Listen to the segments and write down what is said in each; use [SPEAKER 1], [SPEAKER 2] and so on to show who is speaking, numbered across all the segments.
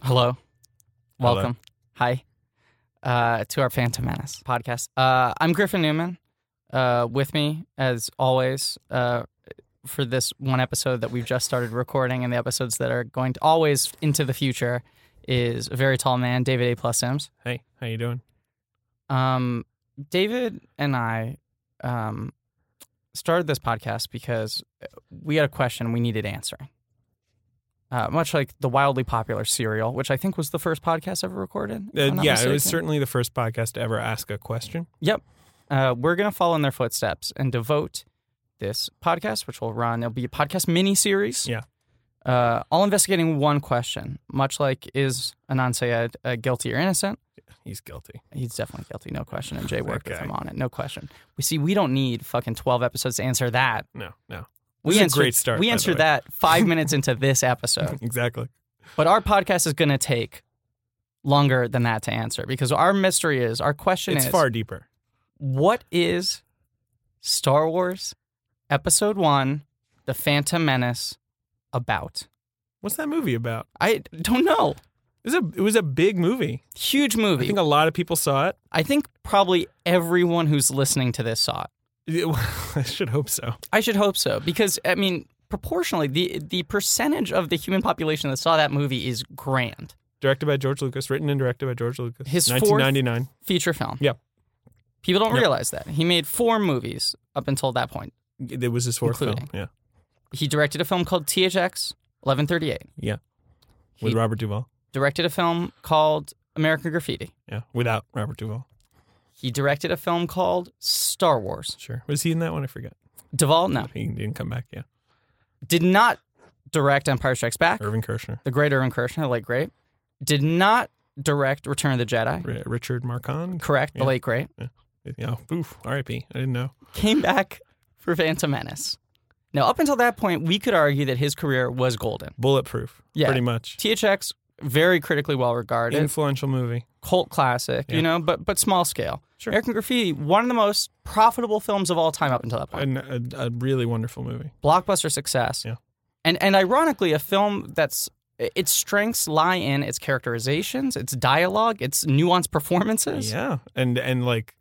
[SPEAKER 1] Hello.
[SPEAKER 2] Hello.
[SPEAKER 1] Welcome. Hi. Uh, to our Phantom Menace podcast. Uh, I'm Griffin Newman. Uh, with me, as always, uh, for this one episode that we've just started recording and the episodes that are going to always into the future is a very tall man, David A. Plus Sims.
[SPEAKER 2] Hey, how you doing?
[SPEAKER 1] Um, David and I um, started this podcast because uh, we had a question we needed answering. Uh, much like the wildly popular Serial, which I think was the first podcast ever recorded. if
[SPEAKER 2] Uh,
[SPEAKER 1] I'm not
[SPEAKER 2] yeah, it was
[SPEAKER 1] mistaken.
[SPEAKER 2] certainly the first podcast to ever ask a question.
[SPEAKER 1] Yep. Uh, we're going to follow in their footsteps and devote this podcast, which will run, it'll be a podcast mini series.
[SPEAKER 2] Yeah.
[SPEAKER 1] Uh, all investigating one question, much like is Anand Sayed uh, guilty or innocent?
[SPEAKER 2] He's guilty.
[SPEAKER 1] He's definitely guilty, no question. And Jay worked with
[SPEAKER 2] Okay.
[SPEAKER 1] him on it, no question. We see, we don't need fucking 12 episodes to answer that.
[SPEAKER 2] No, no,
[SPEAKER 1] We
[SPEAKER 2] is a
[SPEAKER 1] answered,
[SPEAKER 2] great start,
[SPEAKER 1] We
[SPEAKER 2] by the
[SPEAKER 1] answered
[SPEAKER 2] way.
[SPEAKER 1] that five minutes into this episode.
[SPEAKER 2] exactly.
[SPEAKER 1] But our podcast is going to take longer than that to answer because our mystery is, our question
[SPEAKER 2] It's
[SPEAKER 1] is,
[SPEAKER 2] far deeper.
[SPEAKER 1] what is Star Wars Episode 1 The Phantom Menace about?
[SPEAKER 2] What's that movie about?
[SPEAKER 1] I don't know.
[SPEAKER 2] It was a, it was a big movie.
[SPEAKER 1] Huge
[SPEAKER 2] I
[SPEAKER 1] movie.
[SPEAKER 2] think a lot of people saw it.
[SPEAKER 1] probably everyone who's listening to this saw it.
[SPEAKER 2] I should hope so.
[SPEAKER 1] I should hope so because I mean proportionally the the percentage of the human population that saw that movie is grand.
[SPEAKER 2] Directed by George Lucas, written and directed by George Lucas.
[SPEAKER 1] His fourth-
[SPEAKER 2] 1999.
[SPEAKER 1] Feature film.
[SPEAKER 2] Yep.
[SPEAKER 1] People don't
[SPEAKER 2] Yep.
[SPEAKER 1] realize that. He made four movies up until that point.
[SPEAKER 2] It was his fourth
[SPEAKER 1] Including.
[SPEAKER 2] film.
[SPEAKER 1] He directed a film called THX 1138.
[SPEAKER 2] Yeah, yeah. With
[SPEAKER 1] He-
[SPEAKER 2] Robert Duvall.
[SPEAKER 1] Directed a film called American Graffiti.
[SPEAKER 2] Yeah, without Robert Duvall.
[SPEAKER 1] He directed a film called Star Wars.
[SPEAKER 2] Sure. Was he in that one? I forget.
[SPEAKER 1] Duvall, no,
[SPEAKER 2] He didn't come back. Yeah.
[SPEAKER 1] did not direct Empire Strikes Back.
[SPEAKER 2] Irvin Kershner,
[SPEAKER 1] The great Irvin Kershner, the late great, did not direct Return of the Jedi.
[SPEAKER 2] R- Richard Marcon.
[SPEAKER 1] Correct, the
[SPEAKER 2] Yeah.
[SPEAKER 1] late great.
[SPEAKER 2] Yeah. Oof. R.I.P. I didn't know.
[SPEAKER 1] Came back for Phantom Menace. Now, up until that point, we could argue that his career was golden.
[SPEAKER 2] Bulletproof.
[SPEAKER 1] Yeah.
[SPEAKER 2] Pretty much.
[SPEAKER 1] THX, very critically well regarded,
[SPEAKER 2] Influential movie.
[SPEAKER 1] cult classic,
[SPEAKER 2] Yeah.
[SPEAKER 1] you know, but but small scale.
[SPEAKER 2] Sure.
[SPEAKER 1] American Graffiti, one of the most profitable films of all time up until that point.
[SPEAKER 2] An- a, a really wonderful movie.
[SPEAKER 1] blockbuster success.
[SPEAKER 2] Yeah.
[SPEAKER 1] And and ironically, a film that's its strengths lie in its characterizations, its dialogue, its nuanced performances.
[SPEAKER 2] Yeah, and and like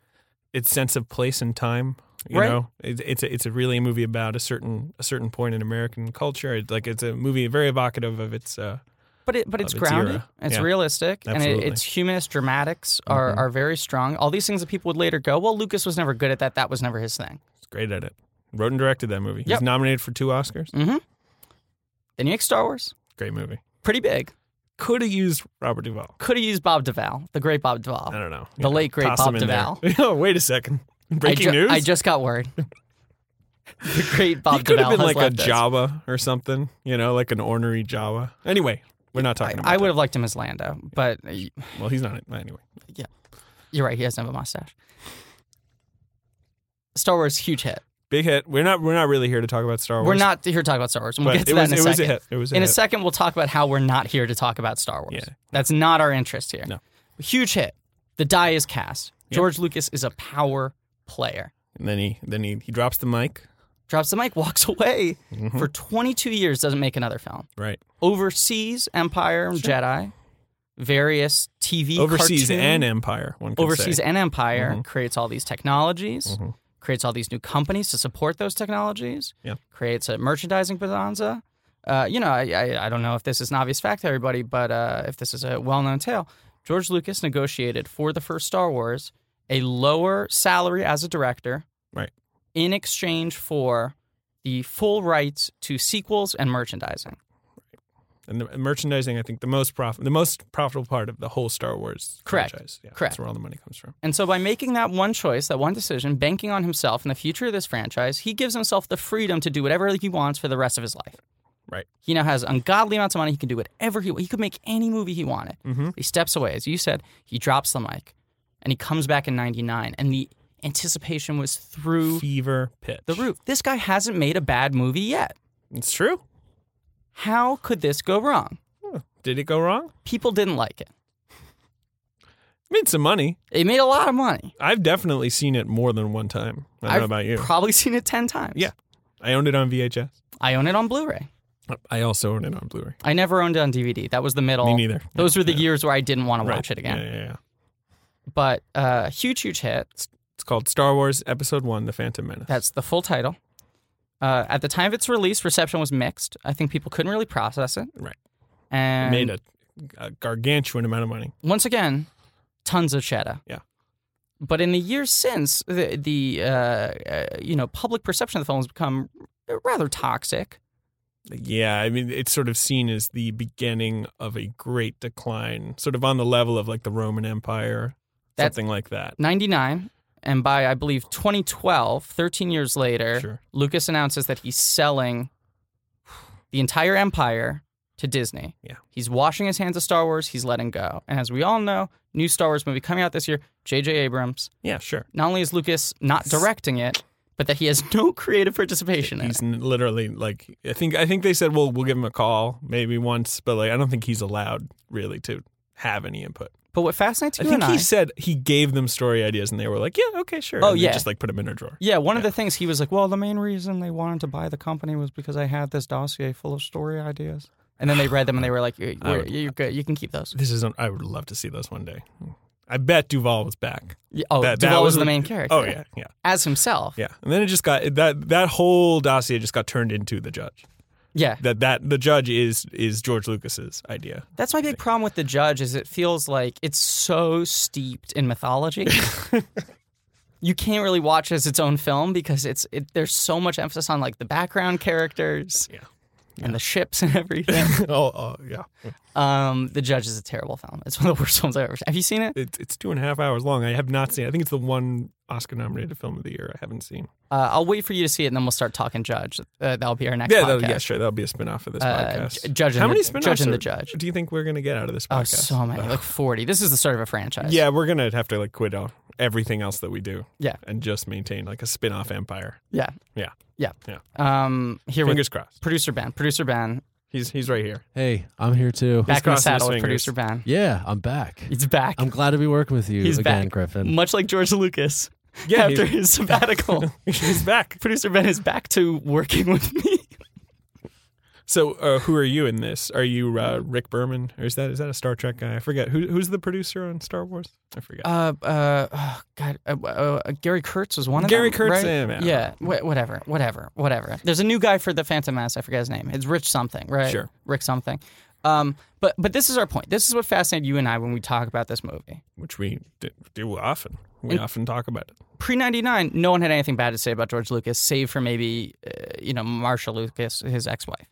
[SPEAKER 2] its sense of place and time. You
[SPEAKER 1] Right.
[SPEAKER 2] know, it, it's a, it's a really a movie about a certain a certain point in American culture. It's like it's a movie very evocative of its. Uh,
[SPEAKER 1] But it but it's
[SPEAKER 2] its
[SPEAKER 1] grounded,
[SPEAKER 2] era.
[SPEAKER 1] it's
[SPEAKER 2] Yeah.
[SPEAKER 1] realistic, and
[SPEAKER 2] Absolutely.
[SPEAKER 1] it, its humanist dramatics are
[SPEAKER 2] Mhm.
[SPEAKER 1] are very strong. All these things that people would later go, well, Lucas was never good at that. That was never his thing.
[SPEAKER 2] it's great at it. Wrote and directed that movie. He
[SPEAKER 1] Yep.
[SPEAKER 2] was nominated for two Oscars.
[SPEAKER 1] Mm-hmm. Then you make Star Wars,
[SPEAKER 2] Great movie.
[SPEAKER 1] pretty big.
[SPEAKER 2] Could have used Robert Duvall.
[SPEAKER 1] Could have used Bob Duvall, the great Bob Duvall.
[SPEAKER 2] I don't know.
[SPEAKER 1] The late, great Bob
[SPEAKER 2] Duvall. oh, wait a second.
[SPEAKER 1] I
[SPEAKER 2] Breaking
[SPEAKER 1] ju-
[SPEAKER 2] news.
[SPEAKER 1] I just got word. the great Bob
[SPEAKER 2] he could have
[SPEAKER 1] Duvall
[SPEAKER 2] been
[SPEAKER 1] has
[SPEAKER 2] like a
[SPEAKER 1] left us.
[SPEAKER 2] Java or something. You know, like an ornery Java. Anyway, we're not
[SPEAKER 1] I,
[SPEAKER 2] talking about.
[SPEAKER 1] I would have liked him as Lando, but
[SPEAKER 2] that. Well, he's not it anyway.
[SPEAKER 1] You're right. He doesn't have a mustache. Star Wars huge hit.
[SPEAKER 2] Big hit. We're not. We're not really here to talk about Star Wars.
[SPEAKER 1] We're not here to talk about Star Wars. and We'll
[SPEAKER 2] But
[SPEAKER 1] get to
[SPEAKER 2] it
[SPEAKER 1] that
[SPEAKER 2] was,
[SPEAKER 1] in a
[SPEAKER 2] it
[SPEAKER 1] second.
[SPEAKER 2] was a hit. It was a
[SPEAKER 1] in a
[SPEAKER 2] hit.
[SPEAKER 1] second, we'll talk about how we're not here to talk about Star Wars.
[SPEAKER 2] Yeah.
[SPEAKER 1] That's not our interest here.
[SPEAKER 2] No.
[SPEAKER 1] Huge hit. The die is cast. George Lucas is a power player.
[SPEAKER 2] and then he then he, he drops the mic.
[SPEAKER 1] Drops the mic, walks away
[SPEAKER 2] Mm-hmm.
[SPEAKER 1] for 22 years, doesn't make another film.
[SPEAKER 2] Right.
[SPEAKER 1] Overseas Empire, Jedi, various TV
[SPEAKER 2] Overseas
[SPEAKER 1] cartoon-
[SPEAKER 2] and Empire. One could
[SPEAKER 1] overseas
[SPEAKER 2] say. Mm-hmm.
[SPEAKER 1] and empire creates all these technologies creates all these new companies to support those technologies
[SPEAKER 2] Yeah.
[SPEAKER 1] creates a merchandising bonanza uh, you know I, I, I don't know if this is an obvious fact to everybody but uh, if this is a well-known tale george lucas negotiated for the first star wars a lower salary as a director
[SPEAKER 2] Right.
[SPEAKER 1] in exchange for the full rights to sequels and merchandising
[SPEAKER 2] and the merchandising. I think the most prof- the most profitable part of the whole Star Wars
[SPEAKER 1] Correct.
[SPEAKER 2] franchise. Yeah,
[SPEAKER 1] Correct.
[SPEAKER 2] That's where all the money comes from.
[SPEAKER 1] And so by making that one choice, that one decision, banking on himself and the future of this franchise, he gives himself the freedom to do whatever he wants for the rest of his life.
[SPEAKER 2] Right.
[SPEAKER 1] He now has ungodly amounts of money. He can do whatever he He could make any movie he wanted.
[SPEAKER 2] Mm-hmm.
[SPEAKER 1] He steps away, as you said. He drops the mic, and he comes back in '99, and the anticipation was through
[SPEAKER 2] Fever pitch.
[SPEAKER 1] the roof. This guy hasn't made a bad movie yet.
[SPEAKER 2] It's true.
[SPEAKER 1] How could this go wrong?
[SPEAKER 2] Did it go wrong?
[SPEAKER 1] People didn't like it.
[SPEAKER 2] Made some money.
[SPEAKER 1] It made a lot of money.
[SPEAKER 2] I've definitely seen it more than one time. I don't know about you.
[SPEAKER 1] Probably seen it ten times.
[SPEAKER 2] Yeah. I owned it on VHS.
[SPEAKER 1] I own it on Blu-ray.
[SPEAKER 2] I also own it on Blu-ray.
[SPEAKER 1] I never owned it on DVD. That was the middle.
[SPEAKER 2] Me neither.
[SPEAKER 1] Those
[SPEAKER 2] Yeah,
[SPEAKER 1] were the
[SPEAKER 2] yeah.
[SPEAKER 1] years where I didn't want to
[SPEAKER 2] Right.
[SPEAKER 1] watch it again.
[SPEAKER 2] Yeah, yeah, yeah.
[SPEAKER 1] But uh, huge, huge hit.
[SPEAKER 2] It's called Star Wars Episode One: The Phantom Menace.
[SPEAKER 1] That's the full title. Uh, at the time of its release, reception was mixed. I think people couldn't really process it.
[SPEAKER 2] Right.
[SPEAKER 1] And
[SPEAKER 2] made a, a gargantuan amount of money.
[SPEAKER 1] once again, tons of cheddar.
[SPEAKER 2] Yeah.
[SPEAKER 1] But in the years since, the, the uh, uh, you know public perception of the film has become rather toxic.
[SPEAKER 2] Yeah, I mean, it's sort of seen as the beginning of a great decline, sort of on the level of like the Roman Empire,
[SPEAKER 1] That's-
[SPEAKER 2] something like that.
[SPEAKER 1] 99, and by I believe 2012, 13 years later,
[SPEAKER 2] Sure.
[SPEAKER 1] Lucas announces that he's selling the entire empire to Disney.
[SPEAKER 2] Yeah.
[SPEAKER 1] He's washing his hands of Star Wars, he's letting go. And as we all know, new Star Wars movie coming out this year, J.J. Abrams.
[SPEAKER 2] Yeah, sure.
[SPEAKER 1] Not only is Lucas not directing it, but that he has no creative participation in it.
[SPEAKER 2] He's n- literally like, I think, I think they said, well, we'll give him a call maybe once, but like, I don't think he's allowed really to have any input.
[SPEAKER 1] But what fascinates
[SPEAKER 2] I
[SPEAKER 1] you
[SPEAKER 2] think
[SPEAKER 1] and
[SPEAKER 2] he
[SPEAKER 1] I,
[SPEAKER 2] said he gave them story ideas, and they were like, yeah, okay, sure.
[SPEAKER 1] Oh,
[SPEAKER 2] and they
[SPEAKER 1] yeah.
[SPEAKER 2] just like put him in a drawer.
[SPEAKER 1] yeah, one of the things he was like, well, the main reason they wanted to buy the company was because I had this dossier full of story ideas. And then they read them and they were like, you're,
[SPEAKER 2] I would-
[SPEAKER 1] you're good. You can keep those.
[SPEAKER 2] This is, I would love to see this one day. I bet Duval was back.
[SPEAKER 1] Yeah, Oh,
[SPEAKER 2] That- that
[SPEAKER 1] Duval was
[SPEAKER 2] was-
[SPEAKER 1] the main character.
[SPEAKER 2] Oh yeah, yeah.
[SPEAKER 1] As himself.
[SPEAKER 2] Yeah, and then it just got that that whole dossier just got turned into the judge.
[SPEAKER 1] Yeah.
[SPEAKER 2] That that the judge is is George Lucas's idea.
[SPEAKER 1] That's my big problem with The Judge is it feels like it's so steeped in mythology. you can't really watch it as its own film because it's it, there's so much emphasis on like the background characters
[SPEAKER 2] Yeah.
[SPEAKER 1] and the ships and everything.
[SPEAKER 2] oh, oh yeah,
[SPEAKER 1] um, the Judge is a terrible film. It's one of the worst films I've ever seen. Have you seen it?
[SPEAKER 2] it's it's two and a half hours long. I have not seen. it. I think it's the one Oscar nominated film of the year I haven't seen.
[SPEAKER 1] Uh, I'll wait for you to see it and then we'll start talking Judge. Uh, that'll be our next
[SPEAKER 2] Yeah,
[SPEAKER 1] podcast.
[SPEAKER 2] that'll, yeah, sure. That'll be a spin off of this
[SPEAKER 1] Uh, J-
[SPEAKER 2] podcast.
[SPEAKER 1] Judge and the-
[SPEAKER 2] How many
[SPEAKER 1] Judge
[SPEAKER 2] spin
[SPEAKER 1] and the Judge.
[SPEAKER 2] Do you think we're gonna get out of this
[SPEAKER 1] Oh,
[SPEAKER 2] podcast? Uh,
[SPEAKER 1] so many, like forty. This is the start of a franchise.
[SPEAKER 2] Yeah, we're gonna have to like quit out everything else that we do.
[SPEAKER 1] Yeah.
[SPEAKER 2] and just maintain like a spin off empire.
[SPEAKER 1] yeah,
[SPEAKER 2] Yeah.
[SPEAKER 1] yeah,
[SPEAKER 2] Yeah.
[SPEAKER 1] Um, here with
[SPEAKER 2] Fingers crossed.
[SPEAKER 1] producer Ben. Producer Ben.
[SPEAKER 2] He's he's right here.
[SPEAKER 3] Hey, I'm here too.
[SPEAKER 1] back in the
[SPEAKER 2] crossing his
[SPEAKER 1] saddle with
[SPEAKER 2] fingers.
[SPEAKER 1] producer Ben.
[SPEAKER 3] Yeah, I'm back.
[SPEAKER 1] He's back.
[SPEAKER 3] I'm glad to be working with you
[SPEAKER 1] He's
[SPEAKER 3] again,
[SPEAKER 1] back.
[SPEAKER 3] Griffin.
[SPEAKER 1] Much like George Lucas
[SPEAKER 2] Yeah,
[SPEAKER 1] after
[SPEAKER 2] he's,
[SPEAKER 1] his sabbatical,
[SPEAKER 2] he's back.
[SPEAKER 1] producer Ben is back to working with me.
[SPEAKER 2] So, uh, who are you in this? Are you uh, Rick Berman, or is that is that a Star Trek guy? I forget who who's the producer on Star Wars. I forget.
[SPEAKER 1] Uh, uh, oh, God, uh, uh, uh, Gary Kurtz was one of
[SPEAKER 2] Gary
[SPEAKER 1] them,
[SPEAKER 2] Kurtz,
[SPEAKER 1] right?
[SPEAKER 2] yeah, yeah.
[SPEAKER 1] wha- whatever, whatever, whatever. There's a new guy for the Phantom Menace. I forget his name. It's Rich something, right?
[SPEAKER 2] Sure.
[SPEAKER 1] Rick something. Um, but but this is our point. This is what fascinated you and I when we talk about this movie.
[SPEAKER 2] Which we d- do often. We often talk about it.
[SPEAKER 1] pre 99 no one had anything bad to say about george lucas save for maybe uh, you know marsha lucas his ex-wife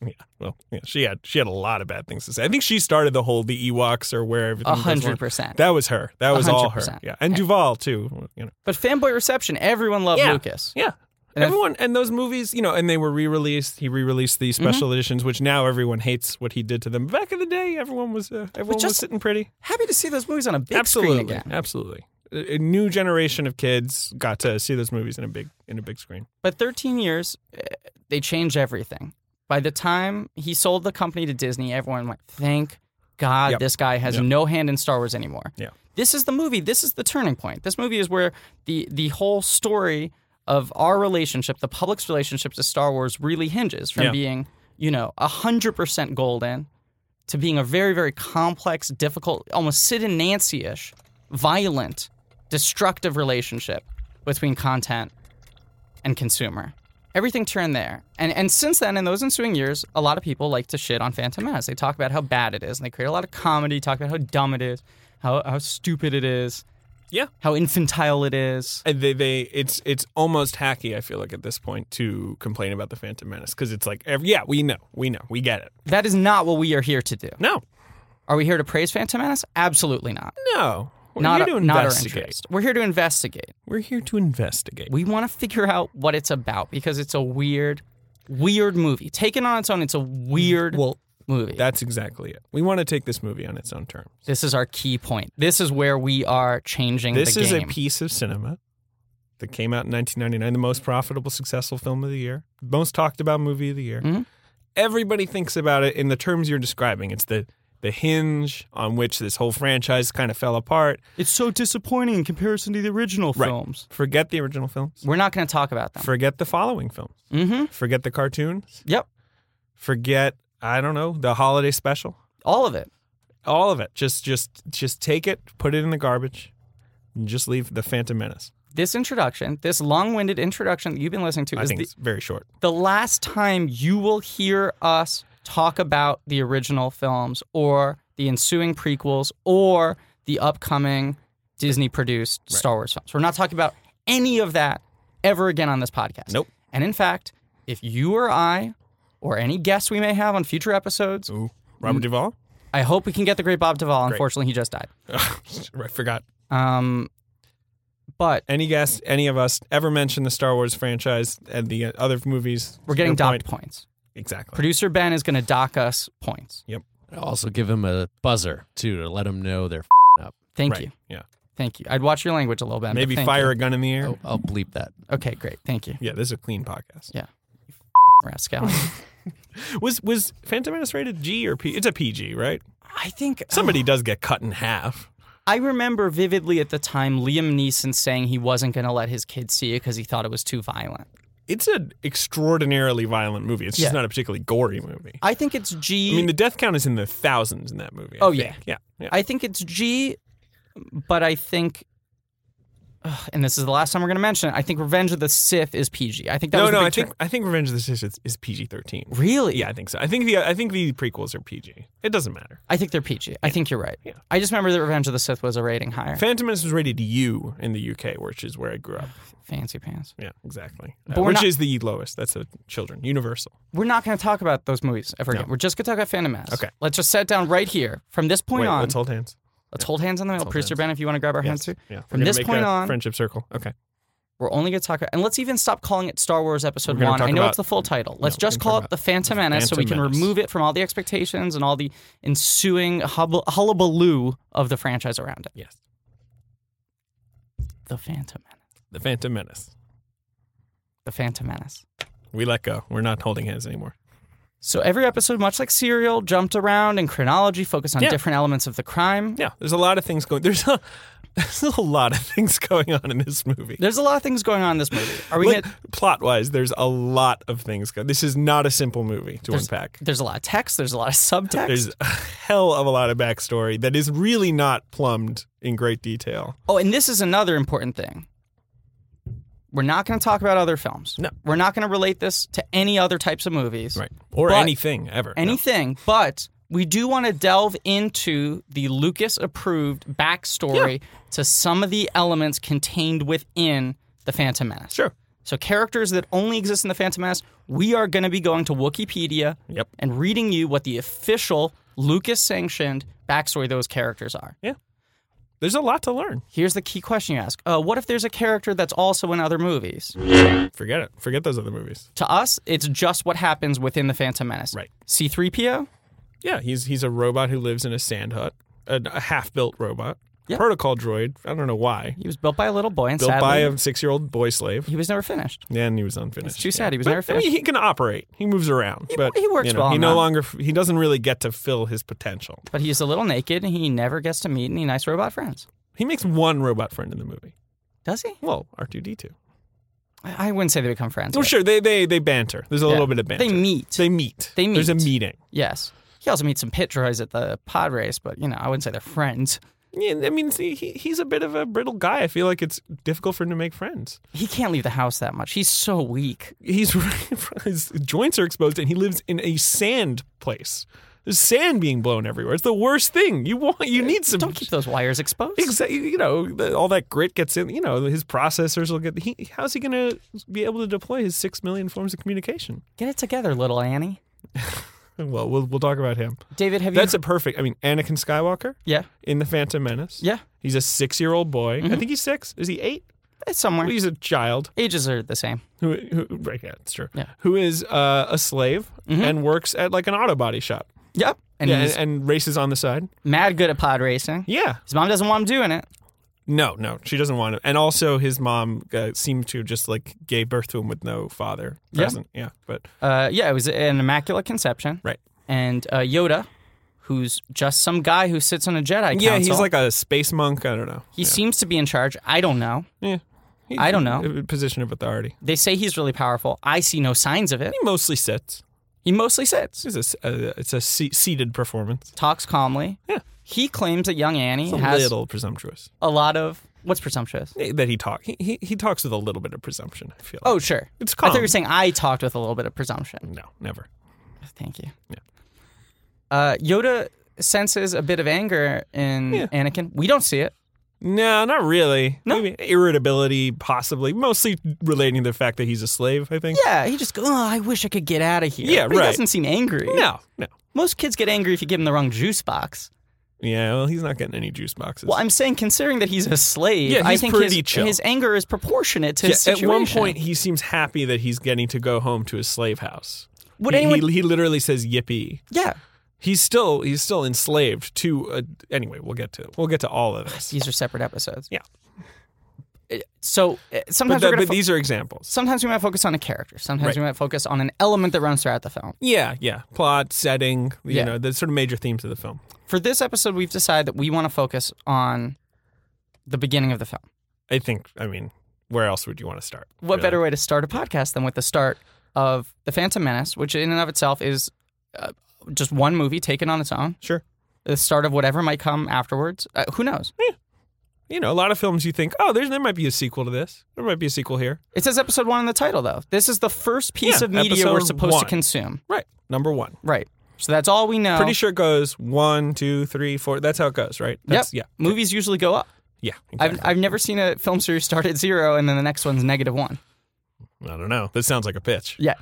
[SPEAKER 2] Yeah. Well, yeah, she had she had a lot of bad things to say. I think she started the whole the Ewoks or where everything.
[SPEAKER 1] a
[SPEAKER 2] goes wrong.
[SPEAKER 1] hundred percent
[SPEAKER 2] That was her. That was all her.
[SPEAKER 1] 100%.
[SPEAKER 2] Yeah, and Duvall too. You know.
[SPEAKER 1] but fanboy reception everyone loved
[SPEAKER 2] Yeah.
[SPEAKER 1] lucas
[SPEAKER 2] Yeah.
[SPEAKER 1] And I-
[SPEAKER 2] everyone and those movies, you know, and they were re-released. He re-released these
[SPEAKER 1] Mm-hmm.
[SPEAKER 2] special editions, which now everyone hates what he did to them. Back in the day, everyone was uh, everyone was
[SPEAKER 1] just-
[SPEAKER 2] sitting pretty.
[SPEAKER 1] happy to see those movies on a big
[SPEAKER 2] absolutely,
[SPEAKER 1] screen again
[SPEAKER 2] absolutely. A a new generation of kids got to see those movies in a big in a big screen.
[SPEAKER 1] but 13 years eh, they changed everything by the time he sold the company to disney everyone went thank god
[SPEAKER 2] Yep.
[SPEAKER 1] this guy has
[SPEAKER 2] Yep.
[SPEAKER 1] no hand in star wars anymore
[SPEAKER 2] Yeah.
[SPEAKER 1] this is the movie this is the turning point this movie is where the the whole story of our relationship the public's relationship to star wars really hinges from
[SPEAKER 2] Yeah.
[SPEAKER 1] being you know 100% golden to being a very very complex difficult almost sid and nancy-ish violent destructive relationship between content and consumer everything turned there and and since then in those ensuing years a lot of people like to shit on phantom menace they talk about how bad it is and they create a lot of comedy talk about how dumb it is how, how stupid it is
[SPEAKER 2] Yeah.
[SPEAKER 1] how infantile it is
[SPEAKER 2] And they they it's it's almost hacky. I feel like at this point to complain about the Phantom Menace because it's like every, yeah we know we know we get it.
[SPEAKER 1] that is not what we are here to do
[SPEAKER 2] No,
[SPEAKER 1] are we here to praise phantom menace absolutely not
[SPEAKER 2] no, we're
[SPEAKER 1] not,
[SPEAKER 2] here to
[SPEAKER 1] not our
[SPEAKER 2] investigate.
[SPEAKER 1] interest. We're here to investigate.
[SPEAKER 2] We're here to investigate.
[SPEAKER 1] We want to figure out what it's about because it's a weird, weird movie. Taken on its own, it's a weird movie.
[SPEAKER 2] That's exactly it. We want to take this movie on its own terms.
[SPEAKER 1] this is our key point. This is where we are changing
[SPEAKER 2] This
[SPEAKER 1] the
[SPEAKER 2] is a
[SPEAKER 1] game.
[SPEAKER 2] piece of cinema that came out in 1999, the most profitable, successful film of the year, most talked about movie of the year.
[SPEAKER 1] Mhm.
[SPEAKER 2] Everybody thinks about it in the terms you're describing. It's the the hinge on which this whole franchise kind of fell apart.
[SPEAKER 1] It's so disappointing in comparison to the original
[SPEAKER 2] Right.
[SPEAKER 1] films.
[SPEAKER 2] Forget the original films.
[SPEAKER 1] We're not going to talk about them.
[SPEAKER 2] Forget the following films.
[SPEAKER 1] mm-hmm.
[SPEAKER 2] Forget the cartoons.
[SPEAKER 1] Yep.
[SPEAKER 2] Forget I don't know the holiday special.
[SPEAKER 1] All of it.
[SPEAKER 2] All of it. Just just just take it, put it in the garbage, and just leave the Phantom Menace.
[SPEAKER 1] This introduction, this long-winded introduction that you've been listening to,
[SPEAKER 2] I
[SPEAKER 1] is
[SPEAKER 2] think
[SPEAKER 1] the,
[SPEAKER 2] it's very short.
[SPEAKER 1] the last time you will hear us talk about the original films or the ensuing prequels or the upcoming Disney produced Star Wars films. We're not talking about any of that ever again on this podcast.
[SPEAKER 2] Nope.
[SPEAKER 1] And in fact, if you or I or any guest we may have on future episodes,
[SPEAKER 2] Ooh,
[SPEAKER 1] Mm.
[SPEAKER 2] Robert Duvall.
[SPEAKER 1] I hope we can get the great Bob Duvall. Unfortunately, he just died.
[SPEAKER 2] I forgot.
[SPEAKER 1] Um, but
[SPEAKER 2] Any guest, any of us ever mentioned the Star Wars franchise and the uh, other movies?
[SPEAKER 1] we're getting
[SPEAKER 2] no
[SPEAKER 1] docked
[SPEAKER 2] point.
[SPEAKER 1] points.
[SPEAKER 2] Exactly.
[SPEAKER 1] Producer Ben is going to dock us points.
[SPEAKER 3] Also, give him a buzzer too to let him know they're f***ing up.
[SPEAKER 1] Thank
[SPEAKER 2] Right,
[SPEAKER 1] you.
[SPEAKER 2] yeah.
[SPEAKER 1] Thank you. I'd watch your language a little bit. but
[SPEAKER 2] Maybe
[SPEAKER 1] thank
[SPEAKER 2] fire
[SPEAKER 1] you.
[SPEAKER 2] a gun in the air.
[SPEAKER 3] Oh, I'll bleep that.
[SPEAKER 1] Okay, great. Thank you,
[SPEAKER 2] Yeah, this is a clean podcast.
[SPEAKER 1] Rascal.
[SPEAKER 2] Was was Phantom Menace rated G or P? It's a PG, right?
[SPEAKER 1] I think uh,
[SPEAKER 2] Somebody does get cut in half.
[SPEAKER 1] I remember vividly at the time Liam Neeson saying he wasn't going to let his kids see it because he thought it was too violent.
[SPEAKER 2] It's an extraordinarily violent movie. It's just
[SPEAKER 1] Yeah.
[SPEAKER 2] not a particularly gory movie.
[SPEAKER 1] I think it's G.
[SPEAKER 2] I
[SPEAKER 1] I
[SPEAKER 2] mean, the death count is in the thousands in that movie. I
[SPEAKER 1] Oh,
[SPEAKER 2] think.
[SPEAKER 1] yeah.
[SPEAKER 2] yeah, yeah.
[SPEAKER 1] think it's G, but I think. Ugh, and this is the last time we're going to mention it. I think Revenge of the Sith is PG. I think that
[SPEAKER 2] no,
[SPEAKER 1] was the
[SPEAKER 2] no.
[SPEAKER 1] big
[SPEAKER 2] I think
[SPEAKER 1] turn-
[SPEAKER 2] I think Revenge of the Sith is, is PG thirteen.
[SPEAKER 1] really.
[SPEAKER 2] Yeah, I think so. I think the I think the prequels are PG. It doesn't matter.
[SPEAKER 1] I think they're PG. I think you're right.
[SPEAKER 2] Yeah.
[SPEAKER 1] I just remember that Revenge of the Sith was a rating higher.
[SPEAKER 2] Phantom Menace was rated U in the UK, which is where I grew up.
[SPEAKER 1] Fancy pants.
[SPEAKER 2] Yeah, exactly. Uh,
[SPEAKER 1] But we're
[SPEAKER 2] which
[SPEAKER 1] not-
[SPEAKER 2] is the lowest. That's a children universal.
[SPEAKER 1] We're not going to talk about those movies ever again. We're just going to talk about Phantom Menace.
[SPEAKER 2] Okay.
[SPEAKER 1] Let's just set down right here from this point
[SPEAKER 2] Wait,
[SPEAKER 1] on.
[SPEAKER 2] let's hold hands.
[SPEAKER 1] Let's hold hands on the middle.
[SPEAKER 2] hold
[SPEAKER 1] Producer
[SPEAKER 2] hands.
[SPEAKER 1] Ben, if you want to grab our hands
[SPEAKER 2] Yes.
[SPEAKER 1] too.
[SPEAKER 2] Yeah.
[SPEAKER 1] From
[SPEAKER 2] We're gonna
[SPEAKER 1] this
[SPEAKER 2] make
[SPEAKER 1] point
[SPEAKER 2] a
[SPEAKER 1] on-
[SPEAKER 2] friendship circle. Okay.
[SPEAKER 1] We're only going to talk about, and let's even stop calling it Star Wars Episode
[SPEAKER 2] We're gonna
[SPEAKER 1] One.
[SPEAKER 2] talk
[SPEAKER 1] I know
[SPEAKER 2] about-
[SPEAKER 1] it's the full title. Let's
[SPEAKER 2] we're
[SPEAKER 1] just
[SPEAKER 2] gonna
[SPEAKER 1] call
[SPEAKER 2] talk
[SPEAKER 1] it the Phantom
[SPEAKER 2] the
[SPEAKER 1] Menace, so we
[SPEAKER 2] Phantom
[SPEAKER 1] can
[SPEAKER 2] Menace.
[SPEAKER 1] remove it from all the expectations and all the ensuing hubble- hullabaloo of the franchise around it.
[SPEAKER 2] Yes.
[SPEAKER 1] The Phantom Menace.
[SPEAKER 2] The Phantom Menace.
[SPEAKER 1] The Phantom Menace.
[SPEAKER 2] We let go. We're not holding hands anymore.
[SPEAKER 1] So every episode, much like Serial, jumped around in chronology, focused on
[SPEAKER 2] Yeah.
[SPEAKER 1] different elements of the crime.
[SPEAKER 2] Yeah. There's a lot of things going. There's a there's a lot of things going on in this movie.
[SPEAKER 1] There's a lot of things going on in this movie. Are we
[SPEAKER 2] Like,
[SPEAKER 1] gonna,
[SPEAKER 2] plot wise, there's a lot of things. Go- this is not a simple movie to unpack.
[SPEAKER 1] there's a lot of text. There's a lot of subtext.
[SPEAKER 2] There's a hell of a lot of backstory that is really not plumbed in great detail.
[SPEAKER 1] Oh, and this is another important thing. We're not going to talk about other films.
[SPEAKER 2] No.
[SPEAKER 1] We're not going to relate this to any other types of movies.
[SPEAKER 2] Right. Or
[SPEAKER 1] But-
[SPEAKER 2] anything ever. No.
[SPEAKER 1] Anything, but we do want to delve into the Lucas approved backstory to some of the elements contained within The Phantom Menace.
[SPEAKER 2] Sure.
[SPEAKER 1] So, characters that only exist in The Phantom Menace, we are going to be going to Wikipedia
[SPEAKER 2] Yep.
[SPEAKER 1] and reading you what the official Lucas sanctioned backstory of those characters are.
[SPEAKER 2] There's a lot to learn.
[SPEAKER 1] Here's the key question you ask. Uh, what if there's a character that's also in other movies?
[SPEAKER 2] Forget it. Forget those other movies.
[SPEAKER 1] To us, it's just what happens within the Phantom Menace.
[SPEAKER 2] Right.
[SPEAKER 1] C3PO?
[SPEAKER 2] Yeah, he's he's a robot who lives in a sand hut, a, a half built robot,
[SPEAKER 1] Yeah.
[SPEAKER 2] protocol droid. I don't know why.
[SPEAKER 1] He was built by a little boy and
[SPEAKER 2] Built
[SPEAKER 1] sadly,
[SPEAKER 2] by a six year old boy slave,
[SPEAKER 1] he was never finished.
[SPEAKER 2] and he was unfinished.
[SPEAKER 1] It's too sad. He was
[SPEAKER 2] But,
[SPEAKER 1] never
[SPEAKER 2] I mean,
[SPEAKER 1] finished.
[SPEAKER 2] he can operate. He moves around, but
[SPEAKER 1] he works
[SPEAKER 2] you know,
[SPEAKER 1] well
[SPEAKER 2] He
[SPEAKER 1] on
[SPEAKER 2] no
[SPEAKER 1] that.
[SPEAKER 2] longer he doesn't really get to fill his potential.
[SPEAKER 1] But he's a little naked and he never gets to meet any nice robot friends.
[SPEAKER 2] He makes one robot friend in the movie.
[SPEAKER 1] Does he?
[SPEAKER 2] Well, R two D two.
[SPEAKER 1] I I wouldn't say they become friends.
[SPEAKER 2] Well,
[SPEAKER 1] but-
[SPEAKER 2] sure. They they they banter. There's a
[SPEAKER 1] Yeah.
[SPEAKER 2] little bit of banter.
[SPEAKER 1] They meet.
[SPEAKER 2] They meet.
[SPEAKER 1] They
[SPEAKER 2] There's a
[SPEAKER 1] meet.
[SPEAKER 2] meeting.
[SPEAKER 1] yes. He also meets some pit droids at the pod race, but, you know, I wouldn't say they're friends.
[SPEAKER 2] Yeah, I mean, see, he, he's a bit of a brittle guy. I feel like it's difficult for him to make friends.
[SPEAKER 1] He can't leave the house that much. He's so weak.
[SPEAKER 2] he's his joints are exposed and he lives in a sand place. There's sand being blown everywhere. It's the worst thing. You want you need some
[SPEAKER 1] Don't keep those wires exposed.
[SPEAKER 2] Exa- you know the- all that grit gets in. You know his processors will get. He, how's he going to be able to deploy his six million forms of communication?
[SPEAKER 1] Get it together, little Annie.
[SPEAKER 2] Well, we'll we'll talk about him.
[SPEAKER 1] David, have
[SPEAKER 2] That's
[SPEAKER 1] you.
[SPEAKER 2] a perfect. I mean, Anakin Skywalker
[SPEAKER 1] yeah.
[SPEAKER 2] in the Phantom Menace.
[SPEAKER 1] Yeah. Mm-hmm.
[SPEAKER 2] he's a six-year-old boy. I think he's six. Is he eight?
[SPEAKER 1] It's somewhere.
[SPEAKER 2] Well, he's a child.
[SPEAKER 1] Ages are the same.
[SPEAKER 2] who, who right yeah it's true
[SPEAKER 1] Yeah. Mm-hmm.
[SPEAKER 2] who is uh, a slave and works at like an auto body shop
[SPEAKER 1] Yep. And
[SPEAKER 2] yeah,
[SPEAKER 1] he's
[SPEAKER 2] and, and races on the side
[SPEAKER 1] mad good at pod racing.
[SPEAKER 2] yeah
[SPEAKER 1] His mom doesn't want him doing it.
[SPEAKER 2] no no she doesn't want him and also his mom uh, seemed to just like gave birth to him with no father
[SPEAKER 1] Yeah.
[SPEAKER 2] present yeah, but
[SPEAKER 1] Uh, yeah, it was an immaculate conception.
[SPEAKER 2] right
[SPEAKER 1] And uh, Yoda, who's just some guy who sits on a Jedi council.
[SPEAKER 2] yeah, he's like a space monk. I don't know.
[SPEAKER 1] he
[SPEAKER 2] yeah.
[SPEAKER 1] seems to be in charge. I don't know.
[SPEAKER 2] He's
[SPEAKER 1] I don't know.
[SPEAKER 2] in a Position of authority.
[SPEAKER 1] They say he's really powerful. I see no signs of it.
[SPEAKER 2] He mostly sits.
[SPEAKER 1] He mostly sits,
[SPEAKER 2] It's a, s- uh, it's a se- seated performance.
[SPEAKER 1] talks calmly.
[SPEAKER 2] Yeah.
[SPEAKER 1] He claims that young Annie
[SPEAKER 2] It's a
[SPEAKER 1] has
[SPEAKER 2] little presumptuous
[SPEAKER 1] a lot of what's presumptuous.
[SPEAKER 2] that he talk. He, he he talks with a little bit of presumption. I feel. Like.
[SPEAKER 1] Oh, sure.
[SPEAKER 2] it's
[SPEAKER 1] I
[SPEAKER 2] calm.
[SPEAKER 1] thought you were saying I talked with a little bit of presumption.
[SPEAKER 2] no, never.
[SPEAKER 1] Thank you.
[SPEAKER 2] Yeah.
[SPEAKER 1] Uh, Yoda senses a bit of anger in
[SPEAKER 2] Yeah.
[SPEAKER 1] Anakin. We don't see it.
[SPEAKER 2] No, not really.
[SPEAKER 1] No.
[SPEAKER 2] Maybe irritability, possibly, mostly relating to the fact that he's a slave. I think.
[SPEAKER 1] Yeah, he just goes, oh, I wish I could get out of here.
[SPEAKER 2] Yeah,
[SPEAKER 1] But He
[SPEAKER 2] right.
[SPEAKER 1] doesn't seem angry.
[SPEAKER 2] No, no.
[SPEAKER 1] Most kids get angry if you give them the wrong juice box.
[SPEAKER 2] Yeah, well, he's not getting any juice boxes.
[SPEAKER 1] Well, I'm saying considering that he's a slave,
[SPEAKER 2] Yeah,
[SPEAKER 1] I
[SPEAKER 2] he's
[SPEAKER 1] think
[SPEAKER 2] pretty
[SPEAKER 1] his,
[SPEAKER 2] chill.
[SPEAKER 1] his anger is proportionate to
[SPEAKER 2] Yeah,
[SPEAKER 1] his
[SPEAKER 2] at
[SPEAKER 1] situation.
[SPEAKER 2] one point, he seems happy that he's getting to go home to his slave house.
[SPEAKER 1] would
[SPEAKER 2] he,
[SPEAKER 1] anyone?
[SPEAKER 2] he, he literally says "yippee."
[SPEAKER 1] yeah,
[SPEAKER 2] He's still he's still enslaved to. Uh, anyway, we'll get to we'll get to all of this.
[SPEAKER 1] these are separate episodes.
[SPEAKER 2] Yeah.
[SPEAKER 1] Uh, So uh,
[SPEAKER 2] But,
[SPEAKER 1] sometimes
[SPEAKER 2] the,
[SPEAKER 1] we're gonna
[SPEAKER 2] but
[SPEAKER 1] fo-
[SPEAKER 2] these are examples.
[SPEAKER 1] sometimes we might focus on a character. Sometimes
[SPEAKER 2] Right.
[SPEAKER 1] we might focus on an element that runs throughout the film.
[SPEAKER 2] Yeah, yeah. Plot, setting, you
[SPEAKER 1] Yeah.
[SPEAKER 2] know, the sort of major themes of the film.
[SPEAKER 1] For this episode, we've decided that we want to focus on the beginning of the film.
[SPEAKER 2] I think. I mean, where else would you want to start?
[SPEAKER 1] What
[SPEAKER 2] really?
[SPEAKER 1] better way to start a podcast than with the start of The Phantom Menace, which in and of itself is uh, just one movie taken on its own.
[SPEAKER 2] Sure.
[SPEAKER 1] The start of whatever might come afterwards. Uh, who knows?
[SPEAKER 2] You know, a lot of films you think, oh, there's there might be a sequel to this. There might be a sequel here.
[SPEAKER 1] It says episode one in the title, though. This is the first piece
[SPEAKER 2] Yeah,
[SPEAKER 1] of media we're
[SPEAKER 2] episode
[SPEAKER 1] supposed
[SPEAKER 2] one.
[SPEAKER 1] to consume.
[SPEAKER 2] Right. Number one.
[SPEAKER 1] Right. So that's all we know.
[SPEAKER 2] Pretty sure it goes one, two, three, four. That's how it goes, right?
[SPEAKER 1] Oh. Yep.
[SPEAKER 2] That's, Yeah.
[SPEAKER 1] Movies usually go up.
[SPEAKER 2] Yeah.
[SPEAKER 1] I've,
[SPEAKER 2] Exactly.
[SPEAKER 1] I've never seen a film series start at zero and then the next one's negative one.
[SPEAKER 2] I don't know. This sounds like a pitch.
[SPEAKER 1] Yeah.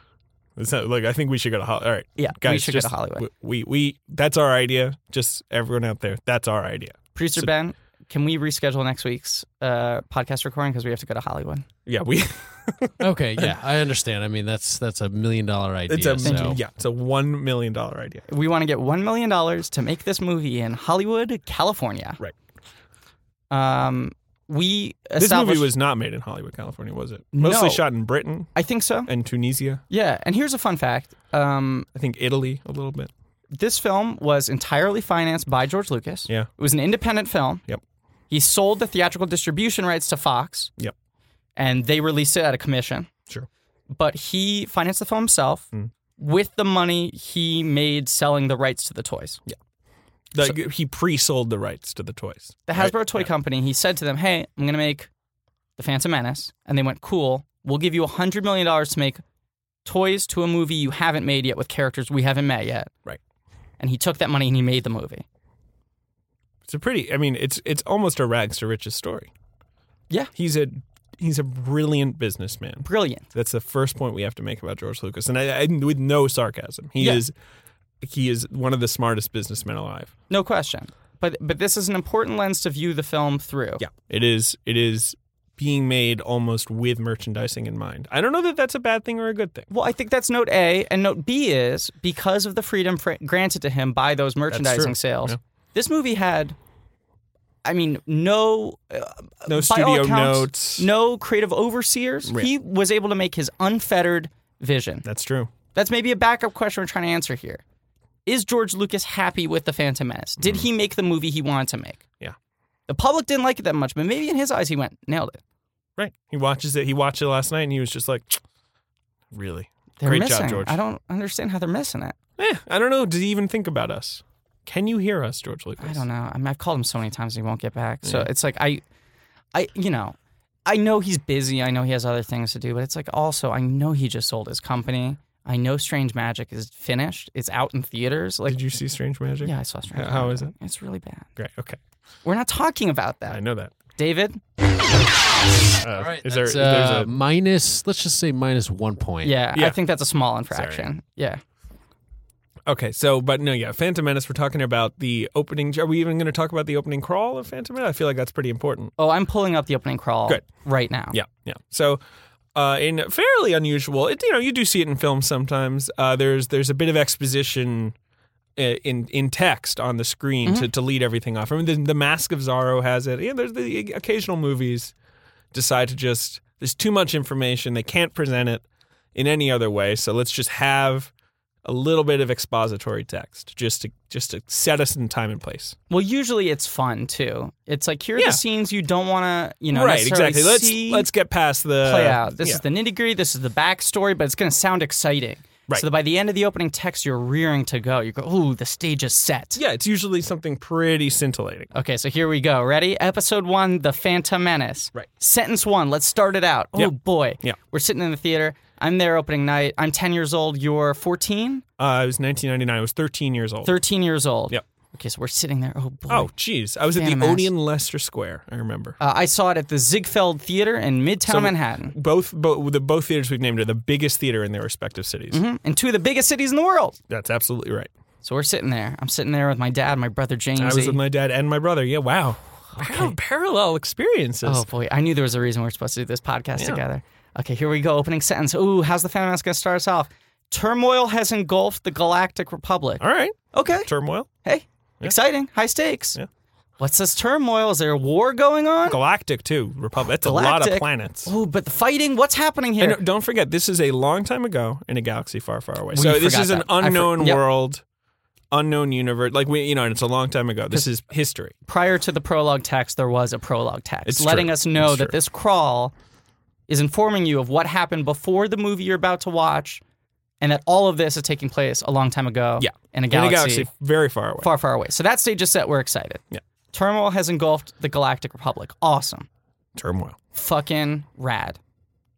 [SPEAKER 2] It's not, look, I think we should go to Hollywood. All right.
[SPEAKER 1] Yeah.
[SPEAKER 2] Guys,
[SPEAKER 1] we should
[SPEAKER 2] just,
[SPEAKER 1] go to Hollywood.
[SPEAKER 2] We, we, we- that's our idea. Just everyone out there, that's our idea.
[SPEAKER 1] Producer
[SPEAKER 2] So-
[SPEAKER 1] Ben, can we reschedule next week's uh, podcast recording because we have to go to Hollywood?
[SPEAKER 2] Yeah. We,
[SPEAKER 3] Okay, yeah, I understand. I mean, that's that's a million dollar idea.
[SPEAKER 2] it's a,
[SPEAKER 3] so.
[SPEAKER 2] yeah, it's a $1 million idea.
[SPEAKER 1] We want to get one million dollars to make this movie in Hollywood, California.
[SPEAKER 2] Right.
[SPEAKER 1] Um, we
[SPEAKER 2] This movie
[SPEAKER 1] established-
[SPEAKER 2] was not made in Hollywood, California, was it? Mostly
[SPEAKER 1] No.
[SPEAKER 2] shot in Britain
[SPEAKER 1] I think so.
[SPEAKER 2] and Tunisia.
[SPEAKER 1] Yeah, and here's a fun fact. Um,
[SPEAKER 2] I think Italy a little bit.
[SPEAKER 1] this film was entirely financed by George Lucas.
[SPEAKER 2] Yeah.
[SPEAKER 1] It was an independent film.
[SPEAKER 2] Yep.
[SPEAKER 1] He sold the theatrical distribution rights to Fox.
[SPEAKER 2] Yep.
[SPEAKER 1] And they released it at a commission.
[SPEAKER 2] Sure.
[SPEAKER 1] But he financed the film himself
[SPEAKER 2] Mm.
[SPEAKER 1] with the money he made selling the rights to the toys.
[SPEAKER 2] Like, he pre-sold the rights to the toys.
[SPEAKER 1] The
[SPEAKER 2] right?
[SPEAKER 1] Hasbro toy
[SPEAKER 2] Yeah.
[SPEAKER 1] company, he said to them, Hey, I'm going to make The Phantom Menace. And they went, Cool. We'll give you $100 million to make toys to a movie you haven't made yet with characters we haven't met yet.
[SPEAKER 2] Right.
[SPEAKER 1] And he took that money and he made the movie.
[SPEAKER 2] It's a pretty. I mean, it's it's almost a rags to riches story.
[SPEAKER 1] Yeah.
[SPEAKER 2] he's a he's a brilliant businessman.
[SPEAKER 1] Brilliant.
[SPEAKER 2] That's the first point we have to make about George Lucas, and I, I with no sarcasm, he
[SPEAKER 1] Yeah.
[SPEAKER 2] is he is one of the smartest businessmen alive.
[SPEAKER 1] No question. But but this is an important lens to view the film through.
[SPEAKER 2] Yeah, it is it is being made almost with merchandising in mind. I don't know that that's a bad thing or a good thing.
[SPEAKER 1] Well, I think that's note A, and note B is because of the freedom fr- granted to him by those merchandising
[SPEAKER 2] true.
[SPEAKER 1] sales.
[SPEAKER 2] Yeah.
[SPEAKER 1] This movie had, I mean, no uh,
[SPEAKER 2] No
[SPEAKER 1] by all
[SPEAKER 2] studio
[SPEAKER 1] accounts,
[SPEAKER 2] notes.
[SPEAKER 1] no creative overseers.
[SPEAKER 2] Right.
[SPEAKER 1] He was able to make his unfettered vision.
[SPEAKER 2] That's true.
[SPEAKER 1] That's maybe a backup question we're trying to answer here. Is George Lucas happy with The Phantom Menace? Did he make the movie he wanted to make?
[SPEAKER 2] Mm. Yeah.
[SPEAKER 1] The public didn't like it that much, but maybe in his eyes he went, nailed it.
[SPEAKER 2] Right. He watches it. He watched it last night, and he was just like, really.
[SPEAKER 1] They're
[SPEAKER 2] Great
[SPEAKER 1] missing.
[SPEAKER 2] job, George.
[SPEAKER 1] I don't understand how they're missing it.
[SPEAKER 2] Eh, I don't know. Did he even think about us? Can you hear us, George Lucas?
[SPEAKER 1] I don't know. I mean, I've called him so many times he won't get back. So it's like I, I, you know, I know he's busy. I know he has other things to do. But it's like also I know he just sold his company. I know Strange Magic is finished. It's out in theaters. Like,
[SPEAKER 2] Did you see Strange Magic?
[SPEAKER 1] yeah, I saw Strange.
[SPEAKER 2] How- how is
[SPEAKER 1] Magic. It's really bad.
[SPEAKER 2] Great. Okay.
[SPEAKER 1] We're not talking about
[SPEAKER 2] I
[SPEAKER 1] that,
[SPEAKER 2] know that.
[SPEAKER 1] David.
[SPEAKER 2] Uh,
[SPEAKER 3] All right,
[SPEAKER 2] Is there,
[SPEAKER 3] that's,
[SPEAKER 2] there's
[SPEAKER 3] uh,
[SPEAKER 2] a,
[SPEAKER 3] minus? Let's just say minus one point.
[SPEAKER 1] Yeah, I
[SPEAKER 2] Yeah.
[SPEAKER 1] think that's a small infraction. Yeah,
[SPEAKER 2] okay. So, but no, yeah. Phantom Menace. We're talking about the opening. Are we even going to talk about the opening crawl of Phantom Menace? I feel like that's pretty important.
[SPEAKER 1] Oh, I'm pulling up the opening crawl
[SPEAKER 2] Good.
[SPEAKER 1] right now.
[SPEAKER 2] Yeah. Yeah. So. Uh, in fairly unusual, it, you know, you do see it in films sometimes. Uh, there's there's a bit of exposition uh, in in text on the screen to, to lead everything off. I mean, the, the Mask of Zorro has it. Yeah, there's the occasional movies decide to just there's too much information. They can't present it in any other way. So let's just have a little bit of expository text just to just to set us in time and place.
[SPEAKER 1] Well, usually it's fun too. It's like here are
[SPEAKER 2] Yeah.
[SPEAKER 1] the scenes you don't want to, you know,
[SPEAKER 2] right,
[SPEAKER 1] necessarily
[SPEAKER 2] exactly. Let's
[SPEAKER 1] see
[SPEAKER 2] let's get past the
[SPEAKER 1] play out. This
[SPEAKER 2] Uh, yeah.
[SPEAKER 1] is the nitty gritty. This is the backstory, but it's going to sound exciting.
[SPEAKER 2] Right.
[SPEAKER 1] So that by the end of the opening text, you're rearing to go. You go, ooh, the stage is set.
[SPEAKER 2] yeah, it's usually something pretty scintillating.
[SPEAKER 1] Okay, so here we go. Ready? Episode one, The Phantom Menace.
[SPEAKER 2] Right.
[SPEAKER 1] Sentence one. Let's start it out. Oh
[SPEAKER 2] Yep.
[SPEAKER 1] boy.
[SPEAKER 2] Yeah.
[SPEAKER 1] We're sitting in the theater. I'm there opening night. I'm 10 years old. You're 14?
[SPEAKER 2] Uh, it was 1999. I was 13 years old.
[SPEAKER 1] 13 years old.
[SPEAKER 2] Yep.
[SPEAKER 1] Okay, so we're sitting there. Oh boy.
[SPEAKER 2] Oh, jeez. I was at the
[SPEAKER 1] Phantom Menace.
[SPEAKER 2] Odeon Leicester Square. I remember.
[SPEAKER 1] Uh, I saw it at the Ziegfeld Theater in Midtown Manhattan.
[SPEAKER 2] both, both the both theaters we've named are the biggest theater in their respective cities.
[SPEAKER 1] Mhm. In two of the biggest cities in the world.
[SPEAKER 2] That's absolutely right.
[SPEAKER 1] So we're sitting there. I'm sitting there with my dad, my brother James.
[SPEAKER 2] I was with my dad and my brother. Yeah, wow. Wow, parallel experiences.
[SPEAKER 1] Oh boy, I knew there was a reason we are supposed to do this podcast
[SPEAKER 2] Yeah.
[SPEAKER 1] together. Okay, here we go. Opening sentence. Ooh, how's the Phantom Menace going to start us off? Turmoil has engulfed the Galactic Republic.
[SPEAKER 2] All right.
[SPEAKER 1] Okay,
[SPEAKER 2] Turmoil.
[SPEAKER 1] hey, exciting, high stakes.
[SPEAKER 2] Yeah.
[SPEAKER 1] What's this turmoil? Is there a war going on?
[SPEAKER 2] Galactic, too. Republic. That's a lot of
[SPEAKER 1] Galactic. Oh,
[SPEAKER 2] planets.
[SPEAKER 1] Ooh, but the fighting. What's happening here?
[SPEAKER 2] And don't forget, this is a long time ago in a galaxy far, far away.
[SPEAKER 1] We
[SPEAKER 2] so this
[SPEAKER 1] forgot
[SPEAKER 2] is an
[SPEAKER 1] that. I for-
[SPEAKER 2] unknown
[SPEAKER 1] yep.
[SPEAKER 2] world, unknown universe. Like we, you know, and it's a long time ago. This is history.
[SPEAKER 1] Prior to the prologue text, there was a prologue text
[SPEAKER 2] It's
[SPEAKER 1] letting
[SPEAKER 2] true.
[SPEAKER 1] us know
[SPEAKER 2] It's
[SPEAKER 1] that
[SPEAKER 2] true.
[SPEAKER 1] this crawl is informing you of what happened before the movie you're about to watch, and that all of this is taking place a long time ago.
[SPEAKER 2] Yeah.
[SPEAKER 1] in a
[SPEAKER 2] In a
[SPEAKER 1] galaxy
[SPEAKER 2] galaxy very far away.
[SPEAKER 1] far, far away. So that stage is set. We're excited.
[SPEAKER 2] Yeah.
[SPEAKER 1] Turmoil has engulfed the Galactic Republic. Awesome.
[SPEAKER 2] Turmoil.
[SPEAKER 1] Fucking rad.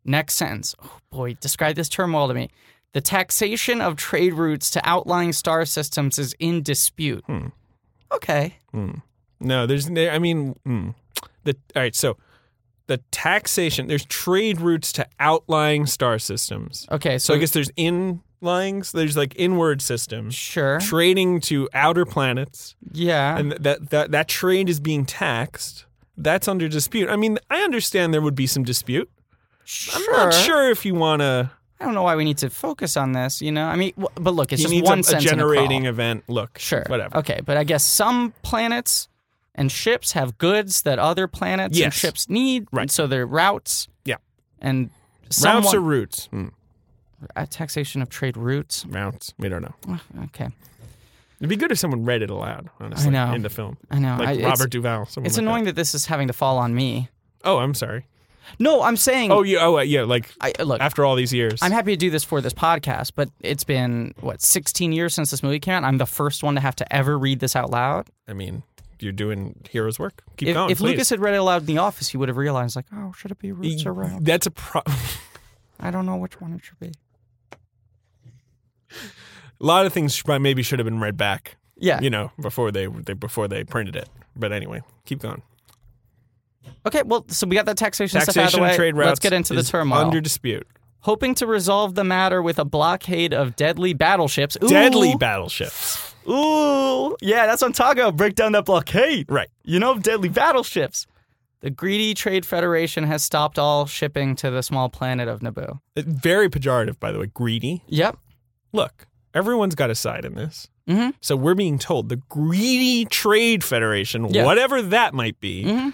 [SPEAKER 1] Next sentence. Oh boy, describe this turmoil to me. The taxation of trade routes to outlying star systems is in dispute.
[SPEAKER 2] Hmm.
[SPEAKER 1] Okay.
[SPEAKER 2] No, there's. There, I mean, mm, the all right. So the taxation. There's trade routes to outlying star systems.
[SPEAKER 1] Okay.
[SPEAKER 2] So
[SPEAKER 1] So,
[SPEAKER 2] I guess there's inlying. so There's like inward systems
[SPEAKER 1] sure.
[SPEAKER 2] trading to outer planets,
[SPEAKER 1] yeah.
[SPEAKER 2] and that that that trade is being taxed. That's under dispute. I mean, I understand there would be some dispute.
[SPEAKER 1] sure.
[SPEAKER 2] I'm not sure if you want to.
[SPEAKER 1] I don't know why we need to focus on this. You know. I mean, w- but look, it's
[SPEAKER 2] You
[SPEAKER 1] just
[SPEAKER 2] need
[SPEAKER 1] one
[SPEAKER 2] a, a
[SPEAKER 1] sentence. in a crawl.
[SPEAKER 2] generating event. Look,
[SPEAKER 1] Sure.
[SPEAKER 2] whatever.
[SPEAKER 1] Okay, but I guess some planets and ships have goods that other planets and
[SPEAKER 2] Yes.
[SPEAKER 1] ships need,
[SPEAKER 2] Right.
[SPEAKER 1] and so they're routes.
[SPEAKER 2] Yeah.
[SPEAKER 1] And
[SPEAKER 2] Routes
[SPEAKER 1] someone,
[SPEAKER 2] or routes? Hmm,
[SPEAKER 1] a taxation of trade routes.
[SPEAKER 2] routes. We don't know.
[SPEAKER 1] Okay,
[SPEAKER 2] It'd be good if someone read it aloud. Honestly,
[SPEAKER 1] know.
[SPEAKER 2] in the film.
[SPEAKER 1] I know.
[SPEAKER 2] like
[SPEAKER 1] I,
[SPEAKER 2] Robert
[SPEAKER 1] It's,
[SPEAKER 2] Duvall. someone
[SPEAKER 1] it's
[SPEAKER 2] like
[SPEAKER 1] annoying that. this is having to fall on me.
[SPEAKER 2] that. Oh, I'm sorry.
[SPEAKER 1] No, I'm saying.
[SPEAKER 2] Oh, yeah. Oh, uh, yeah. Like
[SPEAKER 1] I, look,
[SPEAKER 2] after all these years,
[SPEAKER 1] I'm happy to do this for this podcast, but it's been what 16 years since this movie came out. I'm the first one to have to ever read this out loud.
[SPEAKER 2] I mean, you're doing heroes' work. Keep
[SPEAKER 1] If,
[SPEAKER 2] going.
[SPEAKER 1] if
[SPEAKER 2] please. E-
[SPEAKER 1] Lucas had read it aloud in the office, he would have realized, like, oh, should it be roots or routes?
[SPEAKER 2] that's a pro- a
[SPEAKER 1] I don't know which one it should be.
[SPEAKER 2] lot of things. prob- Maybe should have been read back.
[SPEAKER 1] Yeah.
[SPEAKER 2] You know, before they, they before they printed it. But anyway, keep going.
[SPEAKER 1] Okay, well, so we got that taxation, stuff out of
[SPEAKER 2] Taxation
[SPEAKER 1] the way.
[SPEAKER 2] of trade routes.
[SPEAKER 1] Let's get into the
[SPEAKER 2] is
[SPEAKER 1] turmoil.
[SPEAKER 2] under dispute.
[SPEAKER 1] Hoping to resolve the matter with a blockade of deadly battleships. Ooh,
[SPEAKER 2] Deadly battleships.
[SPEAKER 1] Ooh, yeah, that's on Tago. Break down that blockade.
[SPEAKER 2] Right.
[SPEAKER 1] You know, deadly battleships. The greedy Trade Federation has stopped all shipping to the small planet of Naboo.
[SPEAKER 2] Very pejorative, by the way. Greedy.
[SPEAKER 1] Yep.
[SPEAKER 2] Look, everyone's got a side in this.
[SPEAKER 1] Mhm.
[SPEAKER 2] So we're being told the greedy Trade Federation,
[SPEAKER 1] Yeah.
[SPEAKER 2] whatever that might be.
[SPEAKER 1] Mhm.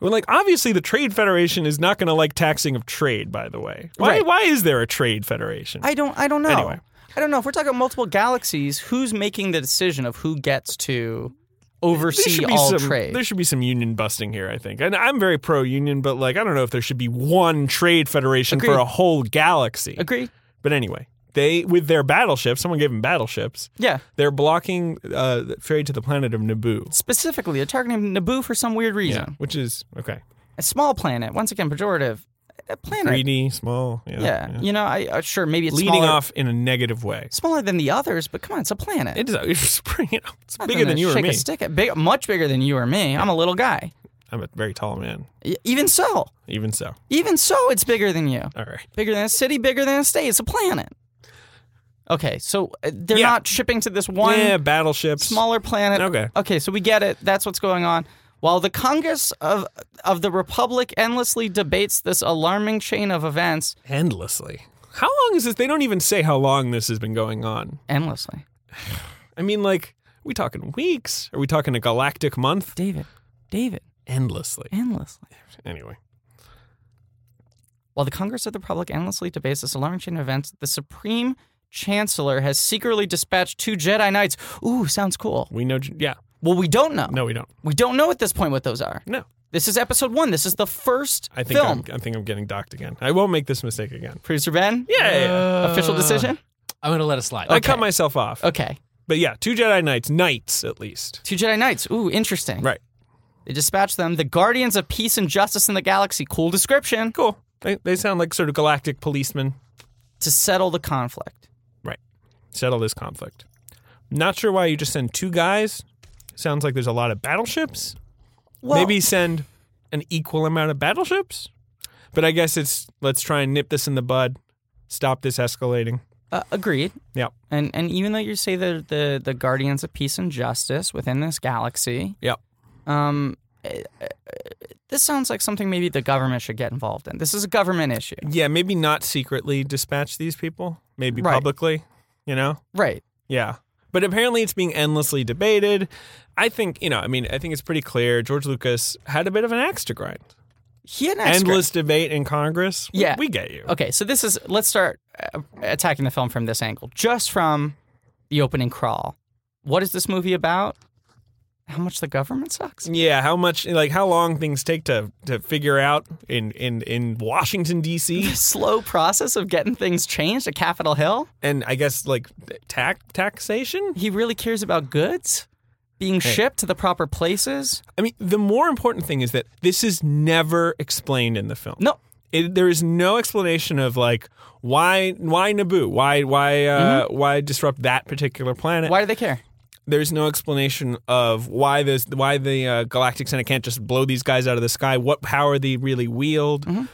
[SPEAKER 2] Well, like obviously the Trade Federation is not going to like taxing of trade. By the way, why
[SPEAKER 1] Right.
[SPEAKER 2] why is there a Trade Federation?
[SPEAKER 1] I don't. I don't know.
[SPEAKER 2] Anyway.
[SPEAKER 1] I don't know if we're talking multiple galaxies. Who's making the decision of who gets to
[SPEAKER 2] there
[SPEAKER 1] oversee
[SPEAKER 2] should be
[SPEAKER 1] all
[SPEAKER 2] some
[SPEAKER 1] trade?
[SPEAKER 2] there should be some union busting here. I think, and I'm very pro union, but like I don't know if there should be one Trade Federation for
[SPEAKER 1] Agreed.
[SPEAKER 2] a whole galaxy.
[SPEAKER 1] Agreed.
[SPEAKER 2] But anyway, they with their battleships, someone gave them battleships.
[SPEAKER 1] Yeah.
[SPEAKER 2] They're blocking uh, the ferry to the planet of Naboo.
[SPEAKER 1] Specifically, they're targeting Naboo for some weird reason.
[SPEAKER 2] which is okay.
[SPEAKER 1] a small planet. Once again, pejorative. A planet.
[SPEAKER 2] Greedy, small. Yeah.
[SPEAKER 1] Yeah. You know, I uh, sure maybe it's
[SPEAKER 2] Leading
[SPEAKER 1] smaller,
[SPEAKER 2] off in a negative way.
[SPEAKER 1] smaller than the others, but come on, it's a planet.
[SPEAKER 2] It is it's pretty- you know, it's
[SPEAKER 1] Nothing
[SPEAKER 2] bigger
[SPEAKER 1] to
[SPEAKER 2] than you or
[SPEAKER 1] shake
[SPEAKER 2] me.
[SPEAKER 1] A stick at. Big, much bigger than you or me. I'm a little guy.
[SPEAKER 2] I'm a very tall man.
[SPEAKER 1] E- Even so,
[SPEAKER 2] Even so.
[SPEAKER 1] even so, it's bigger than you.
[SPEAKER 2] All right.
[SPEAKER 1] Bigger than a city. Bigger than a state. It's a planet. Okay, so uh, they're
[SPEAKER 2] Yeah.
[SPEAKER 1] not shipping to this one
[SPEAKER 2] yeah, battleships.
[SPEAKER 1] smaller planet.
[SPEAKER 2] Okay.
[SPEAKER 1] Okay, so we get it. That's what's going on. While the Congress of of the Republic endlessly debates this alarming chain of events,
[SPEAKER 2] Endlessly. How long is this? They don't even say how long this has been going on.
[SPEAKER 1] endlessly.
[SPEAKER 2] I mean, like, we talking weeks? Are we talking a galactic month?
[SPEAKER 1] David, David,
[SPEAKER 2] Endlessly.
[SPEAKER 1] endlessly.
[SPEAKER 2] Anyway.
[SPEAKER 1] While the Congress of the Republic endlessly debates this alarming chain of events, the Supreme Chancellor has secretly dispatched two Jedi Knights. Ooh, sounds cool.
[SPEAKER 2] We know. Yeah.
[SPEAKER 1] Well, we don't know.
[SPEAKER 2] No, we don't.
[SPEAKER 1] We don't know at this point what those are.
[SPEAKER 2] No.
[SPEAKER 1] This is episode one. This is the first
[SPEAKER 2] I think
[SPEAKER 1] film.
[SPEAKER 2] I'm, I think I'm getting docked again. I won't make this mistake again.
[SPEAKER 1] Producer Ben?
[SPEAKER 2] Yeah. yeah, yeah.
[SPEAKER 1] Official decision?
[SPEAKER 3] I'm gonna let it slide.
[SPEAKER 2] I cut myself off.
[SPEAKER 1] Okay.
[SPEAKER 2] But yeah, two Jedi Knights, knights at least.
[SPEAKER 1] Two Jedi Knights. Ooh, interesting.
[SPEAKER 2] Right.
[SPEAKER 1] They dispatch them. The Guardians of Peace and Justice in the Galaxy. Cool description.
[SPEAKER 2] Cool. They, they sound like sort of galactic policemen.
[SPEAKER 1] To settle the conflict.
[SPEAKER 2] Settle this conflict. Not sure why you just send two guys. Sounds like there's a lot of battleships.
[SPEAKER 1] Well,
[SPEAKER 2] Maybe send an equal amount of battleships. But I guess it's let's try and nip this in the bud. Stop this escalating.
[SPEAKER 1] Uh, agreed.
[SPEAKER 2] Yep.
[SPEAKER 1] And and even though you say the, the the guardians of peace and justice within this galaxy,
[SPEAKER 2] Yep.
[SPEAKER 1] um, eh, eh, this sounds like something maybe the government should get involved in. This is a government issue,
[SPEAKER 2] Yeah, maybe not secretly dispatch these people. Maybe
[SPEAKER 1] Right.
[SPEAKER 2] publicly, you know?
[SPEAKER 1] right?
[SPEAKER 2] Yeah. But apparently it's being endlessly debated. I think, you know, I mean, I think it's pretty clear George Lucas had a bit of an axe to grind.
[SPEAKER 1] He had an
[SPEAKER 2] Endless debate in Congress. We-
[SPEAKER 1] Yeah.
[SPEAKER 2] We get you.
[SPEAKER 1] Okay, so this is let's start uh, attacking the film from this angle, just from the opening crawl. What is this movie about? How much the government sucks?
[SPEAKER 2] Yeah, how much like how long things take to to figure out in in in Washington D.C.
[SPEAKER 1] The slow process of getting things changed at Capitol Hill.
[SPEAKER 2] and I guess like tax taxation.
[SPEAKER 1] He really cares about goods being shipped to the proper places.
[SPEAKER 2] I mean, the more important thing is that this is never explained in the film.
[SPEAKER 1] No,
[SPEAKER 2] it, there is no explanation of like why why Naboo why why uh,
[SPEAKER 1] Mm-hmm.
[SPEAKER 2] why disrupt that particular planet.
[SPEAKER 1] why do they care?
[SPEAKER 2] There's no explanation of why this why the uh, Galactic Senate can't just blow these guys out of the sky. What power they really wield.
[SPEAKER 1] Mm-hmm.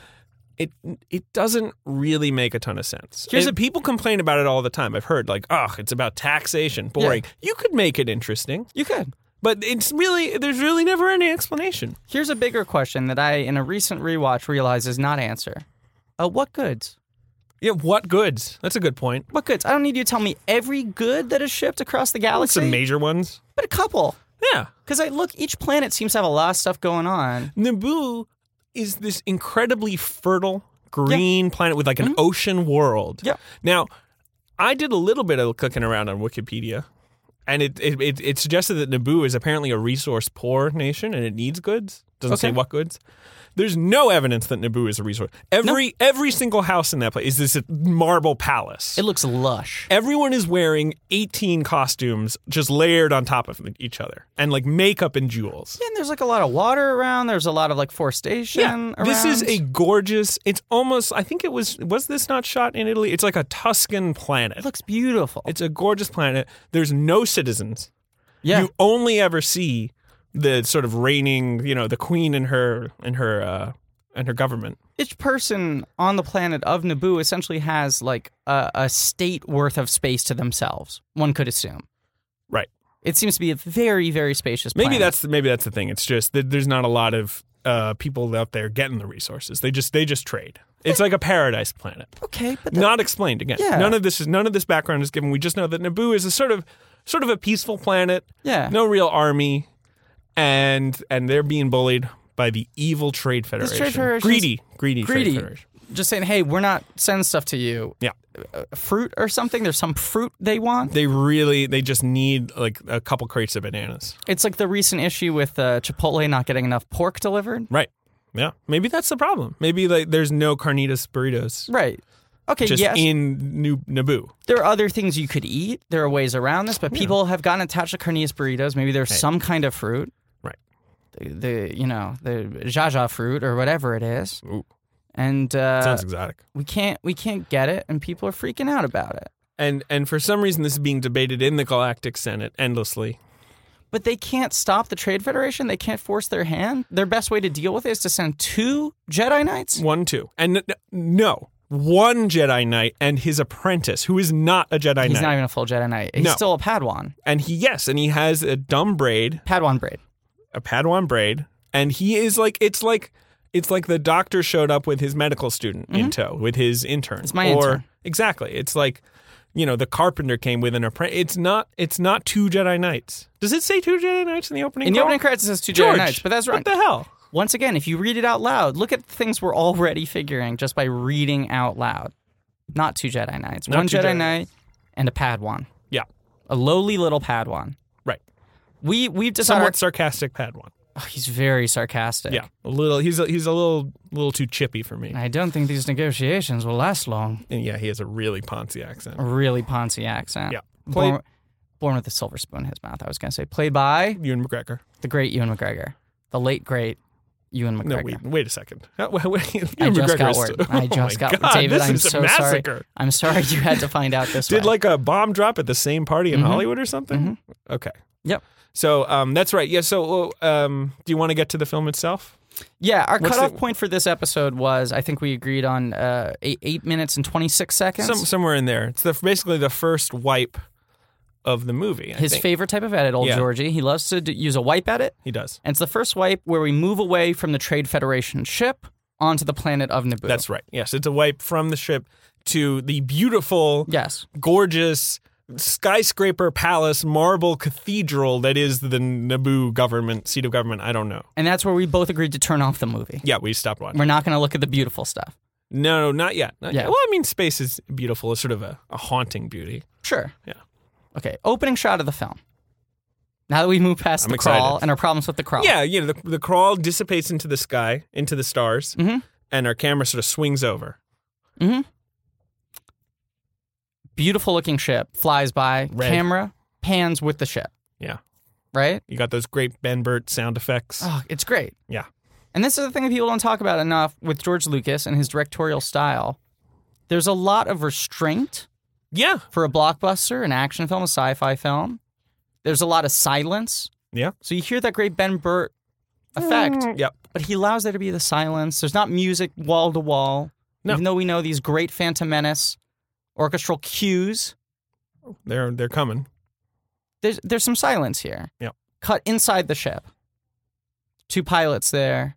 [SPEAKER 2] It it doesn't really make a ton of sense.
[SPEAKER 1] Here's
[SPEAKER 2] And people complain about it all the time. I've heard like, oh, it's about taxation, boring. You could make it interesting,
[SPEAKER 1] You could.
[SPEAKER 2] but it's really there's really never any explanation.
[SPEAKER 1] Here's a bigger question that I, in a recent rewatch, realized is not answer. Uh, what goods?
[SPEAKER 2] Yeah, what goods? That's a good point.
[SPEAKER 1] What goods? I don't need you to tell me every good that is shipped across the galaxy,
[SPEAKER 2] Some major ones.
[SPEAKER 1] but a couple.
[SPEAKER 2] Yeah.
[SPEAKER 1] Because I look, each planet seems to have a lot of stuff going on.
[SPEAKER 2] Naboo is this incredibly fertile green planet with like an ocean world.
[SPEAKER 1] Mm-hmm. Yeah.
[SPEAKER 2] Now, I did a little bit of clicking around on Wikipedia, and it it, it, it suggested that Naboo is apparently a resource poor nation and it needs goods. Doesn't say
[SPEAKER 1] Okay.
[SPEAKER 2] what goods. There's no evidence that Naboo is a resource. Every every single house in that place is this marble palace.
[SPEAKER 1] It looks lush.
[SPEAKER 2] Everyone is wearing 18 costumes just layered on top of each other and like makeup and jewels.
[SPEAKER 1] And there's like a lot of water around. There's a lot of like forestation. around.
[SPEAKER 2] This is a gorgeous. It's almost. I think it was. Was this not shot in Italy? It's like a Tuscan planet.
[SPEAKER 1] It looks beautiful.
[SPEAKER 2] It's a gorgeous planet. There's no citizens.
[SPEAKER 1] yeah.
[SPEAKER 2] You only ever see the sort of reigning. You know, the queen and her and her uh, and her government.
[SPEAKER 1] each person on the planet of Naboo essentially has like a, a state worth of space to themselves. One could assume.
[SPEAKER 2] Right.
[SPEAKER 1] It seems to be a very, very spacious.
[SPEAKER 2] Maybe
[SPEAKER 1] planet.
[SPEAKER 2] that's the, maybe that's the thing. It's just that there's not a lot of uh, people out there getting the resources. They just they just trade. It's like a paradise planet.
[SPEAKER 1] okay, but
[SPEAKER 2] not explained again.
[SPEAKER 1] Yeah.
[SPEAKER 2] None of this is none of this background is given. We just know that Naboo is a sort of sort of a peaceful planet.
[SPEAKER 1] Yeah.
[SPEAKER 2] No real army. And and they're being bullied by the evil Trade Federation.
[SPEAKER 1] Federation's-
[SPEAKER 2] greedy, greedy,
[SPEAKER 1] Greedy.
[SPEAKER 2] Trade Federation.
[SPEAKER 1] just saying, hey, we're not sending stuff to you.
[SPEAKER 2] Yeah.
[SPEAKER 1] Uh, fruit or something. There's some fruit they want.
[SPEAKER 2] They really they just need like a couple crates of bananas.
[SPEAKER 1] It's like the recent issue with uh, Chipotle not getting enough pork delivered.
[SPEAKER 2] Right. Yeah. Maybe that's the problem. Maybe like there's no carnitas burritos
[SPEAKER 1] Right. Okay.
[SPEAKER 2] just
[SPEAKER 1] yes.
[SPEAKER 2] in New Naboo.
[SPEAKER 1] there are other things you could eat. There are ways around this, but people have gotten attached to carnitas burritos. Maybe there's some kind of fruit.
[SPEAKER 2] Right.
[SPEAKER 1] The, the you know the jaja fruit or whatever it is,
[SPEAKER 2] Ooh.
[SPEAKER 1] and uh,
[SPEAKER 2] Sounds exotic.
[SPEAKER 1] we can't we can't get it, and people are freaking out about it.
[SPEAKER 2] And and for some reason this is being debated in the Galactic Senate endlessly.
[SPEAKER 1] But they can't stop the Trade Federation. They can't force their hand. Their best way to deal with it is to send two Jedi Knights.
[SPEAKER 2] One, two. And n- n- no, one Jedi Knight and his apprentice, who is not a Jedi
[SPEAKER 1] He's
[SPEAKER 2] Knight.
[SPEAKER 1] not even a full Jedi Knight. He's
[SPEAKER 2] No.
[SPEAKER 1] still a Padawan.
[SPEAKER 2] and he, yes, and he has a dumb braid,
[SPEAKER 1] Padawan braid.
[SPEAKER 2] a Padawan braid. And he is like, it's like, it's like the doctor showed up with his medical student in tow, with his intern. It's
[SPEAKER 1] Mm-hmm. my
[SPEAKER 2] or,
[SPEAKER 1] intern.
[SPEAKER 2] Exactly. It's like, you know, the carpenter came with an apprentice. It's not, it's not two Jedi Knights. Does it say two Jedi Knights in the opening?
[SPEAKER 1] In the
[SPEAKER 2] crawl?
[SPEAKER 1] opening credits, it says two Jedi
[SPEAKER 2] George,
[SPEAKER 1] Knights, but that's wrong.
[SPEAKER 2] What the hell?
[SPEAKER 1] Once again, if you read it out loud, look at the things we're already figuring just by reading out loud. Not two Jedi Knights.
[SPEAKER 2] Not
[SPEAKER 1] One
[SPEAKER 2] two
[SPEAKER 1] Jedi
[SPEAKER 2] Jedi
[SPEAKER 1] Knight, and a Padawan.
[SPEAKER 2] Yeah.
[SPEAKER 1] A lowly little Padawan.
[SPEAKER 2] Right.
[SPEAKER 1] We we've
[SPEAKER 2] Somewhat
[SPEAKER 1] decided
[SPEAKER 2] sarcastic Padawan.
[SPEAKER 1] oh, he's very sarcastic.
[SPEAKER 2] Yeah, a little. He's a, he's a little little too chippy for me.
[SPEAKER 1] And I don't think these negotiations will last long.
[SPEAKER 2] And yeah, he has a really Ponzi accent.
[SPEAKER 1] A really Ponzi accent.
[SPEAKER 2] Yeah.
[SPEAKER 1] Born, born with a silver spoon in his mouth, I was going to say. Played by
[SPEAKER 2] Ewan McGregor.
[SPEAKER 1] the great Ewan McGregor. The late, great Ewan McGregor.
[SPEAKER 2] No, wait, wait a second. How- wait, wait, Ewan
[SPEAKER 1] I just
[SPEAKER 2] McGregor
[SPEAKER 1] got
[SPEAKER 2] is
[SPEAKER 1] word.
[SPEAKER 2] still-
[SPEAKER 1] I
[SPEAKER 2] Oh
[SPEAKER 1] just
[SPEAKER 2] my
[SPEAKER 1] got
[SPEAKER 2] God,
[SPEAKER 1] David,
[SPEAKER 2] this
[SPEAKER 1] I'm
[SPEAKER 2] is
[SPEAKER 1] so
[SPEAKER 2] a
[SPEAKER 1] sorry.
[SPEAKER 2] massacre.
[SPEAKER 1] I'm sorry you had to find out this
[SPEAKER 2] Did
[SPEAKER 1] way.
[SPEAKER 2] like a bomb drop at the same party in
[SPEAKER 1] Mhm.
[SPEAKER 2] Hollywood or something? Okay.
[SPEAKER 1] Mm-hmm. Yep.
[SPEAKER 2] So um, that's right. Yeah. So um, do you want to get to the film itself?
[SPEAKER 1] yeah, our
[SPEAKER 2] What's
[SPEAKER 1] cutoff
[SPEAKER 2] the-
[SPEAKER 1] point for this episode was I think we agreed on uh, eight, eight minutes and 26 seconds.
[SPEAKER 2] Some, somewhere in there. It's the, basically the first wipe of the movie. I
[SPEAKER 1] His
[SPEAKER 2] think.
[SPEAKER 1] favorite type of edit, old
[SPEAKER 2] Yeah.
[SPEAKER 1] Georgie. He loves to d- use a wipe edit.
[SPEAKER 2] He does.
[SPEAKER 1] And it's the first wipe where we move away from the Trade Federation ship onto the planet of Naboo.
[SPEAKER 2] That's right. Yes, it's a wipe from the ship to the beautiful,
[SPEAKER 1] yes.
[SPEAKER 2] gorgeous skyscraper palace marble cathedral that is the Naboo government seat of government. I don't know.
[SPEAKER 1] And that's where we both agreed to turn off the movie.
[SPEAKER 2] Yeah, we stopped watching.
[SPEAKER 1] We're not going to look at the beautiful stuff.
[SPEAKER 2] No, no, not yet. Not
[SPEAKER 1] Yeah.
[SPEAKER 2] yet. Well, I mean, space is beautiful. It's sort of a, a haunting beauty.
[SPEAKER 1] Sure.
[SPEAKER 2] Yeah.
[SPEAKER 1] Okay. Opening shot of the film. Now that we've moved past
[SPEAKER 2] I'm
[SPEAKER 1] the
[SPEAKER 2] excited.
[SPEAKER 1] crawl and our problems with the crawl.
[SPEAKER 2] Yeah, you know, the, the crawl dissipates into the sky, into the stars,
[SPEAKER 1] Mhm.
[SPEAKER 2] and our camera sort of swings over.
[SPEAKER 1] Beautiful looking ship flies by.
[SPEAKER 2] Red.
[SPEAKER 1] Camera pans with the ship.
[SPEAKER 2] Yeah.
[SPEAKER 1] Right.
[SPEAKER 2] You got those great Ben Burt sound effects.
[SPEAKER 1] Oh, it's great.
[SPEAKER 2] Yeah.
[SPEAKER 1] And this is the thing that people don't talk about enough with George Lucas and his directorial style. There's a lot of restraint.
[SPEAKER 2] Yeah,
[SPEAKER 1] for a blockbuster, an action film, a sci-fi film, there's a lot of silence.
[SPEAKER 2] yeah,
[SPEAKER 1] So you hear that great Ben Burt effect,
[SPEAKER 2] yep.
[SPEAKER 1] but he allows there to be the silence. There's not music wall to wall,
[SPEAKER 2] No.
[SPEAKER 1] even though we know these great Phantom Menace orchestral cues.
[SPEAKER 2] They're they're coming.
[SPEAKER 1] There's there's some silence here.
[SPEAKER 2] Yep.
[SPEAKER 1] Cut inside the ship. Two pilots there,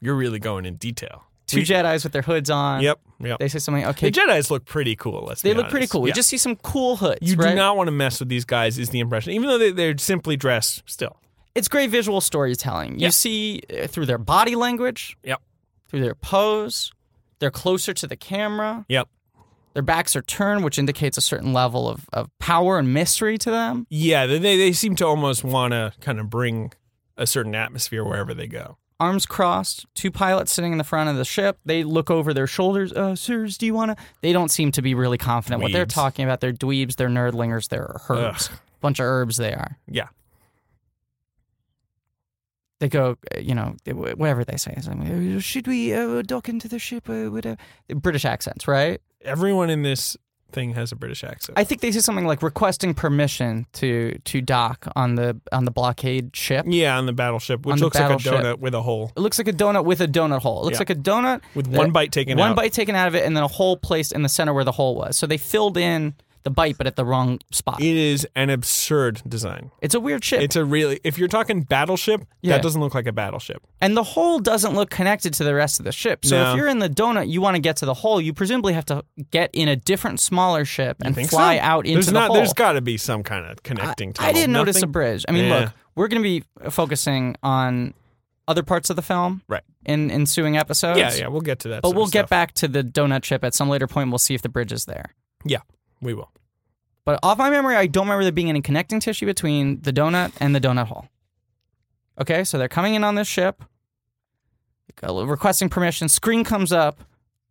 [SPEAKER 2] You're really going in detail.
[SPEAKER 1] two
[SPEAKER 2] We-
[SPEAKER 1] Jedi's with their hoods on.
[SPEAKER 2] Yep, yep.
[SPEAKER 1] Uh, They say something.
[SPEAKER 2] The
[SPEAKER 1] Okay,
[SPEAKER 2] Jedi's look pretty cool. Let's
[SPEAKER 1] they
[SPEAKER 2] be
[SPEAKER 1] look pretty
[SPEAKER 2] honest.
[SPEAKER 1] cool. We
[SPEAKER 2] Yeah.
[SPEAKER 1] just see some cool hoods.
[SPEAKER 2] you
[SPEAKER 1] right?
[SPEAKER 2] do not want to mess with these guys. Is the impression, even though they, they're simply dressed still.
[SPEAKER 1] it's great visual storytelling.
[SPEAKER 2] Yeah.
[SPEAKER 1] You see uh, through their body language,
[SPEAKER 2] Yep.
[SPEAKER 1] through their pose, they're closer to the camera,
[SPEAKER 2] Yep.
[SPEAKER 1] their backs are turned, which indicates a certain level of, of power and mystery to them.
[SPEAKER 2] Yeah, they they they seem to almost want to kind of bring a certain atmosphere wherever they go.
[SPEAKER 1] Arms crossed, two pilots sitting in the front of the ship. They look over their shoulders. Uh, sirs, do you want to? They don't seem to be really confident what they're
[SPEAKER 2] Dweebs.
[SPEAKER 1] talking about. They're dweebs, they're nerdlingers, they're herbs. Bunch of herbs they are.
[SPEAKER 2] Yeah.
[SPEAKER 1] They go, uh, you know, they- whatever they say. Something, uh, Should we uh, dock into the ship? Uh, whatever. British accents, right?
[SPEAKER 2] Everyone in this thing has a British accent.
[SPEAKER 1] I think they say something like requesting permission to to dock on the on the blockade ship.
[SPEAKER 2] yeah, on the battleship,
[SPEAKER 1] On
[SPEAKER 2] which
[SPEAKER 1] the
[SPEAKER 2] looks
[SPEAKER 1] battleship.
[SPEAKER 2] like a donut with a hole,
[SPEAKER 1] It looks like a donut with a donut hole. It looks
[SPEAKER 2] Yeah.
[SPEAKER 1] like a donut
[SPEAKER 2] with
[SPEAKER 1] that-
[SPEAKER 2] one bite taken
[SPEAKER 1] one
[SPEAKER 2] out.
[SPEAKER 1] bite taken out of it, and then a hole placed in the center where the hole was. So they filled in the bite, but at the wrong spot.
[SPEAKER 2] It is an absurd design.
[SPEAKER 1] it's a weird ship,
[SPEAKER 2] It's a really, if you're talking battleship,
[SPEAKER 1] Yeah.
[SPEAKER 2] that doesn't look like a battleship.
[SPEAKER 1] and the hole doesn't look connected to the rest of the ship. So
[SPEAKER 2] No.
[SPEAKER 1] if you're in the donut, you want to get to the hole. You presumably have to get in a different, smaller ship and
[SPEAKER 2] Think
[SPEAKER 1] fly
[SPEAKER 2] so?
[SPEAKER 1] out into
[SPEAKER 2] there's
[SPEAKER 1] the
[SPEAKER 2] not,
[SPEAKER 1] hole.
[SPEAKER 2] There's got to be some kind of connecting.
[SPEAKER 1] I
[SPEAKER 2] tunnel.
[SPEAKER 1] didn't notice a
[SPEAKER 2] Nothing-
[SPEAKER 1] bridge. I mean,
[SPEAKER 2] Yeah.
[SPEAKER 1] look, we're going to be focusing on other parts of the film,
[SPEAKER 2] Right.
[SPEAKER 1] In ensuing episodes,
[SPEAKER 2] Yeah, yeah, we'll get to that.
[SPEAKER 1] But
[SPEAKER 2] sort of
[SPEAKER 1] we'll get
[SPEAKER 2] stuff.
[SPEAKER 1] back to the donut chip at some later point. We'll see if the bridge is there.
[SPEAKER 2] Yeah, we will.
[SPEAKER 1] But off my memory, I don't remember there being any connecting tissue between the donut and the donut hole. Okay, so they're coming in on this ship, requesting permission. Screen comes up,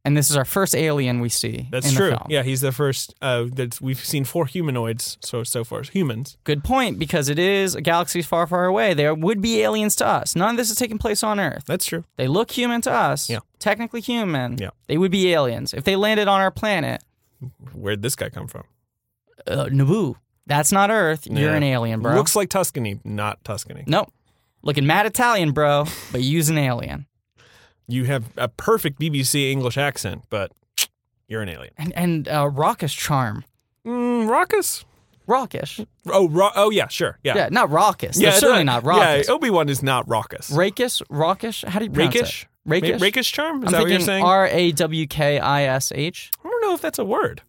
[SPEAKER 1] and this is our first alien we see.
[SPEAKER 2] That's
[SPEAKER 1] in
[SPEAKER 2] true.
[SPEAKER 1] The film.
[SPEAKER 2] Yeah, he's the first. Uh, that's we've seen four humanoids so so far. Humans.
[SPEAKER 1] Good point, because it is a galaxy far, far away. There would be aliens to us. None of this is taking place on Earth.
[SPEAKER 2] That's true.
[SPEAKER 1] They look human to us.
[SPEAKER 2] Yeah.
[SPEAKER 1] Technically human.
[SPEAKER 2] Yeah.
[SPEAKER 1] They would be aliens. If they landed on our planet,
[SPEAKER 2] Where'd this guy come from?
[SPEAKER 1] uh, Naboo, that's not Earth. You're
[SPEAKER 2] Yeah.
[SPEAKER 1] an alien, bro.
[SPEAKER 2] Looks like Tuscany, not Tuscany.
[SPEAKER 1] Nope. Looking mad Italian, bro, but use an alien.
[SPEAKER 2] You have a perfect BBC English accent, but you're an alien.
[SPEAKER 1] And, and uh, raucous charm.
[SPEAKER 2] Mm, raucous.
[SPEAKER 1] Raucous.
[SPEAKER 2] Oh, ra- oh yeah, sure, yeah,
[SPEAKER 1] Yeah, not raucous. They're
[SPEAKER 2] it's
[SPEAKER 1] certainly not raucous.
[SPEAKER 2] Yeah, oh. Obi Wan is not raucous.
[SPEAKER 1] Rakish? Raucous? How do you pronounce
[SPEAKER 2] rakish,
[SPEAKER 1] it? Rakish?
[SPEAKER 2] Ma- rakish charm. Is
[SPEAKER 1] I'm
[SPEAKER 2] that what you're
[SPEAKER 1] thinking
[SPEAKER 2] saying?
[SPEAKER 1] R A W K I S H.
[SPEAKER 2] I don't know if that's a word.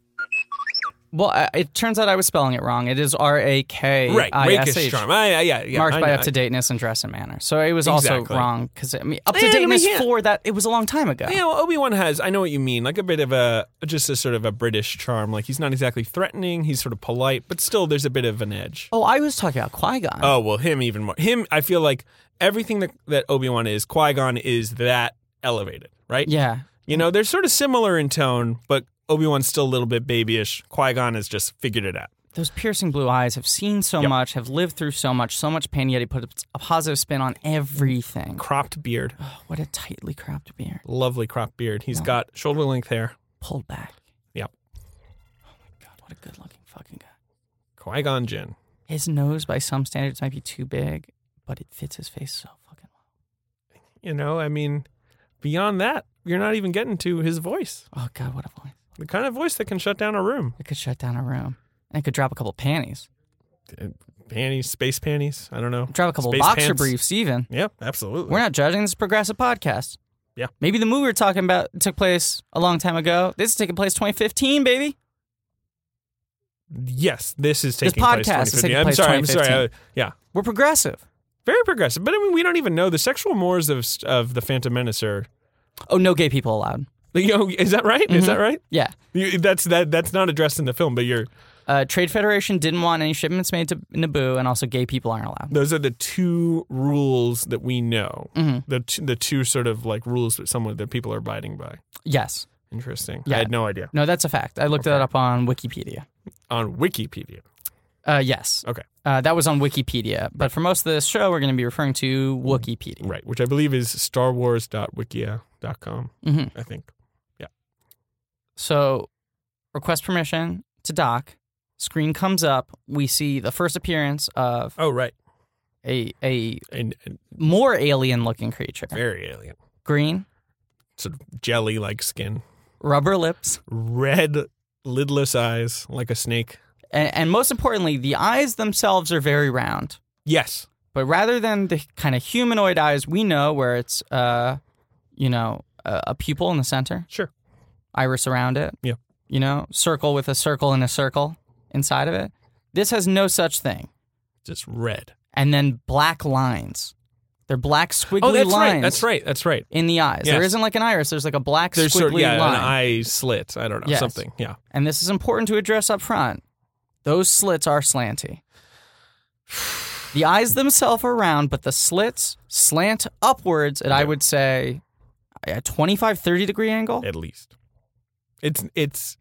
[SPEAKER 1] Well, I, it turns out I was spelling it wrong. It is R A K
[SPEAKER 2] Right,
[SPEAKER 1] I S
[SPEAKER 2] rakish
[SPEAKER 1] H.
[SPEAKER 2] charm. I, I, yeah, yeah,
[SPEAKER 1] marked
[SPEAKER 2] I
[SPEAKER 1] by
[SPEAKER 2] know.
[SPEAKER 1] up to dateness and dress and manner. So it was also
[SPEAKER 2] Exactly.
[SPEAKER 1] wrong because I mean, up to
[SPEAKER 2] And, I mean,
[SPEAKER 1] dateness
[SPEAKER 2] yeah.
[SPEAKER 1] for that it was a long time ago.
[SPEAKER 2] Yeah, well, Obi Wan has. I know what you mean. Like a bit of a just a sort of a British charm. Like he's not exactly threatening. He's sort of polite, but still there's a bit of an edge.
[SPEAKER 1] Oh, I was talking about Qui Gon.
[SPEAKER 2] Oh well, him even more. Him, I feel like everything that that Obi Wan is, Qui Gon is that elevated, right?
[SPEAKER 1] yeah,
[SPEAKER 2] You know, they're sort of similar in tone, but Obi Wan's still a little bit babyish. Qui Gon has just figured it out.
[SPEAKER 1] those piercing blue eyes have seen so
[SPEAKER 2] Yep.
[SPEAKER 1] much, have lived through so much, so much pain. Yet he put a positive spin on everything.
[SPEAKER 2] Cropped beard,
[SPEAKER 1] Oh, what a tightly cropped beard,
[SPEAKER 2] lovely cropped beard. He's got shoulder length hair.
[SPEAKER 1] pulled back.
[SPEAKER 2] Yep.
[SPEAKER 1] Oh my god, what a good looking fucking guy.
[SPEAKER 2] Qui Gon Jinn.
[SPEAKER 1] His nose, by some standards, might be too big, but it fits his face so fucking
[SPEAKER 2] You know, I mean, beyond that, you're not even getting to his voice.
[SPEAKER 1] well. Oh god, what a voice!
[SPEAKER 2] The kind of voice that can shut down a room.
[SPEAKER 1] It could shut down a room. And it could drop a couple panties,
[SPEAKER 2] uh, Panties, space panties. I don't know.
[SPEAKER 1] drop a couple
[SPEAKER 2] Space
[SPEAKER 1] boxer
[SPEAKER 2] pants.
[SPEAKER 1] briefs, even.
[SPEAKER 2] Yeah, absolutely.
[SPEAKER 1] We're not judging this is a progressive podcast.
[SPEAKER 2] Yeah.
[SPEAKER 1] Maybe the movie we're talking about took place a long time ago. This is taking place 2015, baby.
[SPEAKER 2] yes, this is taking
[SPEAKER 1] podcast
[SPEAKER 2] place.
[SPEAKER 1] is
[SPEAKER 2] 2015.
[SPEAKER 1] taking place
[SPEAKER 2] I'm sorry. I'm sorry.
[SPEAKER 1] 2015.
[SPEAKER 2] I- yeah,
[SPEAKER 1] We're progressive.
[SPEAKER 2] very progressive. But I mean, we don't even know the sexual mores of of the Phantom Menace are.
[SPEAKER 1] Oh, no gay people allowed.
[SPEAKER 2] You know, is that right? Is
[SPEAKER 1] Mm-hmm.
[SPEAKER 2] that right?
[SPEAKER 1] Yeah.
[SPEAKER 2] You, that's that. That's not addressed in the film. But you're
[SPEAKER 1] Uh, Trade Federation didn't want any shipments made to Naboo, and also gay people aren't allowed.
[SPEAKER 2] those are the two rules that we know.
[SPEAKER 1] Mm-hmm.
[SPEAKER 2] The t- the two sort of like rules that someone that people are abiding by.
[SPEAKER 1] Yes.
[SPEAKER 2] Interesting.
[SPEAKER 1] Yeah.
[SPEAKER 2] I had no idea
[SPEAKER 1] No, that's a fact. I looked that up on Wikipedia.
[SPEAKER 2] on Wikipedia.
[SPEAKER 1] Uh, yes.
[SPEAKER 2] Okay.
[SPEAKER 1] Uh, that was on Wikipedia. But for most of this show, we're going to be referring to Wikipedia.
[SPEAKER 2] Right, which I believe is starwars.wikia.com,
[SPEAKER 1] Mhm.
[SPEAKER 2] I think.
[SPEAKER 1] So, request permission to dock. Screen comes up. We see the first appearance of
[SPEAKER 2] Oh, right.
[SPEAKER 1] a, a
[SPEAKER 2] And, and
[SPEAKER 1] more alien looking creature.
[SPEAKER 2] very alien.
[SPEAKER 1] Green,
[SPEAKER 2] Sort of jelly like skin,
[SPEAKER 1] rubber lips,
[SPEAKER 2] red, lidless eyes, like a snake.
[SPEAKER 1] and, and most importantly, the eyes themselves are very round.
[SPEAKER 2] Yes.
[SPEAKER 1] But rather than the kind of humanoid eyes we know, where it's, uh, you know, a, a pupil in the center,
[SPEAKER 2] Sure.
[SPEAKER 1] iris around it,
[SPEAKER 2] Yeah.
[SPEAKER 1] you know, circle with a circle and a circle inside of it, this has no such thing.
[SPEAKER 2] Just red.
[SPEAKER 1] And then black lines. They're black squiggly
[SPEAKER 2] Oh, that's
[SPEAKER 1] lines
[SPEAKER 2] right. That's right. That's right.
[SPEAKER 1] in the eyes. There
[SPEAKER 2] Yes.
[SPEAKER 1] isn't like an iris. There's like a black
[SPEAKER 2] There's
[SPEAKER 1] squiggly
[SPEAKER 2] sort of, yeah,
[SPEAKER 1] line.
[SPEAKER 2] an eye slit. I don't know.
[SPEAKER 1] Yes.
[SPEAKER 2] Something. Yeah.
[SPEAKER 1] and this is important to address up front, those slits are slanty. The eyes themselves are round, but the slits slant upwards at, I would say, a 25, 30 degree angle.
[SPEAKER 2] At least. It's, it's,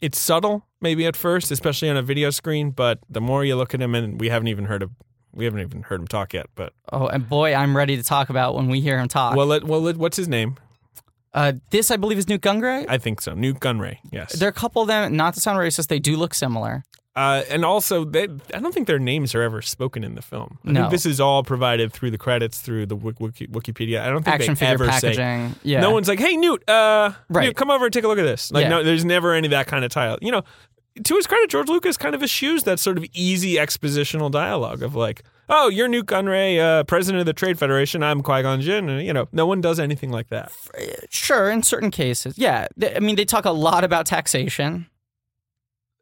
[SPEAKER 2] it's subtle, maybe at first, especially on a video screen, but the more you look at him, and we haven't even heard of, we haven't even heard him talk yet, but
[SPEAKER 1] Oh, and boy, I'm ready to talk about when we hear him talk.
[SPEAKER 2] well, let, well, let, what's his name?
[SPEAKER 1] uh, this, I believe, is Newt Gungrave.
[SPEAKER 2] I think so. Newt Gunray. Yes.
[SPEAKER 1] There are a couple of them, not to sound racist, they do look similar.
[SPEAKER 2] Uh, and also, they, I don't think their names are ever spoken in the film. I
[SPEAKER 1] No.
[SPEAKER 2] think this is all provided through the credits, through the wik- wiki, Wikipedia. I don't think
[SPEAKER 1] Action
[SPEAKER 2] they
[SPEAKER 1] figure
[SPEAKER 2] ever say.
[SPEAKER 1] packaging. yeah.
[SPEAKER 2] No one's like, "Hey, Newt, uh,
[SPEAKER 1] Right.
[SPEAKER 2] Newt, come over and take a look at this." Like,
[SPEAKER 1] Yeah.
[SPEAKER 2] no, there's never any of that kind of tile. You know, to his credit, George Lucas kind of eschews that sort of easy expositional dialogue of like, "Oh, you're Newt Gunray, uh, president of the Trade Federation. I'm Qui Gon Jinn." And, you know, no one does anything like that.
[SPEAKER 1] Sure, in certain cases. Yeah. They- I mean, they talk a lot about taxation.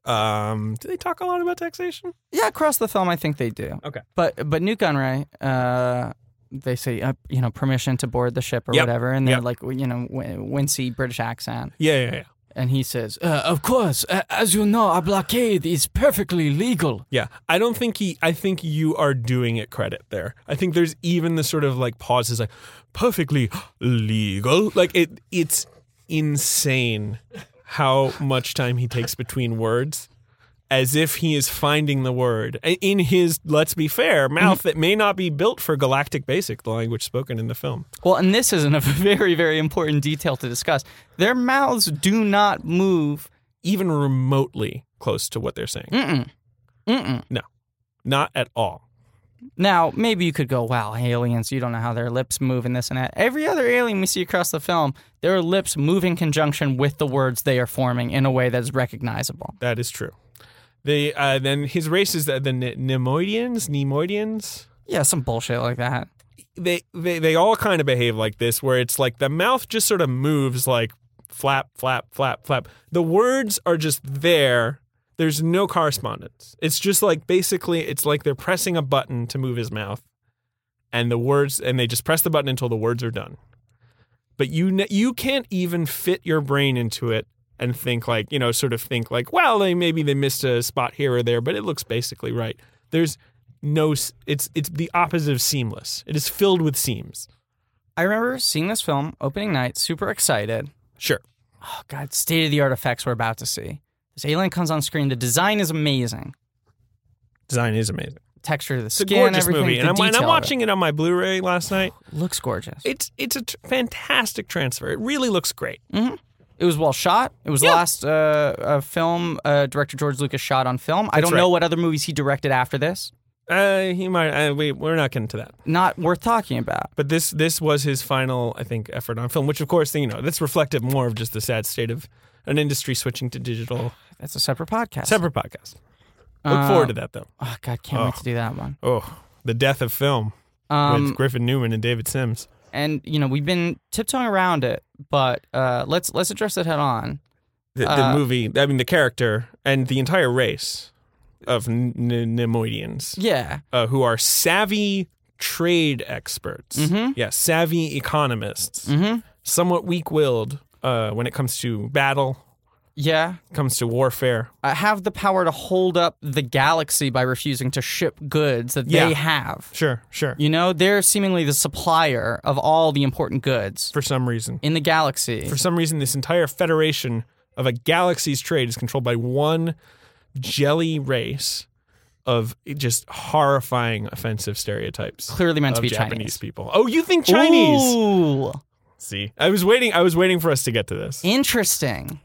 [SPEAKER 2] Um, do they talk a lot about taxation?
[SPEAKER 1] Yeah, across the film, I think they do.
[SPEAKER 2] Okay.
[SPEAKER 1] But but Nuke Gunray, uh, they say uh, you know permission to board the ship or
[SPEAKER 2] Yep.
[SPEAKER 1] whatever, and they're
[SPEAKER 2] Yep.
[SPEAKER 1] like you know win- wincy British accent,
[SPEAKER 2] Yeah, yeah, yeah.
[SPEAKER 1] and he says, uh, "Of course, uh, as you know, a blockade is perfectly legal."
[SPEAKER 2] Yeah, I don't think he. I think you are doing it credit there. I think there's even the sort of like pauses, like perfectly legal. Like it, it's insane how much time he takes between words, as if he is finding the word I- in his. Let's be fair, mouth
[SPEAKER 1] Mm-hmm.
[SPEAKER 2] that may not be built for galactic basic, the language spoken in the film.
[SPEAKER 1] Well, and this is a very very important detail to discuss. Their mouths do not move.
[SPEAKER 2] even remotely close to what they're saying.
[SPEAKER 1] Mm-mm. Mm-mm.
[SPEAKER 2] Not at all.
[SPEAKER 1] Now, maybe you could go, wow, aliens, you don't know how their lips move and this and that. Every other alien we see across the film, their lips move in conjunction with the words they are forming in a way that is recognizable.
[SPEAKER 2] That is true. They uh, then his race is the, the Ne- Nemoidians. Nemoidians.
[SPEAKER 1] Yeah, some bullshit like that.
[SPEAKER 2] they, they they all kind of behave like this where it's like the mouth just sort of moves like flap flap flap flap the words are just there There's no correspondence. It's just like basically, it's like they're pressing a button to move his mouth, and the words, and they just press the button until the words are done. But you ne- you can't even fit your brain into it and think like you know, sort of think like, well, they maybe they missed a spot here or there, but it looks basically right. There's no, s- it's it's the opposite of seamless. It is filled with seams.
[SPEAKER 1] I remember seeing this film opening night, super excited.
[SPEAKER 2] Sure.
[SPEAKER 1] Oh god, state of the art effects we're about to see. This alien comes on screen. The design is amazing.
[SPEAKER 2] Design is amazing.
[SPEAKER 1] Texture of the
[SPEAKER 2] It's a
[SPEAKER 1] skin,
[SPEAKER 2] gorgeous
[SPEAKER 1] everything.
[SPEAKER 2] movie,
[SPEAKER 1] the
[SPEAKER 2] and I'm, and
[SPEAKER 1] detail
[SPEAKER 2] I'm
[SPEAKER 1] of
[SPEAKER 2] watching it on my Blu-ray last night.
[SPEAKER 1] it. Looks gorgeous. It,
[SPEAKER 2] It's it's a tr- fantastic transfer. It really looks great.
[SPEAKER 1] Mm. was well shot. It was the
[SPEAKER 2] Yeah.
[SPEAKER 1] last uh, uh, film uh, director George Lucas shot on film. I don't
[SPEAKER 2] right.
[SPEAKER 1] know what other movies he directed after this.
[SPEAKER 2] Uh, he might. Uh, we we're not getting to that.
[SPEAKER 1] Not worth talking about.
[SPEAKER 2] But this this was his final, I think, effort on film. Which, of course, you know, that's reflective more of just the sad state of an industry switching to digital.
[SPEAKER 1] That's a separate podcast.
[SPEAKER 2] Separate podcast. Look
[SPEAKER 1] Uh,
[SPEAKER 2] forward to that, though.
[SPEAKER 1] Oh god, can't wait to do that one.
[SPEAKER 2] Oh, the death of film
[SPEAKER 1] Um,
[SPEAKER 2] with Griffin Newman and David Sims.
[SPEAKER 1] and you know we've been tiptoeing around it, but uh, let's let's address it head on.
[SPEAKER 2] The, the
[SPEAKER 1] uh,
[SPEAKER 2] movie. I mean, the character and the entire race of N- N- Nemoidians.
[SPEAKER 1] Yeah,
[SPEAKER 2] uh, who are savvy trade experts.
[SPEAKER 1] Mhm.
[SPEAKER 2] Yeah, savvy economists,
[SPEAKER 1] Mhm.
[SPEAKER 2] somewhat weak-willed uh, when it comes to battle,
[SPEAKER 1] yeah.
[SPEAKER 2] comes to warfare.
[SPEAKER 1] Uh, have the power to hold up the galaxy by refusing to ship goods that
[SPEAKER 2] Yeah.
[SPEAKER 1] they have.
[SPEAKER 2] Sure, sure.
[SPEAKER 1] You know, they're seemingly the supplier of all the important goods
[SPEAKER 2] For some reason,
[SPEAKER 1] in the galaxy.
[SPEAKER 2] for some reason, this entire federation of a galaxy's trade is controlled by one jelly race of just horrifying, offensive stereotypes.
[SPEAKER 1] Clearly meant to
[SPEAKER 2] Of
[SPEAKER 1] be
[SPEAKER 2] Japanese
[SPEAKER 1] Chinese.
[SPEAKER 2] people. Oh, you think Chinese?
[SPEAKER 1] Ooh,
[SPEAKER 2] See, I was waiting. I was waiting for us to get to this.
[SPEAKER 1] interesting.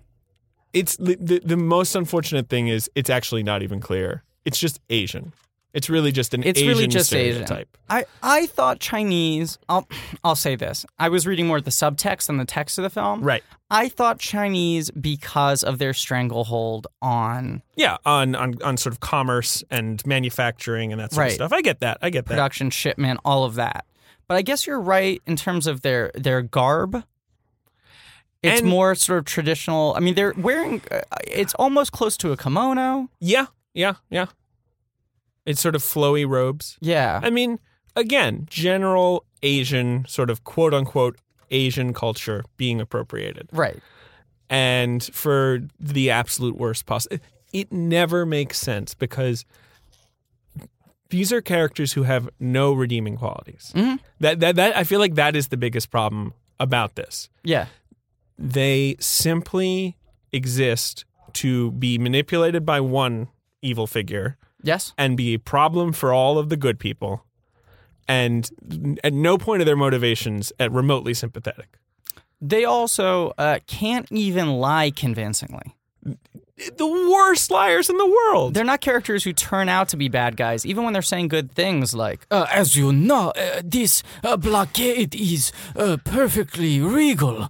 [SPEAKER 2] it's the, the the most unfortunate thing is it's actually not even clear. It's just Asian. It's really just an
[SPEAKER 1] It's
[SPEAKER 2] Asian
[SPEAKER 1] really just Asian.
[SPEAKER 2] stereotype.
[SPEAKER 1] I, I thought Chinese. I'll I'll say this. I was reading more of the subtext than the text of the film.
[SPEAKER 2] Right.
[SPEAKER 1] I thought Chinese because of their stranglehold on
[SPEAKER 2] Yeah, on, on on sort of commerce and manufacturing and that sort
[SPEAKER 1] Right.
[SPEAKER 2] of stuff. I get that. I get that.
[SPEAKER 1] production, shipment, all of that. But I guess you're right in terms of their their garb. It's
[SPEAKER 2] And-
[SPEAKER 1] more sort of traditional. I mean, they're wearing. Uh, it's almost close to a kimono.
[SPEAKER 2] Yeah, yeah, yeah. It's sort of flowy robes.
[SPEAKER 1] Yeah,
[SPEAKER 2] I mean, again, general Asian sort of quote unquote Asian culture being appropriated.
[SPEAKER 1] right.
[SPEAKER 2] and for the absolute worst possible. It never makes sense because these are characters who have no redeeming qualities.
[SPEAKER 1] Mhm.
[SPEAKER 2] That, that that I feel like that is the biggest problem about this.
[SPEAKER 1] Yeah,
[SPEAKER 2] They simply exist to be manipulated by one evil figure
[SPEAKER 1] yes,
[SPEAKER 2] and be a problem for all of the good people. And n- at no point are their motivations at remotely sympathetic.
[SPEAKER 1] they also uh, can't even lie convincingly.
[SPEAKER 2] The worst liars in the world.
[SPEAKER 1] They're not characters who turn out to be bad guys, even when they're saying good things like, uh, "As you know, uh, this uh, blockade is uh, perfectly regal."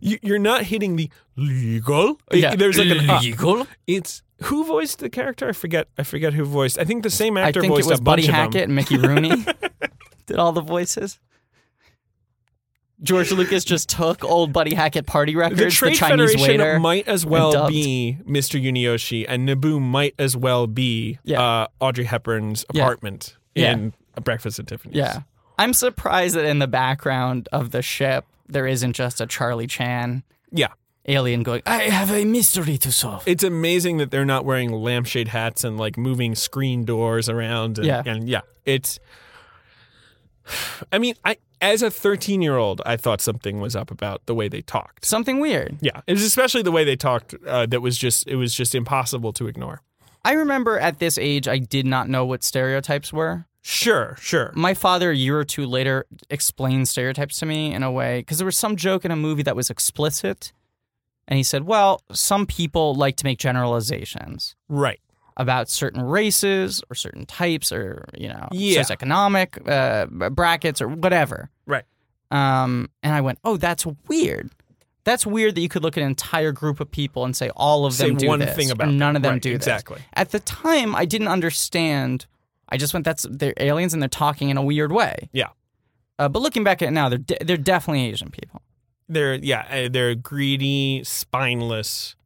[SPEAKER 2] you, you're not hitting the legal. There's like an uh.
[SPEAKER 1] legal.
[SPEAKER 2] It's who voiced the character? I forget. I forget who voiced. I think the same
[SPEAKER 1] I
[SPEAKER 2] actor
[SPEAKER 1] think it
[SPEAKER 2] voiced
[SPEAKER 1] was
[SPEAKER 2] a bunch
[SPEAKER 1] Buddy
[SPEAKER 2] of
[SPEAKER 1] Hackett
[SPEAKER 2] them.
[SPEAKER 1] and Mickey Rooney did all the voices. George Lucas just took old Buddy Hackett party
[SPEAKER 2] The
[SPEAKER 1] records, the,
[SPEAKER 2] Trade
[SPEAKER 1] Chinese
[SPEAKER 2] Federation
[SPEAKER 1] waiter.
[SPEAKER 2] might as well
[SPEAKER 1] dubbed.
[SPEAKER 2] be Mr. Yunioshi, and Naboo might as well be
[SPEAKER 1] Yeah.
[SPEAKER 2] uh, Audrey Hepburn's
[SPEAKER 1] Yeah.
[SPEAKER 2] apartment
[SPEAKER 1] Yeah.
[SPEAKER 2] in Breakfast at Tiffany's.
[SPEAKER 1] yeah, I'm surprised that in the background of the ship there isn't just a Charlie Chan
[SPEAKER 2] yeah.
[SPEAKER 1] alien going, "Ah, "I have a mystery to solve."
[SPEAKER 2] It's amazing that they're not wearing lampshade hats and like moving screen doors around. And,
[SPEAKER 1] Yeah.
[SPEAKER 2] and yeah, it's. I mean, I as a 13 year old, I thought something was up about the way they talked.
[SPEAKER 1] Something weird.
[SPEAKER 2] Yeah, it was especially the way they talked uh, that was just it was just impossible to ignore.
[SPEAKER 1] I remember at this age I did not know what stereotypes were.
[SPEAKER 2] Sure, sure.
[SPEAKER 1] my father a year or two later explained stereotypes to me in a way because there was some joke in a movie that was explicit and he said well some people like to make generalizations
[SPEAKER 2] Right.
[SPEAKER 1] about certain races or certain types or you know
[SPEAKER 2] Yeah.
[SPEAKER 1] socioeconomic uh, b- brackets or whatever
[SPEAKER 2] Right.
[SPEAKER 1] um, and i went oh that's weird that's weird that you could look at an entire group of people and say all of
[SPEAKER 2] Say
[SPEAKER 1] them do
[SPEAKER 2] one
[SPEAKER 1] this,
[SPEAKER 2] thing about
[SPEAKER 1] or none
[SPEAKER 2] them.
[SPEAKER 1] of them
[SPEAKER 2] Right,
[SPEAKER 1] do this.
[SPEAKER 2] exactly.
[SPEAKER 1] At the time, I didn't understand. I just went, "That's they're aliens and they're talking in a weird way."
[SPEAKER 2] Yeah.
[SPEAKER 1] Uh, but looking back at it now, they're de- they're definitely Asian people.
[SPEAKER 2] eh, They're yeah, uh, they're greedy, spineless,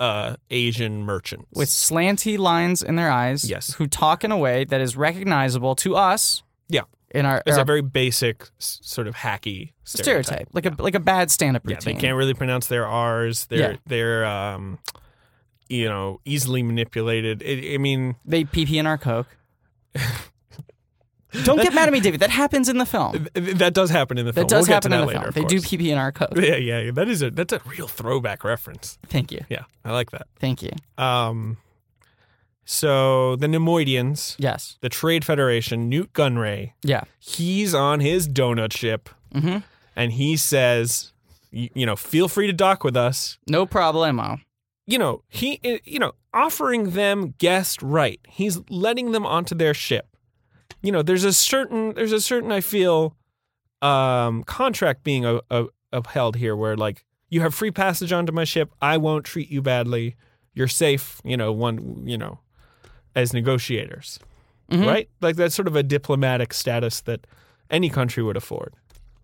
[SPEAKER 2] uh, Asian merchants.
[SPEAKER 1] with slanty lines in their eyes.
[SPEAKER 2] Yes.
[SPEAKER 1] Who talk in a way that is recognizable to us.
[SPEAKER 2] Yeah.
[SPEAKER 1] In our,
[SPEAKER 2] it's
[SPEAKER 1] our
[SPEAKER 2] a very basic, s- sort of hacky
[SPEAKER 1] stereotype.
[SPEAKER 2] stereotype.
[SPEAKER 1] Like a like a bad stand up
[SPEAKER 2] Yeah,
[SPEAKER 1] routine.
[SPEAKER 2] they can't really pronounce their R's. They're
[SPEAKER 1] Yeah.
[SPEAKER 2] they're um, you know easily manipulated. I I mean,
[SPEAKER 1] They pee pee in our Coke. Don't get mad at me, David. That happens in the film.
[SPEAKER 2] th- th- that does happen in the film.
[SPEAKER 1] That does
[SPEAKER 2] we'll
[SPEAKER 1] happen in
[SPEAKER 2] get to
[SPEAKER 1] the
[SPEAKER 2] that later.
[SPEAKER 1] film.
[SPEAKER 2] of
[SPEAKER 1] They do
[SPEAKER 2] course.
[SPEAKER 1] pee pee in our Coke.
[SPEAKER 2] Yeah, yeah, yeah. That is a that's a real throwback reference.
[SPEAKER 1] Thank you.
[SPEAKER 2] Yeah, I like that.
[SPEAKER 1] Thank you.
[SPEAKER 2] Um, so the Nemoidians,
[SPEAKER 1] Yes.
[SPEAKER 2] the Trade Federation, Newt Gunray,
[SPEAKER 1] Yeah.
[SPEAKER 2] he's on his donut ship,
[SPEAKER 1] Mhm.
[SPEAKER 2] and he says, you, you know, feel free to dock with us.
[SPEAKER 1] No problemo.
[SPEAKER 2] You know, he, you know, offering them guest right. He's letting them onto their ship. You know, there's a certain, there's a certain, I feel, um, contract being uh, uh, upheld here, where like you have free passage onto my ship. I won't treat you badly. You're safe. You know, one, you know, as negotiators,
[SPEAKER 1] Mhm.
[SPEAKER 2] right? Like that's sort of a diplomatic status that any country would afford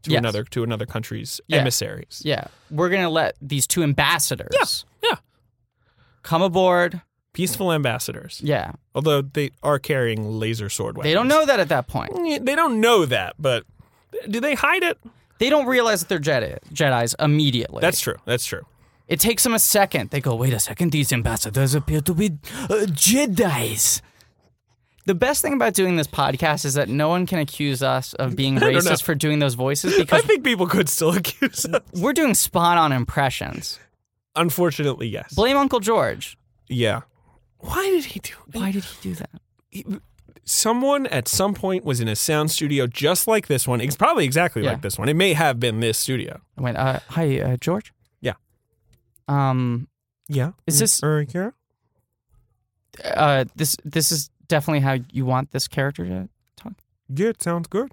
[SPEAKER 2] to
[SPEAKER 1] Yes.
[SPEAKER 2] another to another country's
[SPEAKER 1] Yeah.
[SPEAKER 2] emissaries.
[SPEAKER 1] Yeah. We're going to let these two ambassadors
[SPEAKER 2] Yeah.
[SPEAKER 1] come aboard.
[SPEAKER 2] Peaceful ambassadors,
[SPEAKER 1] Yeah.
[SPEAKER 2] although they are carrying laser sword weapons.
[SPEAKER 1] They don't know that at that point.
[SPEAKER 2] Yeah, They don't know that, but do they hide it?
[SPEAKER 1] They don't realize that they're Jedi, Jedi's immediately.
[SPEAKER 2] That's true. That's true.
[SPEAKER 1] It takes them a second. They go, wait a second, these ambassadors appear to be uh, Jedi's. The best thing about doing this podcast is that no one can accuse us of being
[SPEAKER 2] don't know.
[SPEAKER 1] racist for doing those voices
[SPEAKER 2] I
[SPEAKER 1] because
[SPEAKER 2] think people could still accuse us.
[SPEAKER 1] we're doing spot on impressions.
[SPEAKER 2] Unfortunately, yes.
[SPEAKER 1] Blame Uncle George.
[SPEAKER 2] yeah. Why did he do?
[SPEAKER 1] Why did he do that?
[SPEAKER 2] Someone at some point was in a sound studio just like this one. It's probably exactly
[SPEAKER 1] Yeah.
[SPEAKER 2] like this one. It may have been this studio.
[SPEAKER 1] I went, uh, hi, uh, George?
[SPEAKER 2] Yeah.
[SPEAKER 1] Um,
[SPEAKER 2] Yeah. Mm,
[SPEAKER 1] Is this-
[SPEAKER 2] Or, yeah.
[SPEAKER 1] uh, this, this is definitely how you want this character to talk.
[SPEAKER 2] Yeah, it sounds good.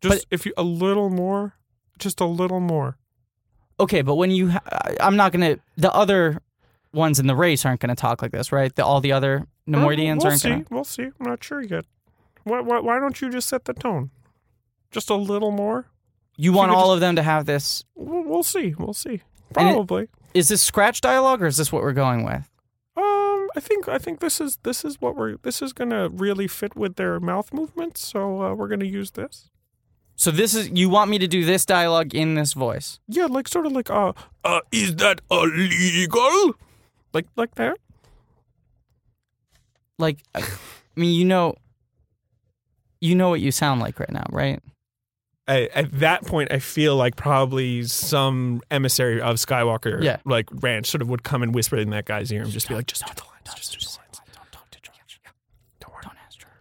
[SPEAKER 1] Just
[SPEAKER 2] if you a little more, just a little more.
[SPEAKER 1] Okay, but when you, ha- I- I'm not going to, the other ones in the race aren't going to talk like this, right? The, all the other Nemoidians aren't going to.
[SPEAKER 2] We'll see. I'm not sure yet. Why, why, why don't you just set the tone? Just a little more.
[SPEAKER 1] You want
[SPEAKER 2] could
[SPEAKER 1] all of them to have this?
[SPEAKER 2] We'll, we'll see. We'll see.
[SPEAKER 1] And it-
[SPEAKER 2] Probably.
[SPEAKER 1] Is this scratch dialogue or is this what we're going with?
[SPEAKER 2] um, I think I think this is this is what we're this is gonna really fit with their mouth movements. So uh, we're gonna use this.
[SPEAKER 1] So this is you want me to do this dialogue in this voice?
[SPEAKER 2] Yeah, like sort of like uh, uh is that illegal? Like like that.
[SPEAKER 1] Like, I mean, you know, you know what you sound like right now, right?
[SPEAKER 2] I, at that point, I feel like probably some emissary of Skywalker,
[SPEAKER 1] Yeah.
[SPEAKER 2] like Ranch, sort of would come and whisper in that guy's ear and just be like, "Just do the lines, just do the lines. Don't talk to George. Yeah, don't worry. Don't ask George.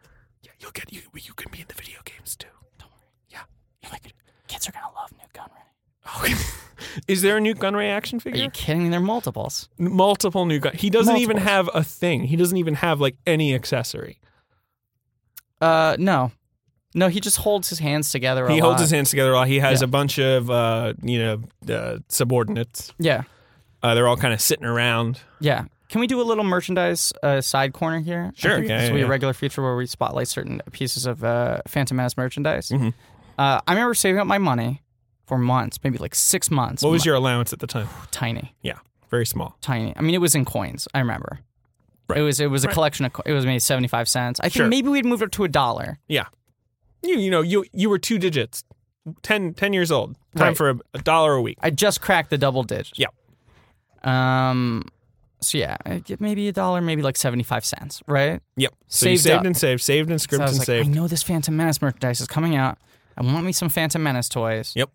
[SPEAKER 2] Yeah, you'll get you. You can be in the video games too. Don't worry. Yeah, you like it.
[SPEAKER 1] Kids are gonna love New Gunray.
[SPEAKER 2] Okay. Is there a new Gunray action
[SPEAKER 1] Are you
[SPEAKER 2] figure?
[SPEAKER 1] kidding me? They're multiples.
[SPEAKER 2] Multiple new gun. He doesn't even
[SPEAKER 1] Multiples.
[SPEAKER 2] have a thing. He doesn't even have like any accessory.
[SPEAKER 1] Uh, no, no. He just holds his hands together. A
[SPEAKER 2] He holds
[SPEAKER 1] lot.
[SPEAKER 2] his hands together. a lot. He has
[SPEAKER 1] Yeah.
[SPEAKER 2] a bunch of uh, you know uh, subordinates.
[SPEAKER 1] Yeah,
[SPEAKER 2] Uh, they're all kind of sitting around.
[SPEAKER 1] yeah. Can we do a little merchandise uh, side corner here? I
[SPEAKER 2] Sure,
[SPEAKER 1] think
[SPEAKER 2] yeah,
[SPEAKER 1] this
[SPEAKER 2] yeah,
[SPEAKER 1] will be
[SPEAKER 2] yeah.
[SPEAKER 1] a regular feature where we spotlight certain pieces of uh, Phantom Menace merchandise.
[SPEAKER 2] Mm-hmm.
[SPEAKER 1] Uh, I remember saving up my money for months, maybe like six months.
[SPEAKER 2] What was your allowance at the time?
[SPEAKER 1] tiny,
[SPEAKER 2] Yeah, very small.
[SPEAKER 1] tiny? I mean, it was in coins. I remember.
[SPEAKER 2] Right.
[SPEAKER 1] It was it was a collection of co- it was maybe seventy five cents. I think
[SPEAKER 2] Sure.
[SPEAKER 1] maybe we'd moved up to a dollar.
[SPEAKER 2] Yeah. You you know, you you were two digits. 10, 10 years old. Time
[SPEAKER 1] Right.
[SPEAKER 2] for a, a dollar a week.
[SPEAKER 1] I just cracked the double digit.
[SPEAKER 2] Yeah.
[SPEAKER 1] Um. So yeah, I get maybe a dollar, maybe like seventy five cents, right?
[SPEAKER 2] Yep. So
[SPEAKER 1] Saved
[SPEAKER 2] you saved
[SPEAKER 1] up.
[SPEAKER 2] and saved, saved and
[SPEAKER 1] So
[SPEAKER 2] scrimped
[SPEAKER 1] I was
[SPEAKER 2] and
[SPEAKER 1] like, I
[SPEAKER 2] saved.
[SPEAKER 1] know this Phantom Menace merchandise is coming out. I want me some Phantom Menace toys.
[SPEAKER 2] Yep.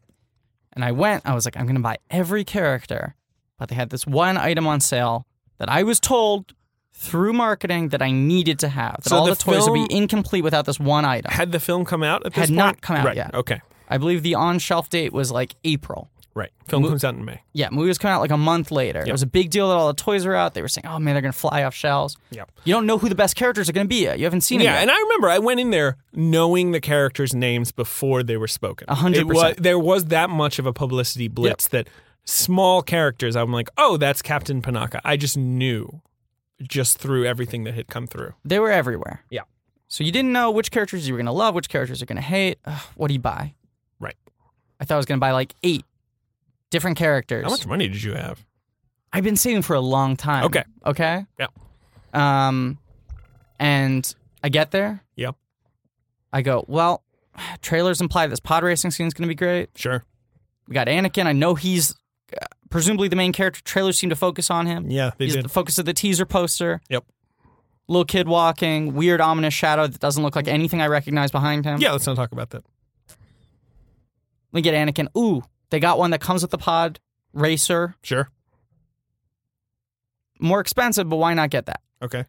[SPEAKER 1] And I went, I was like, I'm going to buy every character. But they had this one item on sale that I was told through marketing that I needed to have. That
[SPEAKER 2] So
[SPEAKER 1] all
[SPEAKER 2] the
[SPEAKER 1] the, toys would
[SPEAKER 2] film-
[SPEAKER 1] be incomplete without this one item.
[SPEAKER 2] Had the film come out at
[SPEAKER 1] Had
[SPEAKER 2] this point?
[SPEAKER 1] not come out
[SPEAKER 2] right.
[SPEAKER 1] yet.
[SPEAKER 2] Okay.
[SPEAKER 1] I believe the on shelf date was like April.
[SPEAKER 2] Right. Film comes out in May.
[SPEAKER 1] Yeah, movie was coming out like a month later. It was a big deal that all the toys were out. They were saying, oh man, they're going to fly off shelves.
[SPEAKER 2] Yep.
[SPEAKER 1] You don't know who the best characters are going to be yet. You haven't seen it
[SPEAKER 2] Yeah,
[SPEAKER 1] yet.
[SPEAKER 2] and I remember I went in there knowing the characters' names before they were spoken.
[SPEAKER 1] A hundred
[SPEAKER 2] It wa-
[SPEAKER 1] percent.
[SPEAKER 2] There was that much of a publicity blitz that small characters, I'm like, oh, that's Captain Panaka. I just knew just through everything that had come through.
[SPEAKER 1] They were everywhere.
[SPEAKER 2] Yeah.
[SPEAKER 1] So you didn't know which characters you were going to love, which characters you're going to hate. Ugh, what do you buy?
[SPEAKER 2] Right.
[SPEAKER 1] I thought I was going to buy like eight different characters.
[SPEAKER 2] How much money did you have?
[SPEAKER 1] I've been seeing for a long time.
[SPEAKER 2] Okay.
[SPEAKER 1] Okay.
[SPEAKER 2] Yeah.
[SPEAKER 1] Um, and I get there.
[SPEAKER 2] Yep.
[SPEAKER 1] I go. Well, trailers imply this pod racing scene's going to be great.
[SPEAKER 2] Sure.
[SPEAKER 1] We got Anakin. I know he's uh, presumably the main character. Trailers seem to focus on him.
[SPEAKER 2] Yeah, they
[SPEAKER 1] he's
[SPEAKER 2] did.
[SPEAKER 1] the focus of the teaser poster.
[SPEAKER 2] Yep.
[SPEAKER 1] Little kid walking, weird ominous shadow that doesn't look like anything I recognize behind him.
[SPEAKER 2] yeah, let's not talk about that.
[SPEAKER 1] We get Anakin. Ooh, they got one that comes with the pod racer.
[SPEAKER 2] Sure.
[SPEAKER 1] More expensive, but why not get that?
[SPEAKER 2] Okay.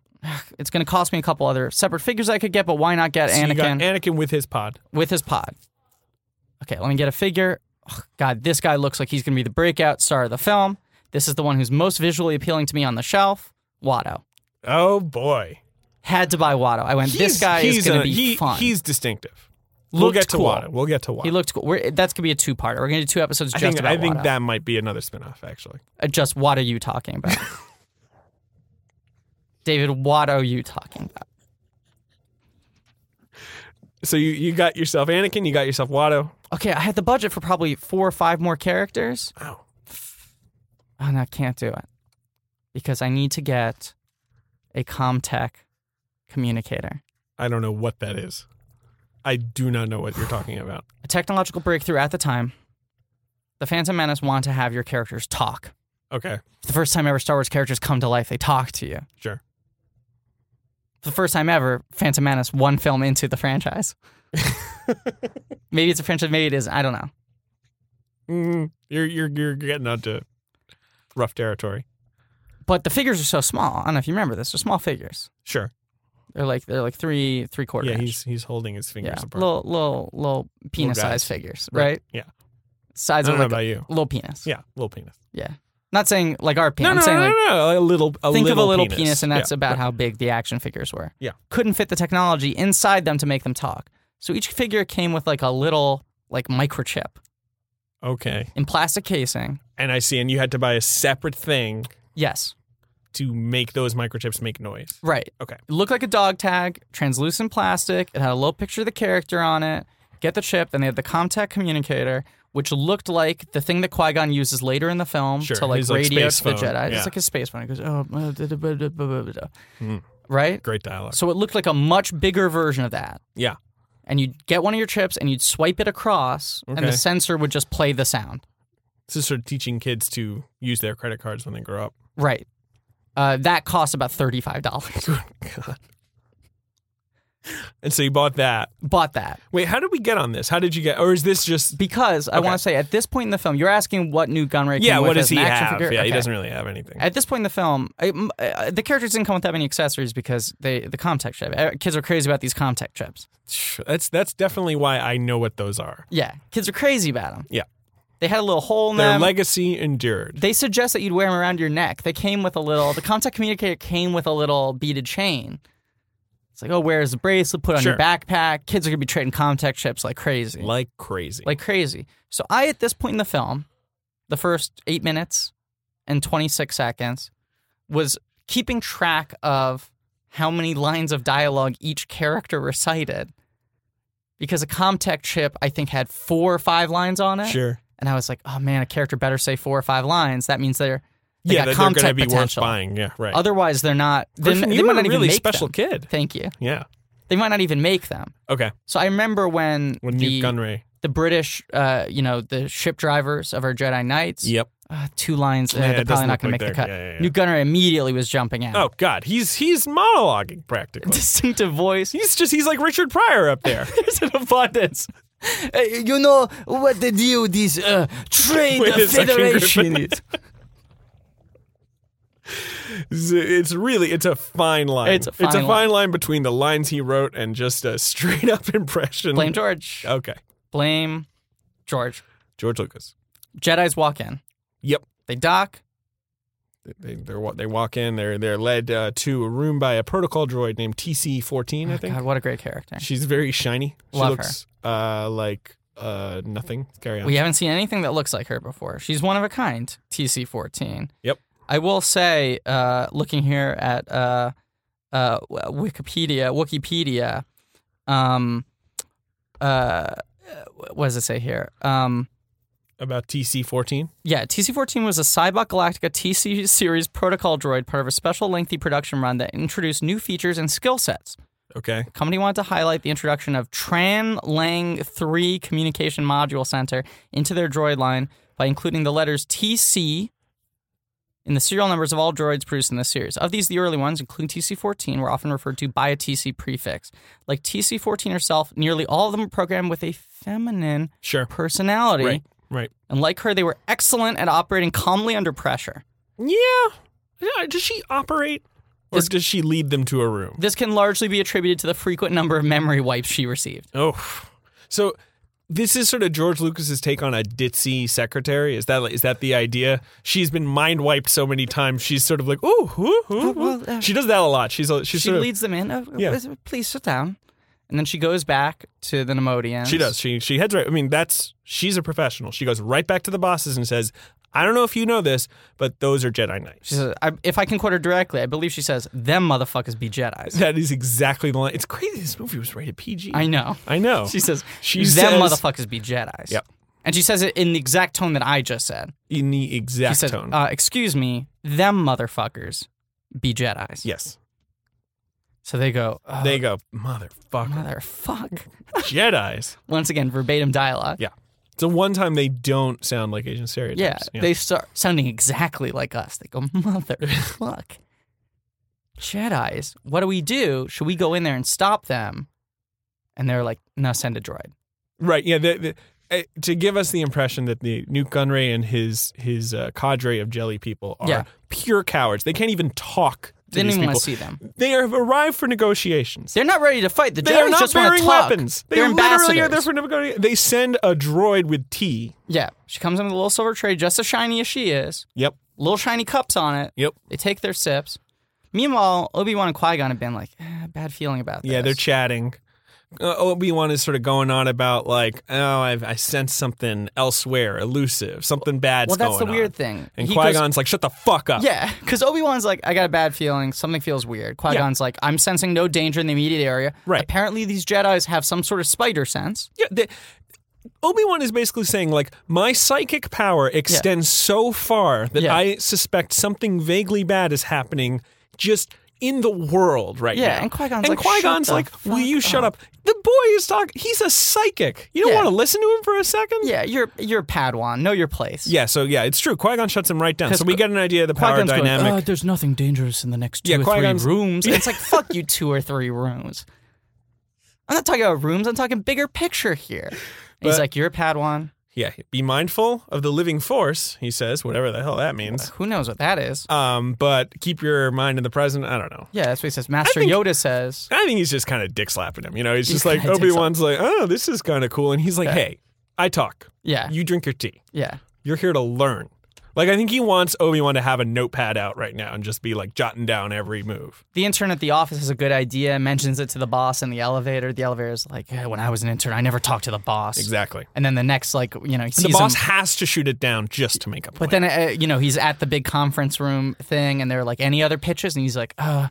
[SPEAKER 1] It's going to cost me a couple other separate figures I could get, but why not get
[SPEAKER 2] So you got
[SPEAKER 1] Anakin
[SPEAKER 2] Anakin with his pod.
[SPEAKER 1] with his pod? Okay, let me get a figure. Ugh, God, this guy looks like he's going to be the breakout star of the film. This is the one who's most visually appealing to me on the shelf. Watto.
[SPEAKER 2] Oh boy.
[SPEAKER 1] Had to buy Watto. I went, this
[SPEAKER 2] He's-
[SPEAKER 1] guy is
[SPEAKER 2] he's
[SPEAKER 1] going
[SPEAKER 2] a-
[SPEAKER 1] to be
[SPEAKER 2] he-
[SPEAKER 1] fun.
[SPEAKER 2] He's distinctive. we'll
[SPEAKER 1] Looked
[SPEAKER 2] get to
[SPEAKER 1] cool.
[SPEAKER 2] Wada. We'll get to Wada.
[SPEAKER 1] He looked cool. We're, that's gonna be a two-parter. We're gonna do two episodes
[SPEAKER 2] I
[SPEAKER 1] just
[SPEAKER 2] think
[SPEAKER 1] about
[SPEAKER 2] I think
[SPEAKER 1] Wada.
[SPEAKER 2] that might be another spinoff actually.
[SPEAKER 1] Uh, just what are you talking about, David? What are you talking about?
[SPEAKER 2] So you, you got yourself Anakin, you got yourself Watto.
[SPEAKER 1] Okay, I had the budget for probably four or five more characters,
[SPEAKER 2] Oh.
[SPEAKER 1] and I can't do it because I need to get a Comtech communicator.
[SPEAKER 2] I don't know what that is. I do not know what you're talking about.
[SPEAKER 1] A technological breakthrough at the time. The Phantom Menace want to have your characters talk.
[SPEAKER 2] Okay.
[SPEAKER 1] It's the first time ever Star Wars characters come to life. They talk to you.
[SPEAKER 2] Sure.
[SPEAKER 1] for the first time ever, Phantom Menace one film into the franchise. maybe it's a franchise, maybe it isn't. I don't know.
[SPEAKER 2] Mm, you're you're you're getting onto rough territory.
[SPEAKER 1] But the figures are so small. I don't know if you remember this. They're small figures.
[SPEAKER 2] Sure.
[SPEAKER 1] They're like they're like three three quarter.
[SPEAKER 2] Yeah,
[SPEAKER 1] inch.
[SPEAKER 2] he's he's holding his fingers
[SPEAKER 1] yeah,
[SPEAKER 2] apart.
[SPEAKER 1] little little little penis
[SPEAKER 2] guys.
[SPEAKER 1] size figures, right?
[SPEAKER 2] Yeah. I
[SPEAKER 1] Size
[SPEAKER 2] don't
[SPEAKER 1] of
[SPEAKER 2] know
[SPEAKER 1] like
[SPEAKER 2] about
[SPEAKER 1] a
[SPEAKER 2] you.
[SPEAKER 1] little penis.
[SPEAKER 2] Yeah, little penis.
[SPEAKER 1] yeah. Not saying like our penis.
[SPEAKER 2] No,
[SPEAKER 1] I'm
[SPEAKER 2] no,
[SPEAKER 1] saying
[SPEAKER 2] no,
[SPEAKER 1] like
[SPEAKER 2] no, no, A little. A
[SPEAKER 1] think
[SPEAKER 2] little
[SPEAKER 1] of a little
[SPEAKER 2] penis,
[SPEAKER 1] penis, and that's
[SPEAKER 2] Yeah.
[SPEAKER 1] about how big the action figures were.
[SPEAKER 2] Yeah.
[SPEAKER 1] Couldn't fit the technology inside them to make them talk. So each figure came with like a little like microchip
[SPEAKER 2] Okay.
[SPEAKER 1] in plastic casing.
[SPEAKER 2] And I see. And you had to buy a separate thing
[SPEAKER 1] Yes.
[SPEAKER 2] to make those microchips make noise.
[SPEAKER 1] Right.
[SPEAKER 2] Okay.
[SPEAKER 1] It looked like a dog tag, translucent plastic. It had a little picture of the character on it. Get the chip. Then they had the Comtech communicator, which looked like the thing that Qui Gon uses later in the film
[SPEAKER 2] Sure,
[SPEAKER 1] to like
[SPEAKER 2] his, like,
[SPEAKER 1] radio
[SPEAKER 2] space
[SPEAKER 1] to the
[SPEAKER 2] phone.
[SPEAKER 1] Jedi.
[SPEAKER 2] Yeah.
[SPEAKER 1] It's like a space phone. It goes, oh, uh, da- da- da- da- da- da- da."
[SPEAKER 2] Hmm.
[SPEAKER 1] right?
[SPEAKER 2] Great dialogue.
[SPEAKER 1] So it looked like a much bigger version of that.
[SPEAKER 2] Yeah.
[SPEAKER 1] And you'd get one of your chips and you'd swipe it across, and the
[SPEAKER 2] Okay.
[SPEAKER 1] sensor would just play the sound.
[SPEAKER 2] This is sort of teaching kids to use their credit cards when they grow up.
[SPEAKER 1] Right. Uh, that costs about $35.
[SPEAKER 2] God. And so you bought that.
[SPEAKER 1] Bought that.
[SPEAKER 2] Wait, how did we get on this? How did you get? Or is this just?
[SPEAKER 1] because I
[SPEAKER 2] Okay.
[SPEAKER 1] want to say at this point in the film, you're asking what Newt Gunray came
[SPEAKER 2] Yeah.
[SPEAKER 1] with
[SPEAKER 2] What
[SPEAKER 1] as
[SPEAKER 2] does he
[SPEAKER 1] an action
[SPEAKER 2] have?
[SPEAKER 1] figure.
[SPEAKER 2] Yeah, he
[SPEAKER 1] Okay.
[SPEAKER 2] doesn't really have anything.
[SPEAKER 1] At this point in the film, I- m- uh, the characters didn't come with that many accessories because they the Comtech chip. Uh, Kids are crazy about these Comtech chips.
[SPEAKER 2] That's that's definitely why I know what those are.
[SPEAKER 1] Yeah, kids are crazy about them.
[SPEAKER 2] Yeah.
[SPEAKER 1] They had a little hole in
[SPEAKER 2] Their
[SPEAKER 1] them.
[SPEAKER 2] legacy endured.
[SPEAKER 1] they suggest that you'd wear them around your neck. They came with a little. The Comtech communicator came with a little beaded chain. It's like, oh, where's the bracelet? Put it on your
[SPEAKER 2] Sure.
[SPEAKER 1] backpack. Kids are gonna be trading Comtech chips like crazy.
[SPEAKER 2] like crazy.
[SPEAKER 1] like crazy. So I, at this point in the film, the first eight minutes and 26 seconds, was keeping track of how many lines of dialogue each character recited. Because a Comtech chip, I think, had four or five lines on it.
[SPEAKER 2] sure.
[SPEAKER 1] And I was like, oh man, a character better say four or five lines. That means they're, they
[SPEAKER 2] yeah,
[SPEAKER 1] got
[SPEAKER 2] that they're
[SPEAKER 1] Comtech
[SPEAKER 2] going to be
[SPEAKER 1] potential.
[SPEAKER 2] worth buying. Yeah, right.
[SPEAKER 1] Otherwise, they're not. They,
[SPEAKER 2] Griffin,
[SPEAKER 1] they
[SPEAKER 2] you
[SPEAKER 1] might
[SPEAKER 2] were
[SPEAKER 1] not
[SPEAKER 2] a
[SPEAKER 1] even
[SPEAKER 2] really
[SPEAKER 1] make
[SPEAKER 2] special
[SPEAKER 1] them.
[SPEAKER 2] kid.
[SPEAKER 1] Thank you.
[SPEAKER 2] Yeah.
[SPEAKER 1] They might not even make them.
[SPEAKER 2] Okay.
[SPEAKER 1] So I remember when,
[SPEAKER 2] When
[SPEAKER 1] the,
[SPEAKER 2] Newt Gunray.
[SPEAKER 1] the British, uh, you know, the ship drivers of our Jedi Knights.
[SPEAKER 2] Yep.
[SPEAKER 1] Uh, two lines. Uh,
[SPEAKER 2] Yeah,
[SPEAKER 1] they're
[SPEAKER 2] it
[SPEAKER 1] probably
[SPEAKER 2] doesn't
[SPEAKER 1] not going
[SPEAKER 2] look
[SPEAKER 1] to make the
[SPEAKER 2] like they're-
[SPEAKER 1] cut.
[SPEAKER 2] yeah, yeah, yeah.
[SPEAKER 1] New Gunner immediately was jumping out.
[SPEAKER 2] Oh God, he's he's monologuing practically.
[SPEAKER 1] Distinctive voice.
[SPEAKER 2] He's just he's like Richard Pryor up there.
[SPEAKER 1] There's an abundance. you know what the deal with this uh, trade
[SPEAKER 2] Wait a second, Griffin.
[SPEAKER 1] is?
[SPEAKER 2] It's- It's really it's a fine line.
[SPEAKER 1] It's a fine
[SPEAKER 2] it's a fine
[SPEAKER 1] line.
[SPEAKER 2] line. between the lines he wrote and just a straight up impression.
[SPEAKER 1] Blame George.
[SPEAKER 2] Okay,
[SPEAKER 1] Blame George.
[SPEAKER 2] George Lucas.
[SPEAKER 1] Jedi's walk in.
[SPEAKER 2] Yep.
[SPEAKER 1] They dock.
[SPEAKER 2] They they're, wa- they walk in. They're they're led uh, to a room by a protocol droid named TC14. I think
[SPEAKER 1] Oh God, what a great character.
[SPEAKER 2] she's very shiny. She
[SPEAKER 1] Love
[SPEAKER 2] looks uh, like uh, nothing. Carry on.
[SPEAKER 1] We haven't seen anything that looks like her before. She's one of a kind, TC14.
[SPEAKER 2] Yep.
[SPEAKER 1] I will say, uh, looking here at uh, uh, w- Wikipedia, Wikipedia, um, uh, what does it say here? Um,
[SPEAKER 2] about TC14?
[SPEAKER 1] Yeah, TC14 was a Cybot Galactica TC series protocol droid, part of a special lengthy production run that introduced new features and skill sets.
[SPEAKER 2] Okay.
[SPEAKER 1] The company wanted to highlight the introduction of Tran Lang 3 Communication Module Center into their droid line by including the letters TC in the serial numbers of all droids produced in this series. Of these, the early ones, including TC14, were often referred to by a TC prefix. Like TC14 herself, nearly all of them were programmed with a feminine
[SPEAKER 2] Sure.
[SPEAKER 1] personality.
[SPEAKER 2] Right. Right.
[SPEAKER 1] And like her, they were excellent at operating calmly under pressure.
[SPEAKER 2] Yeah. Yeah, Does she operate or
[SPEAKER 1] This-
[SPEAKER 2] does she lead them to a room?
[SPEAKER 1] This can largely be attributed to the frequent number of memory wipes she received.
[SPEAKER 2] Oh. So this is sort of George Lucas's take on a ditzy secretary. Is that is that the idea? She's been mind wiped so many times. She's sort of like, ooh, ooh, ooh, ooh."
[SPEAKER 1] well, uh,
[SPEAKER 2] she does that a lot. She's a, she's
[SPEAKER 1] she
[SPEAKER 2] sort of-
[SPEAKER 1] leads them in. Oh,
[SPEAKER 2] Yeah.
[SPEAKER 1] Please sit down. And then she goes back to the Nemodians.
[SPEAKER 2] She does. She she heads right. I mean, that's she's a professional. She goes right back to the bosses and says, "I don't know if you know this, but those are Jedi Knights."
[SPEAKER 1] She says, I, if I can quote her directly, I believe she says, them motherfuckers be Jedis.
[SPEAKER 2] that is exactly the line. It's crazy. This movie was rated PG.
[SPEAKER 1] I know.
[SPEAKER 2] I know.
[SPEAKER 1] She says,
[SPEAKER 2] She
[SPEAKER 1] them
[SPEAKER 2] says-
[SPEAKER 1] motherfuckers be Jedis.
[SPEAKER 2] Yep.
[SPEAKER 1] And she says it in the exact tone that I just said.
[SPEAKER 2] in the exact
[SPEAKER 1] She said,
[SPEAKER 2] tone.
[SPEAKER 1] uh, excuse me, them motherfuckers be Jedis.
[SPEAKER 2] yes.
[SPEAKER 1] So they go, oh,
[SPEAKER 2] They go, motherfucker,
[SPEAKER 1] motherfuck.
[SPEAKER 2] Jedi's.
[SPEAKER 1] Once again, verbatim dialogue.
[SPEAKER 2] Yeah. So one time they don't sound like Asian stereotypes.
[SPEAKER 1] Yeah, they start sounding exactly like us. They go, motherfuck. Jedi's, what do we do? Should we go in there and stop them? And they're like, no, send a droid.
[SPEAKER 2] right. Yeah. They, they, eh, to give us the impression that the Nuke Gunray and his his uh, cadre of jelly people are
[SPEAKER 1] Yeah.
[SPEAKER 2] pure cowards. They can't even talk. To
[SPEAKER 1] They didn't
[SPEAKER 2] these
[SPEAKER 1] even want
[SPEAKER 2] people.
[SPEAKER 1] to see them.
[SPEAKER 2] They have arrived for negotiations.
[SPEAKER 1] They're not ready to fight. The
[SPEAKER 2] They
[SPEAKER 1] Jedi's
[SPEAKER 2] are not
[SPEAKER 1] just want
[SPEAKER 2] bearing
[SPEAKER 1] to talk.
[SPEAKER 2] weapons. They
[SPEAKER 1] are
[SPEAKER 2] literally
[SPEAKER 1] ambassadors.
[SPEAKER 2] are there for negotiations. They send a droid with tea.
[SPEAKER 1] yeah, she comes in with a little silver tray, just as shiny as she is.
[SPEAKER 2] Yep.
[SPEAKER 1] Little shiny cups on it.
[SPEAKER 2] Yep.
[SPEAKER 1] They take their sips. Meanwhile, Obi Wan and Qui Gon have been like, eh, bad feeling about this.
[SPEAKER 2] Yeah, they're chatting. Uh, Obi Wan is sort of going on about like, oh, I've, I sense something elsewhere, elusive, something bad's
[SPEAKER 1] well, that's the
[SPEAKER 2] going
[SPEAKER 1] weird
[SPEAKER 2] on.
[SPEAKER 1] thing.
[SPEAKER 2] And
[SPEAKER 1] He
[SPEAKER 2] Qui
[SPEAKER 1] goes-
[SPEAKER 2] Gon's like, shut the fuck up.
[SPEAKER 1] Yeah, because Obi Wan's like, I got a bad feeling. Something feels weird. Qui Gon's like, I'm sensing no danger in the immediate area.
[SPEAKER 2] Right.
[SPEAKER 1] Apparently, these Jedi's have some sort of spider sense.
[SPEAKER 2] yeah Obi Wan is basically saying like, my psychic power extends so far that
[SPEAKER 1] Yeah.
[SPEAKER 2] I suspect something vaguely bad is happening. Just. In the world right
[SPEAKER 1] Yeah,
[SPEAKER 2] now,
[SPEAKER 1] and Qui-Gon's like,
[SPEAKER 2] Qui
[SPEAKER 1] "Shut
[SPEAKER 2] Gon's
[SPEAKER 1] the
[SPEAKER 2] like, "Will
[SPEAKER 1] fuck
[SPEAKER 2] you shut up?" The boy is talking. He's a psychic. You don't
[SPEAKER 1] Yeah.
[SPEAKER 2] want to listen to him for a second.
[SPEAKER 1] Yeah, you're you're a Padawan. Know your place.
[SPEAKER 2] Yeah, so yeah, it's true. Qui Gon shuts him right down. So we
[SPEAKER 1] Qui-
[SPEAKER 2] get an idea of the power
[SPEAKER 1] Qui-Gon's going,
[SPEAKER 2] dynamic.
[SPEAKER 1] "Uh, there's nothing dangerous in the next two
[SPEAKER 2] Yeah,
[SPEAKER 1] or
[SPEAKER 2] Qui-Gon's-
[SPEAKER 1] three rooms. And It's like fuck you, two or three rooms. I'm not talking about rooms. I'm talking bigger picture here. And he's
[SPEAKER 2] But-
[SPEAKER 1] like, you're a Padawan.
[SPEAKER 2] yeah, be mindful of the living force, he says, whatever the hell that means.
[SPEAKER 1] Who knows what that is?
[SPEAKER 2] Um, but keep your mind in the present. I don't know.
[SPEAKER 1] Yeah, that's what he says. Master
[SPEAKER 2] think-
[SPEAKER 1] Yoda says.
[SPEAKER 2] I think he's just kind of dick slapping him. You know, he's
[SPEAKER 1] He's
[SPEAKER 2] just like
[SPEAKER 1] kinda dick
[SPEAKER 2] Obi Wan's like, oh, this is kind of cool, and he's like,
[SPEAKER 1] Yeah.
[SPEAKER 2] hey, I talk.
[SPEAKER 1] Yeah,
[SPEAKER 2] You drink your tea.
[SPEAKER 1] yeah.
[SPEAKER 2] You're here to learn. Like I think he wants Obi Wan to have a notepad out right now and just be like jotting down every move.
[SPEAKER 1] the intern at the office has a good idea, mentions it to the boss in the elevator. The elevator's like, "Yeah, when I was an intern, I never talked to the boss.
[SPEAKER 2] Exactly.
[SPEAKER 1] And then the next, like, you know, he
[SPEAKER 2] The
[SPEAKER 1] sees
[SPEAKER 2] boss
[SPEAKER 1] him.
[SPEAKER 2] has to shoot it down just to make a
[SPEAKER 1] But
[SPEAKER 2] point.
[SPEAKER 1] then, uh, you know, he's at the big conference room thing, and they're like, any other pitches? And he's like, uh,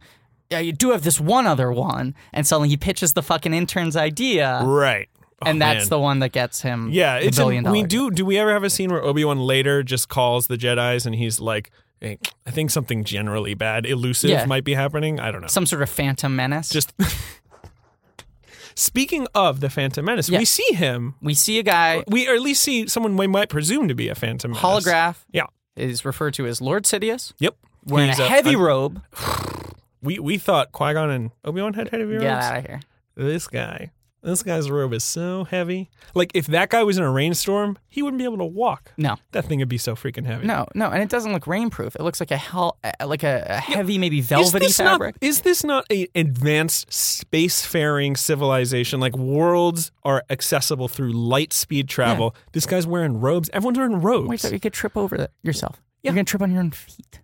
[SPEAKER 1] yeah, you do have this one other one. And suddenly he pitches the fucking intern's idea,
[SPEAKER 2] right. Oh,
[SPEAKER 1] and that's
[SPEAKER 2] man.
[SPEAKER 1] the one that gets him
[SPEAKER 2] Yeah,
[SPEAKER 1] the
[SPEAKER 2] it's a,
[SPEAKER 1] billion
[SPEAKER 2] we
[SPEAKER 1] dollar
[SPEAKER 2] do. Do we ever have a scene where Obi Wan later just calls the Jedi's and he's like, hey, "I think something generally bad, elusive,
[SPEAKER 1] Yeah.
[SPEAKER 2] might be happening." I don't know.
[SPEAKER 1] Some sort of phantom menace.
[SPEAKER 2] just speaking of the Phantom Menace,
[SPEAKER 1] Yeah.
[SPEAKER 2] we see him.
[SPEAKER 1] we see a guy,
[SPEAKER 2] We or at least see someone we might presume to be a Phantom Menace.
[SPEAKER 1] holograph,
[SPEAKER 2] Yeah.
[SPEAKER 1] is referred to as Lord Sidious,
[SPEAKER 2] Yep.
[SPEAKER 1] wearing
[SPEAKER 2] He's
[SPEAKER 1] a heavy
[SPEAKER 2] a-
[SPEAKER 1] robe.
[SPEAKER 2] we we thought Qui Gon and Obi Wan had heavy robes.
[SPEAKER 1] Get out of here.
[SPEAKER 2] This guy. This guy's robe is so heavy. Like if that guy was in a rainstorm, he wouldn't be able to walk.
[SPEAKER 1] No.
[SPEAKER 2] That thing would be so freaking heavy.
[SPEAKER 1] No, no, and it doesn't look rainproof. It looks like a hell, uh, like a, a heavy, maybe velvety
[SPEAKER 2] is this
[SPEAKER 1] E. fabric.
[SPEAKER 2] Not, is this not an advanced spacefaring civilization? Like worlds are accessible through light speed travel. This guy's wearing robes. Everyone's wearing robes.
[SPEAKER 1] Wait, so you could trip over the, yourself. You're gonna trip on your own feet.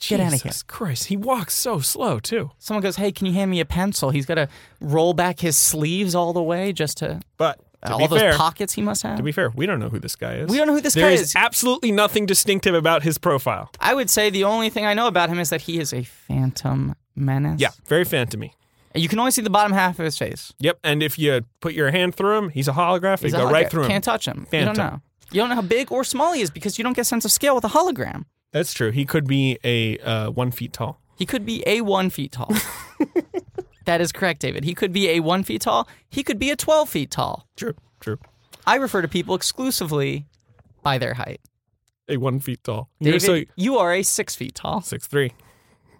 [SPEAKER 1] Get out of here.
[SPEAKER 2] Jesus Christ, he walks so slow too.
[SPEAKER 1] Someone goes, "Hey, can you hand me a pencil?" He's got to roll back his sleeves all the way just to,
[SPEAKER 2] But to
[SPEAKER 1] all
[SPEAKER 2] be
[SPEAKER 1] those
[SPEAKER 2] fair,
[SPEAKER 1] pockets he must have.
[SPEAKER 2] to be fair, we don't know who this guy is.
[SPEAKER 1] we don't know who this
[SPEAKER 2] There
[SPEAKER 1] guy
[SPEAKER 2] is
[SPEAKER 1] is.
[SPEAKER 2] absolutely nothing distinctive about his profile.
[SPEAKER 1] I would say the only thing I know about him is that he is a phantom menace.
[SPEAKER 2] Yeah, very phantomy.
[SPEAKER 1] you can only see the bottom half of his face.
[SPEAKER 2] Yep, and if you put your hand through him, he's a holograph.
[SPEAKER 1] He's
[SPEAKER 2] you
[SPEAKER 1] a
[SPEAKER 2] go
[SPEAKER 1] hologram.
[SPEAKER 2] right through him.
[SPEAKER 1] Can't touch him. You don't
[SPEAKER 2] Phantom.
[SPEAKER 1] know. You don't know how big or small he is because you don't get a sense of scale with a hologram.
[SPEAKER 2] That's true. He could be a uh, one feet tall.
[SPEAKER 1] He could be a one feet tall. that is correct, David. He could be a one feet tall. He could be a 12 feet tall.
[SPEAKER 2] True. True.
[SPEAKER 1] I refer to people exclusively by their height.
[SPEAKER 2] A one feet tall. You're
[SPEAKER 1] David,
[SPEAKER 2] so
[SPEAKER 1] you are a six feet tall.
[SPEAKER 2] six three.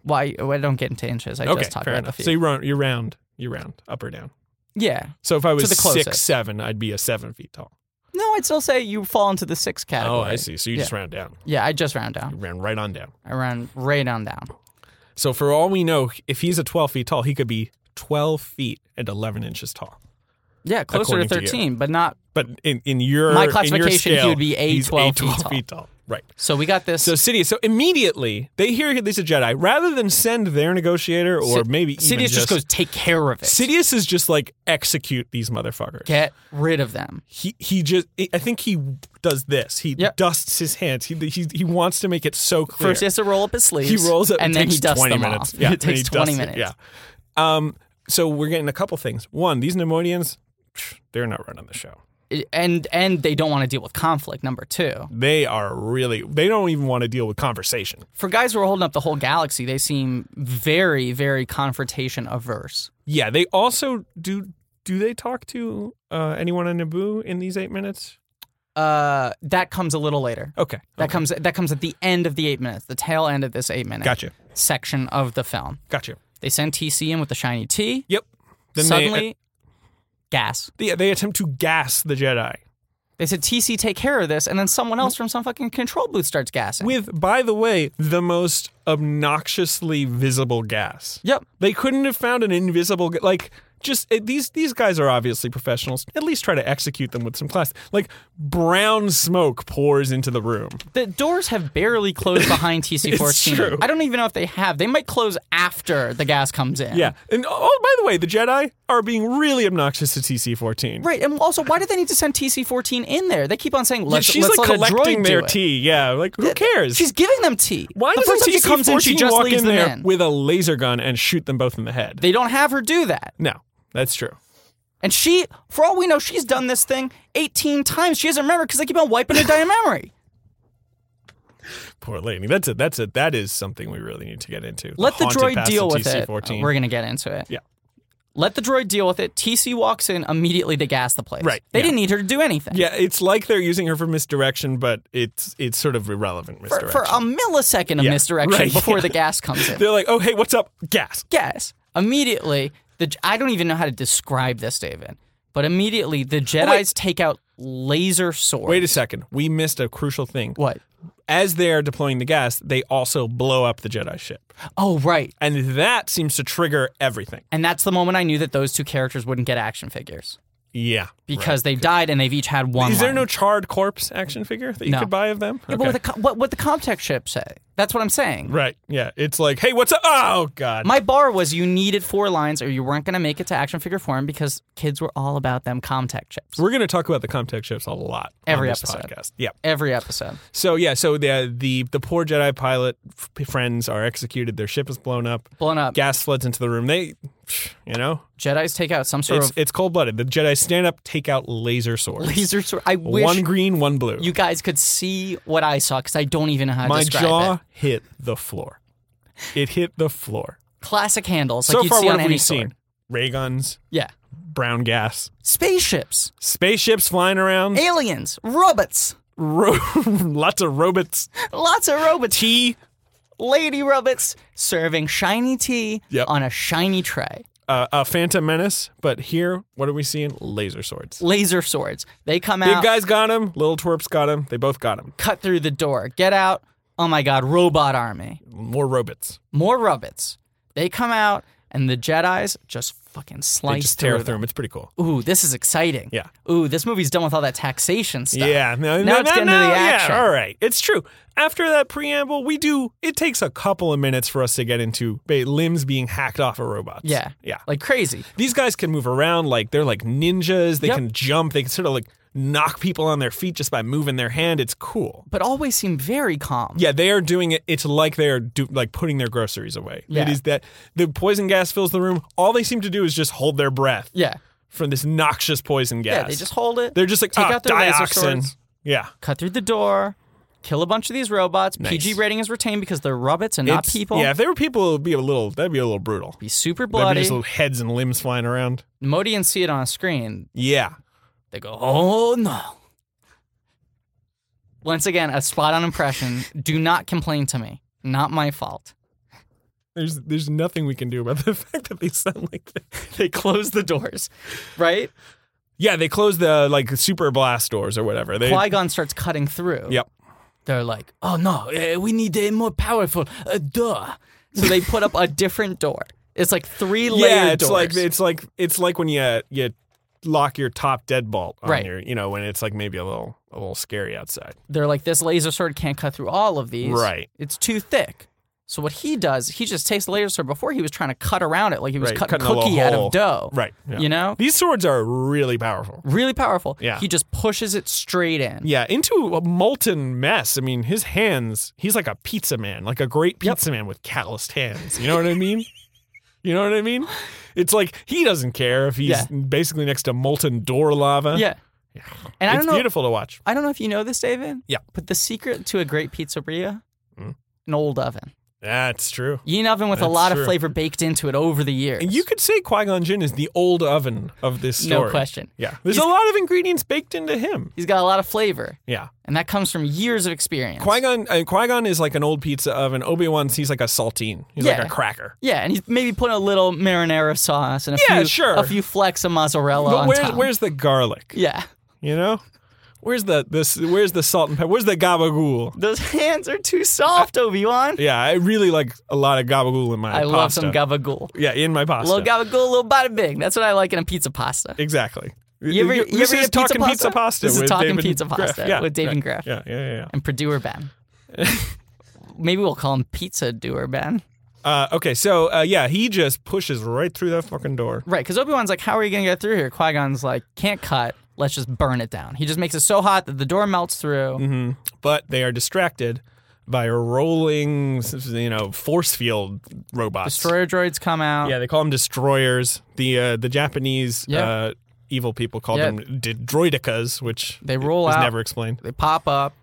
[SPEAKER 1] Why? oh, I don't get into inches. I
[SPEAKER 2] Okay,
[SPEAKER 1] just talked
[SPEAKER 2] fair
[SPEAKER 1] about the
[SPEAKER 2] enough.
[SPEAKER 1] feet.
[SPEAKER 2] So you're round, you're round, you're round, up or down.
[SPEAKER 1] yeah.
[SPEAKER 2] So if I was
[SPEAKER 1] the
[SPEAKER 2] six
[SPEAKER 1] closest.
[SPEAKER 2] seven, I'd be a seven feet tall.
[SPEAKER 1] No, I'd still say you fall into the six category.
[SPEAKER 2] Oh, I see. So you just round down.
[SPEAKER 1] Yeah, I just round down.
[SPEAKER 2] You round right on down.
[SPEAKER 1] I round right on down.
[SPEAKER 2] So for all we know, if he's a twelve feet tall, he could be twelve feet and eleven inches tall.
[SPEAKER 1] Yeah, closer
[SPEAKER 2] According
[SPEAKER 1] to
[SPEAKER 2] to you.
[SPEAKER 1] 13, but not.
[SPEAKER 2] But in, in your
[SPEAKER 1] My
[SPEAKER 2] in your
[SPEAKER 1] classification, he
[SPEAKER 2] scale,
[SPEAKER 1] would be a
[SPEAKER 2] he's
[SPEAKER 1] 12 feet
[SPEAKER 2] 12
[SPEAKER 1] tall.
[SPEAKER 2] feet tall. Right.
[SPEAKER 1] So we got this.
[SPEAKER 2] So Sidious. So immediately they hear he's a Jedi. Rather than send their negotiator or
[SPEAKER 1] Si-
[SPEAKER 2] maybe
[SPEAKER 1] Sidious
[SPEAKER 2] even
[SPEAKER 1] just, goes, take care of it.
[SPEAKER 2] Sidious is just like execute these motherfuckers.
[SPEAKER 1] get rid of them.
[SPEAKER 2] He he just I think he does this. He
[SPEAKER 1] Yep.
[SPEAKER 2] dusts his hands. He, he he wants to make it so clear.
[SPEAKER 1] First, he has to roll up his sleeves.
[SPEAKER 2] he rolls up
[SPEAKER 1] and
[SPEAKER 2] it
[SPEAKER 1] then
[SPEAKER 2] takes
[SPEAKER 1] he dusts
[SPEAKER 2] 20
[SPEAKER 1] them
[SPEAKER 2] minutes.
[SPEAKER 1] off.
[SPEAKER 2] Yeah,
[SPEAKER 1] it
[SPEAKER 2] then he
[SPEAKER 1] takes 20
[SPEAKER 2] dusts it,
[SPEAKER 1] minutes.
[SPEAKER 2] yeah. Um so we're getting a couple things. One, these Nemoidians psh, they're not running the show.
[SPEAKER 1] It- And and they don't want to deal with conflict. Number two,
[SPEAKER 2] They are really they don't even want to deal with conversation.
[SPEAKER 1] for guys who are holding up the whole galaxy, they seem very very confrontation averse.
[SPEAKER 2] Yeah, they also do. Do they talk to uh, anyone on Naboo in these eight minutes?
[SPEAKER 1] Uh, that comes a little later.
[SPEAKER 2] Oh, Okay,
[SPEAKER 1] That comes that comes at the end of the eight minutes, the tail end of this eight minute
[SPEAKER 2] gotcha,
[SPEAKER 1] section of the film.
[SPEAKER 2] gotcha.
[SPEAKER 1] They send TC in with the shiny T.
[SPEAKER 2] Yep. Then
[SPEAKER 1] Suddenly,
[SPEAKER 2] they, uh,
[SPEAKER 1] gas.
[SPEAKER 2] yeah, they attempt to gas the Jedi
[SPEAKER 1] They said TC take care of this, and then someone else from some fucking control booth starts gassing.
[SPEAKER 2] with, by the way, the most obnoxiously visible gas.
[SPEAKER 1] yep.
[SPEAKER 2] They couldn't have found an invisible g- like. Just eh, these these guys are obviously professionals. At least try to execute them with some class. Like brown smoke pours into the room.
[SPEAKER 1] The doors have barely closed behind
[SPEAKER 2] true.
[SPEAKER 1] TC14. I don't even know if they have. They might close after the gas comes in.
[SPEAKER 2] Yeah. And oh, by the way, the Jedi are being really obnoxious to TC14.
[SPEAKER 1] Right. And also, why do they need to send TC14 in there? They keep on saying,
[SPEAKER 2] Yeah,
[SPEAKER 1] let's,
[SPEAKER 2] she's
[SPEAKER 1] let's
[SPEAKER 2] like
[SPEAKER 1] let a droid
[SPEAKER 2] collecting
[SPEAKER 1] do
[SPEAKER 2] their
[SPEAKER 1] it.
[SPEAKER 2] tea. Yeah, like who cares?
[SPEAKER 1] She's giving them tea.
[SPEAKER 2] Why
[SPEAKER 1] the first
[SPEAKER 2] doesn't
[SPEAKER 1] time she
[SPEAKER 2] TC14
[SPEAKER 1] comes in, she just
[SPEAKER 2] walk
[SPEAKER 1] leaves
[SPEAKER 2] in
[SPEAKER 1] them
[SPEAKER 2] there
[SPEAKER 1] in.
[SPEAKER 2] with a laser gun and shoot them both in the head?
[SPEAKER 1] They don't have her do that.
[SPEAKER 2] no, that's true.
[SPEAKER 1] And she, for all we know, she's done this thing 18 times. She doesn't remember because they keep on wiping it down her memory.
[SPEAKER 2] Poor lady. That's a that's a that is something we really need to get into.
[SPEAKER 1] Let the
[SPEAKER 2] haunted
[SPEAKER 1] droid
[SPEAKER 2] past
[SPEAKER 1] deal
[SPEAKER 2] of
[SPEAKER 1] with it. Oh,
[SPEAKER 2] TC14.
[SPEAKER 1] We're going to get into it.
[SPEAKER 2] Yeah.
[SPEAKER 1] Let the droid deal with it. TC walks in immediately to gas the place.
[SPEAKER 2] Right,
[SPEAKER 1] They
[SPEAKER 2] yeah.
[SPEAKER 1] didn't need her to do anything.
[SPEAKER 2] yeah, it's like they're using her for misdirection, but it's it's sort of irrelevant
[SPEAKER 1] For,
[SPEAKER 2] misdirection.
[SPEAKER 1] for a millisecond of
[SPEAKER 2] Yeah,
[SPEAKER 1] misdirection
[SPEAKER 2] right,
[SPEAKER 1] before
[SPEAKER 2] yeah.
[SPEAKER 1] the gas comes in.
[SPEAKER 2] they're like, oh hey, what's up? Gas.
[SPEAKER 1] gas. Immediately, the J- I don't even know how to describe this, David. But immediately, the Jedi's take out laser swords.
[SPEAKER 2] Oh, Wait a second. We missed a crucial thing.
[SPEAKER 1] What?
[SPEAKER 2] As they are deploying the gas, they also blow up the Jedi ship,
[SPEAKER 1] Oh, right.
[SPEAKER 2] and that seems to trigger everything.
[SPEAKER 1] And that's the moment I knew that those two characters wouldn't get action figures
[SPEAKER 2] Yeah.
[SPEAKER 1] because they've died and they've each had one.
[SPEAKER 2] Is there
[SPEAKER 1] line.
[SPEAKER 2] no charred corpse action figure that you
[SPEAKER 1] No.
[SPEAKER 2] could buy of them?
[SPEAKER 1] Yeah, but
[SPEAKER 2] Okay.
[SPEAKER 1] what, the, co- what what the Comtech ship say? That's what I'm saying.
[SPEAKER 2] right. Yeah. It's like, hey, what's up? Oh God.
[SPEAKER 1] My bar was you needed four lines or you weren't going to make it to action figure form because kids were all about them Comtech chips.
[SPEAKER 2] We're gonna talk about the Comtech ships a lot
[SPEAKER 1] Every
[SPEAKER 2] on this
[SPEAKER 1] episode.
[SPEAKER 2] podcast. Yeah.
[SPEAKER 1] Every episode.
[SPEAKER 2] So yeah. So the the the poor Jedi pilot f- friends are executed. Their ship is blown up.
[SPEAKER 1] Blown up.
[SPEAKER 2] Gas floods into the room. They, you know,
[SPEAKER 1] Jedi's take out some sort
[SPEAKER 2] it's
[SPEAKER 1] of
[SPEAKER 2] it's cold blooded. The Jedi stand up, take out laser swords.
[SPEAKER 1] laser sword. I wish
[SPEAKER 2] one green, one blue.
[SPEAKER 1] you guys could see what I saw because I don't even know how to
[SPEAKER 2] My
[SPEAKER 1] describe
[SPEAKER 2] jaw
[SPEAKER 1] it.
[SPEAKER 2] hit the floor. It hit the floor.
[SPEAKER 1] Classic handles,
[SPEAKER 2] so
[SPEAKER 1] like you'd
[SPEAKER 2] far,
[SPEAKER 1] see
[SPEAKER 2] what
[SPEAKER 1] on
[SPEAKER 2] have
[SPEAKER 1] any
[SPEAKER 2] we
[SPEAKER 1] sword.
[SPEAKER 2] seen? Ray guns,
[SPEAKER 1] Yeah,
[SPEAKER 2] brown gas,
[SPEAKER 1] spaceships,
[SPEAKER 2] spaceships flying around.
[SPEAKER 1] aliens, robots,
[SPEAKER 2] ro- lots of robots.
[SPEAKER 1] lots of robots,
[SPEAKER 2] Tea.
[SPEAKER 1] lady robots serving shiny tea
[SPEAKER 2] Yep.
[SPEAKER 1] on a shiny tray.
[SPEAKER 2] Uh, a Phantom Menace, but here, what are we seeing? Laser swords.
[SPEAKER 1] Laser swords. They come
[SPEAKER 2] Big
[SPEAKER 1] out,
[SPEAKER 2] guys got him. Little twerps got him. They both got him.
[SPEAKER 1] cut through the door, get out. Oh my god, robot army.
[SPEAKER 2] More robots.
[SPEAKER 1] More robots. They come out, and the Jedi's just fucking
[SPEAKER 2] They
[SPEAKER 1] slice
[SPEAKER 2] just
[SPEAKER 1] through.
[SPEAKER 2] tear
[SPEAKER 1] them.
[SPEAKER 2] through him. It's pretty cool.
[SPEAKER 1] Ooh, this is exciting.
[SPEAKER 2] Yeah.
[SPEAKER 1] Ooh, this movie's done with all that taxation stuff.
[SPEAKER 2] Yeah. No,
[SPEAKER 1] Now
[SPEAKER 2] no,
[SPEAKER 1] it's
[SPEAKER 2] no,
[SPEAKER 1] getting to
[SPEAKER 2] no,
[SPEAKER 1] the
[SPEAKER 2] yeah,
[SPEAKER 1] action.
[SPEAKER 2] all right. It's true. After that preamble, we do. It takes a couple of minutes for us to get into ba- limbs being hacked off of robots.
[SPEAKER 1] Yeah.
[SPEAKER 2] Yeah.
[SPEAKER 1] Like crazy.
[SPEAKER 2] These guys can move around like they're like ninjas. They
[SPEAKER 1] Yep.
[SPEAKER 2] can jump. They can sort of like knock people on their feet just by moving their hand. It's cool.
[SPEAKER 1] but always seem very calm.
[SPEAKER 2] Yeah, they are doing it. It's like they are do, like putting their groceries away.
[SPEAKER 1] Yeah.
[SPEAKER 2] It is that the poison gas fills the room. All they seem to do is just hold their breath
[SPEAKER 1] Yeah.
[SPEAKER 2] from this noxious poison gas.
[SPEAKER 1] Yeah, they just hold it.
[SPEAKER 2] they're just like
[SPEAKER 1] take
[SPEAKER 2] "Ah,
[SPEAKER 1] out their laser
[SPEAKER 2] dioxin."
[SPEAKER 1] swords.
[SPEAKER 2] Yeah.
[SPEAKER 1] cut through the door, kill a bunch of these robots.
[SPEAKER 2] Nice.
[SPEAKER 1] PG rating is retained because they're robots and not
[SPEAKER 2] It's-
[SPEAKER 1] people.
[SPEAKER 2] Yeah, if they were people, it would be a little. That'd be a little brutal.
[SPEAKER 1] Be super
[SPEAKER 2] That'd be
[SPEAKER 1] bloody.
[SPEAKER 2] just little heads and limbs flying around.
[SPEAKER 1] Modians see it on a screen.
[SPEAKER 2] Yeah.
[SPEAKER 1] They go, oh no. Once again, a spot on impression. Do not complain to me. Not my fault.
[SPEAKER 2] There's there's nothing we can do about the fact that they sound like that.
[SPEAKER 1] They close the doors, right?
[SPEAKER 2] Yeah, they close the like super blast doors or whatever. They
[SPEAKER 1] Qui Gon starts cutting through.
[SPEAKER 2] Yep.
[SPEAKER 1] They're like, oh no, eh, we need a more powerful. Uh, duh. So they put up a different door. It's like three layered
[SPEAKER 2] yeah, it's
[SPEAKER 1] doors.
[SPEAKER 2] like it's like it's like when you you lock your top deadbolt on
[SPEAKER 1] Right.
[SPEAKER 2] your you know when it's like maybe a little a little scary outside.
[SPEAKER 1] They're like, this laser sword can't cut through all of these.
[SPEAKER 2] Right.
[SPEAKER 1] It's too thick. So what he does, he just takes the laser sword before he was trying to cut around it like he was
[SPEAKER 2] Right,
[SPEAKER 1] cutting
[SPEAKER 2] cutting a little
[SPEAKER 1] cookie out
[SPEAKER 2] hole.
[SPEAKER 1] of dough.
[SPEAKER 2] Right. yeah.
[SPEAKER 1] You know?
[SPEAKER 2] These swords are really powerful.
[SPEAKER 1] Really powerful.
[SPEAKER 2] Yeah.
[SPEAKER 1] He just pushes it straight in.
[SPEAKER 2] Yeah, into a molten mess. I mean, his hands, he's like a pizza man, like a great pizza man with calloused hands. You know what I mean? You know what I mean? It's like he doesn't care if he's
[SPEAKER 1] Yeah.
[SPEAKER 2] basically next to molten door lava.
[SPEAKER 1] Yeah. And I
[SPEAKER 2] It's
[SPEAKER 1] don't know
[SPEAKER 2] beautiful to watch.
[SPEAKER 1] I don't know if you know this, David.
[SPEAKER 2] Yeah.
[SPEAKER 1] But the secret to a great pizzeria,
[SPEAKER 2] Mm.
[SPEAKER 1] an old oven.
[SPEAKER 2] That's true.
[SPEAKER 1] You need an oven with a
[SPEAKER 2] That's
[SPEAKER 1] lot
[SPEAKER 2] true.
[SPEAKER 1] of flavor baked into it over the years.
[SPEAKER 2] And you could say Qui Gon Jinn is the old oven of this story.
[SPEAKER 1] No question.
[SPEAKER 2] Yeah. There's
[SPEAKER 1] He's-
[SPEAKER 2] a lot of ingredients baked into him.
[SPEAKER 1] He's got a lot of flavor,
[SPEAKER 2] Yeah.
[SPEAKER 1] and that comes from years of experience.
[SPEAKER 2] Qui Gon uh, Qui Gon is like an old pizza oven. Obi Wan's he's like a saltine. He's
[SPEAKER 1] Yeah.
[SPEAKER 2] like a cracker.
[SPEAKER 1] Yeah, and he's maybe putting a little marinara sauce and a
[SPEAKER 2] Yeah,
[SPEAKER 1] few
[SPEAKER 2] sure.
[SPEAKER 1] a few flecks of mozzarella
[SPEAKER 2] But
[SPEAKER 1] on
[SPEAKER 2] where's
[SPEAKER 1] top.
[SPEAKER 2] where's the garlic?
[SPEAKER 1] yeah.
[SPEAKER 2] You know, where's the this? Where's the salt and pepper? Where's the gabagool?
[SPEAKER 1] Those hands are too soft, Obi-Wan.
[SPEAKER 2] Yeah, I really like a lot of gabagool in my.
[SPEAKER 1] I love some
[SPEAKER 2] pasta.
[SPEAKER 1] gabagool.
[SPEAKER 2] Yeah, in my pasta.
[SPEAKER 1] Little gabagool, little bada bing. That's what I like in a pizza pasta.
[SPEAKER 2] exactly.
[SPEAKER 1] You ever, you
[SPEAKER 2] this
[SPEAKER 1] ever
[SPEAKER 2] is
[SPEAKER 1] eat a
[SPEAKER 2] talking
[SPEAKER 1] pizza,
[SPEAKER 2] pizza pasta.
[SPEAKER 1] This is
[SPEAKER 2] with
[SPEAKER 1] talking
[SPEAKER 2] David
[SPEAKER 1] pizza
[SPEAKER 2] Graff.
[SPEAKER 1] pasta
[SPEAKER 2] Yeah,
[SPEAKER 1] with Dave
[SPEAKER 2] right.
[SPEAKER 1] and Griff
[SPEAKER 2] Yeah, yeah, yeah.
[SPEAKER 1] and Purdue Ben. maybe we'll call him Pizza Doer Ben.
[SPEAKER 2] yeah. Uh, okay, so uh, yeah, he just pushes right through that fucking door.
[SPEAKER 1] Right, because Obi Wan's like, "How are you gonna get through here?" Qui Gon's like, "Can't cut. Let's just burn it down." He just makes it so hot that the door melts through.
[SPEAKER 2] But they are distracted by rolling, you know, force field robots.
[SPEAKER 1] Destroyer droids come out.
[SPEAKER 2] Yeah, they call them destroyers. The uh, the Japanese
[SPEAKER 1] Yeah.
[SPEAKER 2] uh, evil people call
[SPEAKER 1] Yeah.
[SPEAKER 2] them d- droidicas, which
[SPEAKER 1] They roll
[SPEAKER 2] was
[SPEAKER 1] out.
[SPEAKER 2] never explained.
[SPEAKER 1] They pop up.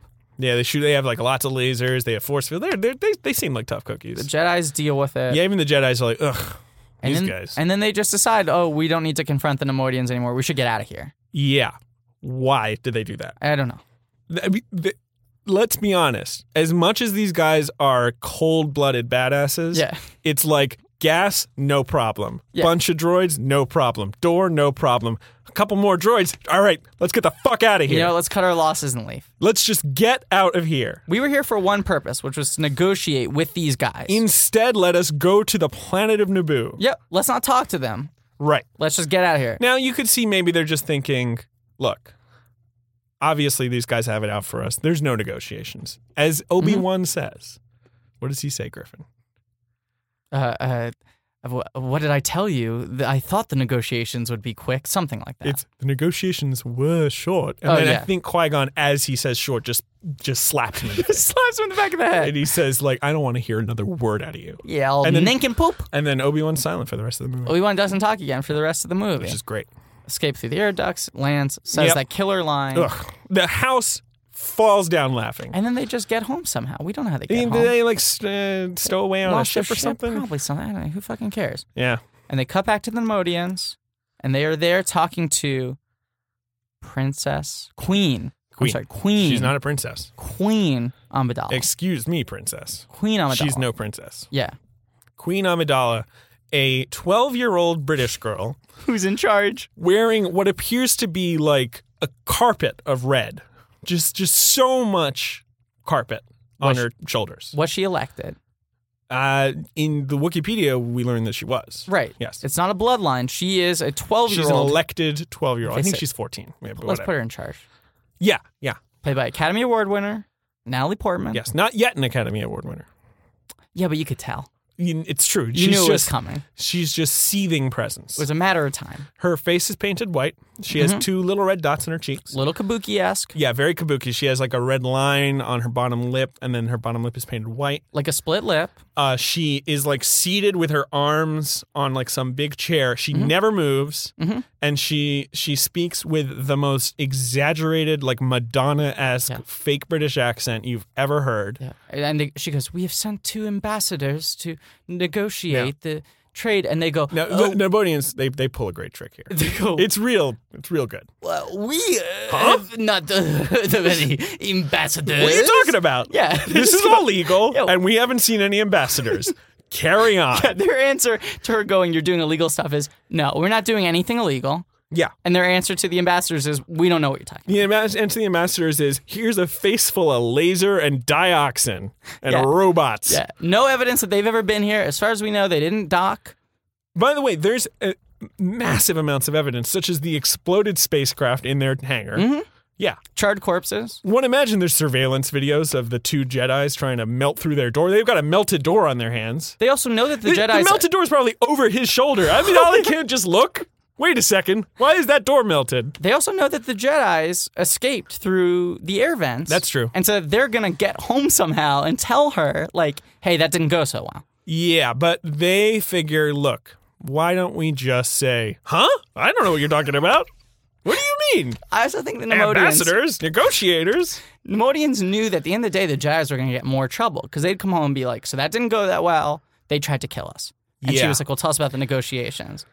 [SPEAKER 2] Yeah, they shoot. They have like lots of lasers. They have force field. They're, they're, they they seem like tough
[SPEAKER 1] The
[SPEAKER 2] cookies.
[SPEAKER 1] Jedi's deal with it.
[SPEAKER 2] Yeah, even the Jedi's are like, ugh,
[SPEAKER 1] and
[SPEAKER 2] these
[SPEAKER 1] then,
[SPEAKER 2] guys.
[SPEAKER 1] And then they just decide, oh, we don't need to confront the Nemoidians anymore. We should get out of here.
[SPEAKER 2] yeah. Why did they do that?
[SPEAKER 1] I don't know.
[SPEAKER 2] Th- I mean, th- let's be honest. As much as these guys are cold blooded badasses,
[SPEAKER 1] Yeah.
[SPEAKER 2] it's like gas, no problem.
[SPEAKER 1] Yeah.
[SPEAKER 2] Bunch of droids, no problem. Door, no problem. A couple more droids. All right, let's get the fuck out of here.
[SPEAKER 1] You know, let's cut our losses and leave.
[SPEAKER 2] let's just get out of here.
[SPEAKER 1] We were here for one purpose, which was to negotiate with these guys.
[SPEAKER 2] Instead, let us go to the planet of Naboo.
[SPEAKER 1] yep. Let's not talk to them.
[SPEAKER 2] Right.
[SPEAKER 1] Let's just get out of here.
[SPEAKER 2] Now you could see maybe they're just thinking, look, obviously these guys have it out for us. There's no negotiations. As
[SPEAKER 1] Mm-hmm.
[SPEAKER 2] Obi-Wan says, what does he say, Griffin?
[SPEAKER 1] Uh, uh, wh- what did I tell you? Th- I thought the negotiations would be quick, something like that.
[SPEAKER 2] It's the negotiations were short. And
[SPEAKER 1] Oh,
[SPEAKER 2] then I
[SPEAKER 1] yeah.
[SPEAKER 2] think Qui-Gon, as he says short, just just slaps him in the face.
[SPEAKER 1] slaps him in the back of the head.
[SPEAKER 2] and he says, like, I don't want to hear another word out of you.
[SPEAKER 1] Yeah, Oh, old
[SPEAKER 2] And then-
[SPEAKER 1] nincompoop.
[SPEAKER 2] And then Obi-Wan's silent for the rest of the movie.
[SPEAKER 1] Obi Wan doesn't talk again for the rest of the movie.
[SPEAKER 2] Which is great.
[SPEAKER 1] Escape through the air ducts, lands, says
[SPEAKER 2] Yep.
[SPEAKER 1] that killer line,
[SPEAKER 2] Ugh. The house falls down laughing.
[SPEAKER 1] and then they just get home somehow. We don't know how they
[SPEAKER 2] They,
[SPEAKER 1] get home.
[SPEAKER 2] they like st- uh, stow away on
[SPEAKER 1] Lost
[SPEAKER 2] a
[SPEAKER 1] their
[SPEAKER 2] ship or something.
[SPEAKER 1] Probably something. I don't know. Who fucking cares?
[SPEAKER 2] Yeah.
[SPEAKER 1] And they cut back to the Nemodians, and they are there talking to Princess Queen.
[SPEAKER 2] Queen.
[SPEAKER 1] I'm sorry, Queen.
[SPEAKER 2] She's not a princess.
[SPEAKER 1] Queen Amidala.
[SPEAKER 2] Excuse me, princess.
[SPEAKER 1] Queen Amidala.
[SPEAKER 2] She's no princess.
[SPEAKER 1] Yeah.
[SPEAKER 2] Queen Amidala, a 12 year old British girl
[SPEAKER 1] Who's in charge?
[SPEAKER 2] wearing what appears to be like a carpet of red. Just, just so much carpet on
[SPEAKER 1] Was
[SPEAKER 2] her shoulders.
[SPEAKER 1] Was she elected?
[SPEAKER 2] Uh, in the Wikipedia, we learned that she was.
[SPEAKER 1] Right.
[SPEAKER 2] Yes.
[SPEAKER 1] It's not a bloodline. She is a 12
[SPEAKER 2] She's
[SPEAKER 1] year
[SPEAKER 2] an
[SPEAKER 1] old.
[SPEAKER 2] elected 12 year old. I
[SPEAKER 1] They
[SPEAKER 2] think
[SPEAKER 1] say-
[SPEAKER 2] she's 14. Yeah,
[SPEAKER 1] Let's
[SPEAKER 2] but whatever.
[SPEAKER 1] put her in charge.
[SPEAKER 2] yeah, yeah.
[SPEAKER 1] Played by Academy Award winner Natalie Portman.
[SPEAKER 2] Yes. Not yet an Academy Award winner.
[SPEAKER 1] Yeah, but you could tell.
[SPEAKER 2] You- It's true.
[SPEAKER 1] You
[SPEAKER 2] she's
[SPEAKER 1] knew it was
[SPEAKER 2] just
[SPEAKER 1] coming.
[SPEAKER 2] she's just seething presence.
[SPEAKER 1] It was a matter of time.
[SPEAKER 2] Her face is painted white. She has
[SPEAKER 1] Mhm.
[SPEAKER 2] two little red dots in her cheeks.
[SPEAKER 1] Little kabuki esque,
[SPEAKER 2] Yeah, very kabuki. She has like a red line on her bottom lip, and then her bottom lip is painted white.
[SPEAKER 1] like a split lip.
[SPEAKER 2] Uh, she is like seated with her arms on like some big chair. She
[SPEAKER 1] Mhm.
[SPEAKER 2] never moves,
[SPEAKER 1] Mhm.
[SPEAKER 2] and she she speaks with the most exaggerated, like Madonna esque,
[SPEAKER 1] Yeah.
[SPEAKER 2] fake British accent you've ever heard.
[SPEAKER 1] Yeah. And they- she goes, We have sent two ambassadors to negotiate the trade. And they go,
[SPEAKER 2] Now,
[SPEAKER 1] "Oh,"
[SPEAKER 2] the Nabonians they they pull a great trick here.
[SPEAKER 1] they go
[SPEAKER 2] It's real. It's real good.
[SPEAKER 1] well, we uh, have not uh, heard of any ambassadors.
[SPEAKER 2] What are you talking about?
[SPEAKER 1] Yeah.
[SPEAKER 2] this is all legal,
[SPEAKER 1] Yeah.
[SPEAKER 2] and we haven't seen any ambassadors. Carry on.
[SPEAKER 1] Their answer to her going, You're doing illegal stuff is, No, we're not doing anything illegal.
[SPEAKER 2] Yeah.
[SPEAKER 1] And their answer to the ambassadors is, We don't know what you're talking
[SPEAKER 2] The ambas- and to the ambassadors is here's a face full of laser and dioxin and
[SPEAKER 1] Yeah.
[SPEAKER 2] robots.
[SPEAKER 1] Yeah, no evidence that they've ever been here. As far as we know, they didn't dock.
[SPEAKER 2] By the way, there's uh, massive amounts of evidence, such as the exploded spacecraft in their hangar. Yeah,
[SPEAKER 1] Charred corpses.
[SPEAKER 2] one imagine there's surveillance videos of the two Jedi's trying to melt through their door. They've got a melted door on their hands.
[SPEAKER 1] They also know that the,
[SPEAKER 2] The-
[SPEAKER 1] Jedi's
[SPEAKER 2] the melted door is probably over his shoulder. I mean, Ollie can't just look. Wait a second. Why is that door melted?
[SPEAKER 1] They also know that the Jedi's escaped through the air vents.
[SPEAKER 2] That's true.
[SPEAKER 1] And so they're gonna get home somehow and tell her, like, "Hey, that didn't go so well."
[SPEAKER 2] Yeah, but they figure, look, why don't we just say, huh? I don't know what you're talking about. What do you mean?
[SPEAKER 1] I also think the Nemodians,
[SPEAKER 2] Ambassadors, negotiators.
[SPEAKER 1] Nemodians knew that at the end of the day, the Jedi's were gonna get more trouble because they'd come home and be like, "So that didn't go that well. They tried to kill us." And she
[SPEAKER 2] Yeah.
[SPEAKER 1] was like, "Well, tell us about the negotiations."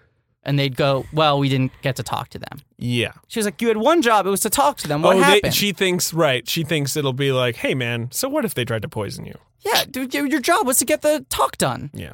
[SPEAKER 1] And they'd go, "Well, we didn't get to talk to them."
[SPEAKER 2] Yeah.
[SPEAKER 1] She was like, "You had one job. It was to talk to them. What
[SPEAKER 2] oh,
[SPEAKER 1] happened?"
[SPEAKER 2] They, she thinks right. She thinks it'll be like, hey man, so what if they tried to poison you?
[SPEAKER 1] Yeah, dude, your, your job was to get the talk done.
[SPEAKER 2] Yeah.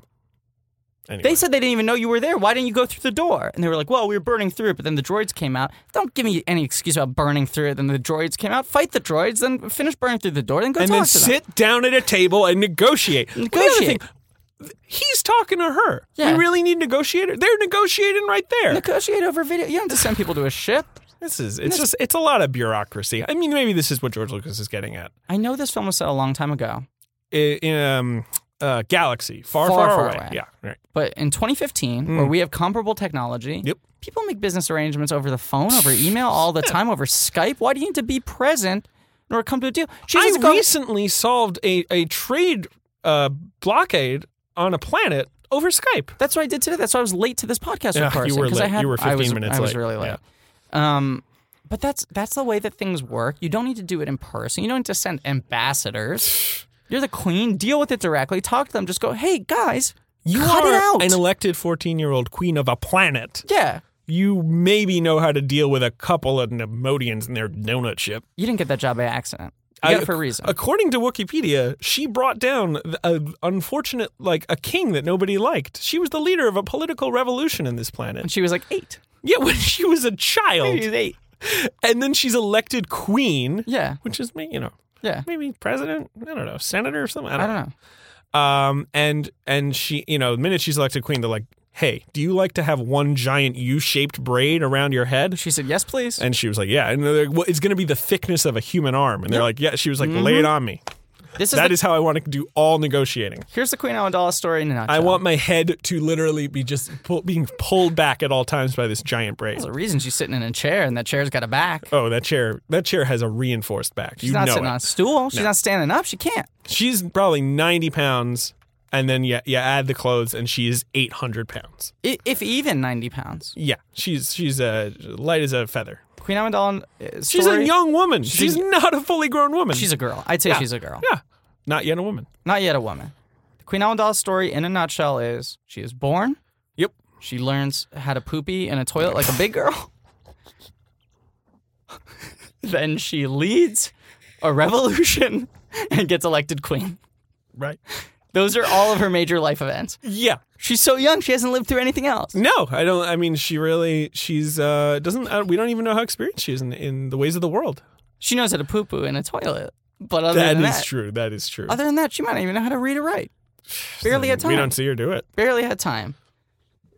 [SPEAKER 2] Anyway.
[SPEAKER 1] They said they didn't even know you were there. Why didn't you go through the door? And they were like, well, we were burning through it, but then the droids came out. Don't give me any excuse about burning through it. Then the droids came out. Fight the droids, then finish burning through the door, then go
[SPEAKER 2] and
[SPEAKER 1] talk
[SPEAKER 2] then
[SPEAKER 1] to them.
[SPEAKER 2] sit down at a table and negotiate. Well, the other
[SPEAKER 1] Negotiate.
[SPEAKER 2] thing, he's talking to her.
[SPEAKER 1] Yeah.
[SPEAKER 2] We really need negotiator. They're negotiating right there.
[SPEAKER 1] Negotiate over video. You don't have to send people to a ship.
[SPEAKER 2] This is it's just it's a lot of bureaucracy. I mean, maybe this is what George Lucas is getting at.
[SPEAKER 1] I know this film was set a long time ago,
[SPEAKER 2] I- In um uh galaxy far
[SPEAKER 1] Far,
[SPEAKER 2] far,
[SPEAKER 1] far
[SPEAKER 2] away.
[SPEAKER 1] away.
[SPEAKER 2] Yeah, right.
[SPEAKER 1] but in 2015, where we have comparable technology,
[SPEAKER 2] Hmm. Yep.
[SPEAKER 1] people make business arrangements over the phone, over email, all the time, over Skype. Why do you need to be present in order to come to a deal? She
[SPEAKER 2] I
[SPEAKER 1] doesn't go,
[SPEAKER 2] recently solved a a trade uh blockade on a planet over Skype.
[SPEAKER 1] That's what I did today. That's why I was late to this podcast.
[SPEAKER 2] Yeah,
[SPEAKER 1] of course,
[SPEAKER 2] you were
[SPEAKER 1] 'cause I
[SPEAKER 2] late.
[SPEAKER 1] had,
[SPEAKER 2] You were
[SPEAKER 1] I
[SPEAKER 2] 15
[SPEAKER 1] was,
[SPEAKER 2] minutes
[SPEAKER 1] I was
[SPEAKER 2] late.
[SPEAKER 1] really late. Um, but that's that's the way that things work. You don't need to do it in person. You don't need to send ambassadors. You're the queen. Deal with it directly. Talk to them. Just go, hey guys,
[SPEAKER 2] You
[SPEAKER 1] cut
[SPEAKER 2] are
[SPEAKER 1] it out.
[SPEAKER 2] an elected 14-year-old queen of a planet.
[SPEAKER 1] yeah,
[SPEAKER 2] You maybe know how to deal with a couple of Nemodians in their donut ship.
[SPEAKER 1] you didn't get that job by accident. You got
[SPEAKER 2] I-
[SPEAKER 1] it for a reason.
[SPEAKER 2] According to Wikipedia, she brought down an unfortunate, like a king that nobody liked. She was the leader of a political revolution in this planet.
[SPEAKER 1] and she was like eight.
[SPEAKER 2] Yeah, when she was a child.
[SPEAKER 1] She was eight.
[SPEAKER 2] And then she's elected queen,
[SPEAKER 1] Yeah,
[SPEAKER 2] which is, you know,
[SPEAKER 1] yeah.
[SPEAKER 2] maybe president, I don't know, senator or something. I
[SPEAKER 1] I
[SPEAKER 2] don't,
[SPEAKER 1] don't know.
[SPEAKER 2] know. Um, and, and she, you know, the minute she's elected queen, they're like, hey, do you like to have one giant U shaped braid around your head?
[SPEAKER 1] She said yes, please.
[SPEAKER 2] And she was like, yeah. And they're like, well, it's going to be the thickness of a human arm. And they're like, yeah. She was like, lay it on me.
[SPEAKER 1] this is,
[SPEAKER 2] That
[SPEAKER 1] the,
[SPEAKER 2] is how I want to do all negotiating.
[SPEAKER 1] here's the Queen Amidala story in a nutshell.
[SPEAKER 2] I want my head to literally be just pull, being pulled back at all times by this giant braid.
[SPEAKER 1] There's a reason she's sitting in a chair, and that chair's got a back.
[SPEAKER 2] Oh, that chair! That chair has a reinforced back.
[SPEAKER 1] She's
[SPEAKER 2] you
[SPEAKER 1] not
[SPEAKER 2] know
[SPEAKER 1] sitting
[SPEAKER 2] it.
[SPEAKER 1] on a stool. She's not standing up. She can't.
[SPEAKER 2] She's probably ninety pounds, and then yeah, you add the clothes, and she is eight hundred pounds.
[SPEAKER 1] I- if even 90 pounds.
[SPEAKER 2] Yeah, she's she's uh, light as a feather.
[SPEAKER 1] Queen Amidala is
[SPEAKER 2] She's a young woman. She's not a fully grown woman.
[SPEAKER 1] She's a girl. I'd say she's a girl.
[SPEAKER 2] yeah, not yet a woman.
[SPEAKER 1] Not yet a woman. Queen Amidala's story in a nutshell is she is born,
[SPEAKER 2] Yep.
[SPEAKER 1] she learns how to poopy in a toilet like a big girl. then she leads a revolution and gets elected queen.
[SPEAKER 2] Right.
[SPEAKER 1] Those are all of her major life events.
[SPEAKER 2] Yeah.
[SPEAKER 1] She's so young, she hasn't lived through anything else.
[SPEAKER 2] No, I don't. I mean, she really. She's uh doesn't. Uh, we don't even know how experienced she is in, in the ways of the world.
[SPEAKER 1] She knows how to poo poo in a toilet. But other
[SPEAKER 2] That
[SPEAKER 1] than
[SPEAKER 2] is
[SPEAKER 1] that,
[SPEAKER 2] true. That is true.
[SPEAKER 1] other than that, she might not even know how to read or write. Barely had time.
[SPEAKER 2] We don't see her do it.
[SPEAKER 1] barely had time.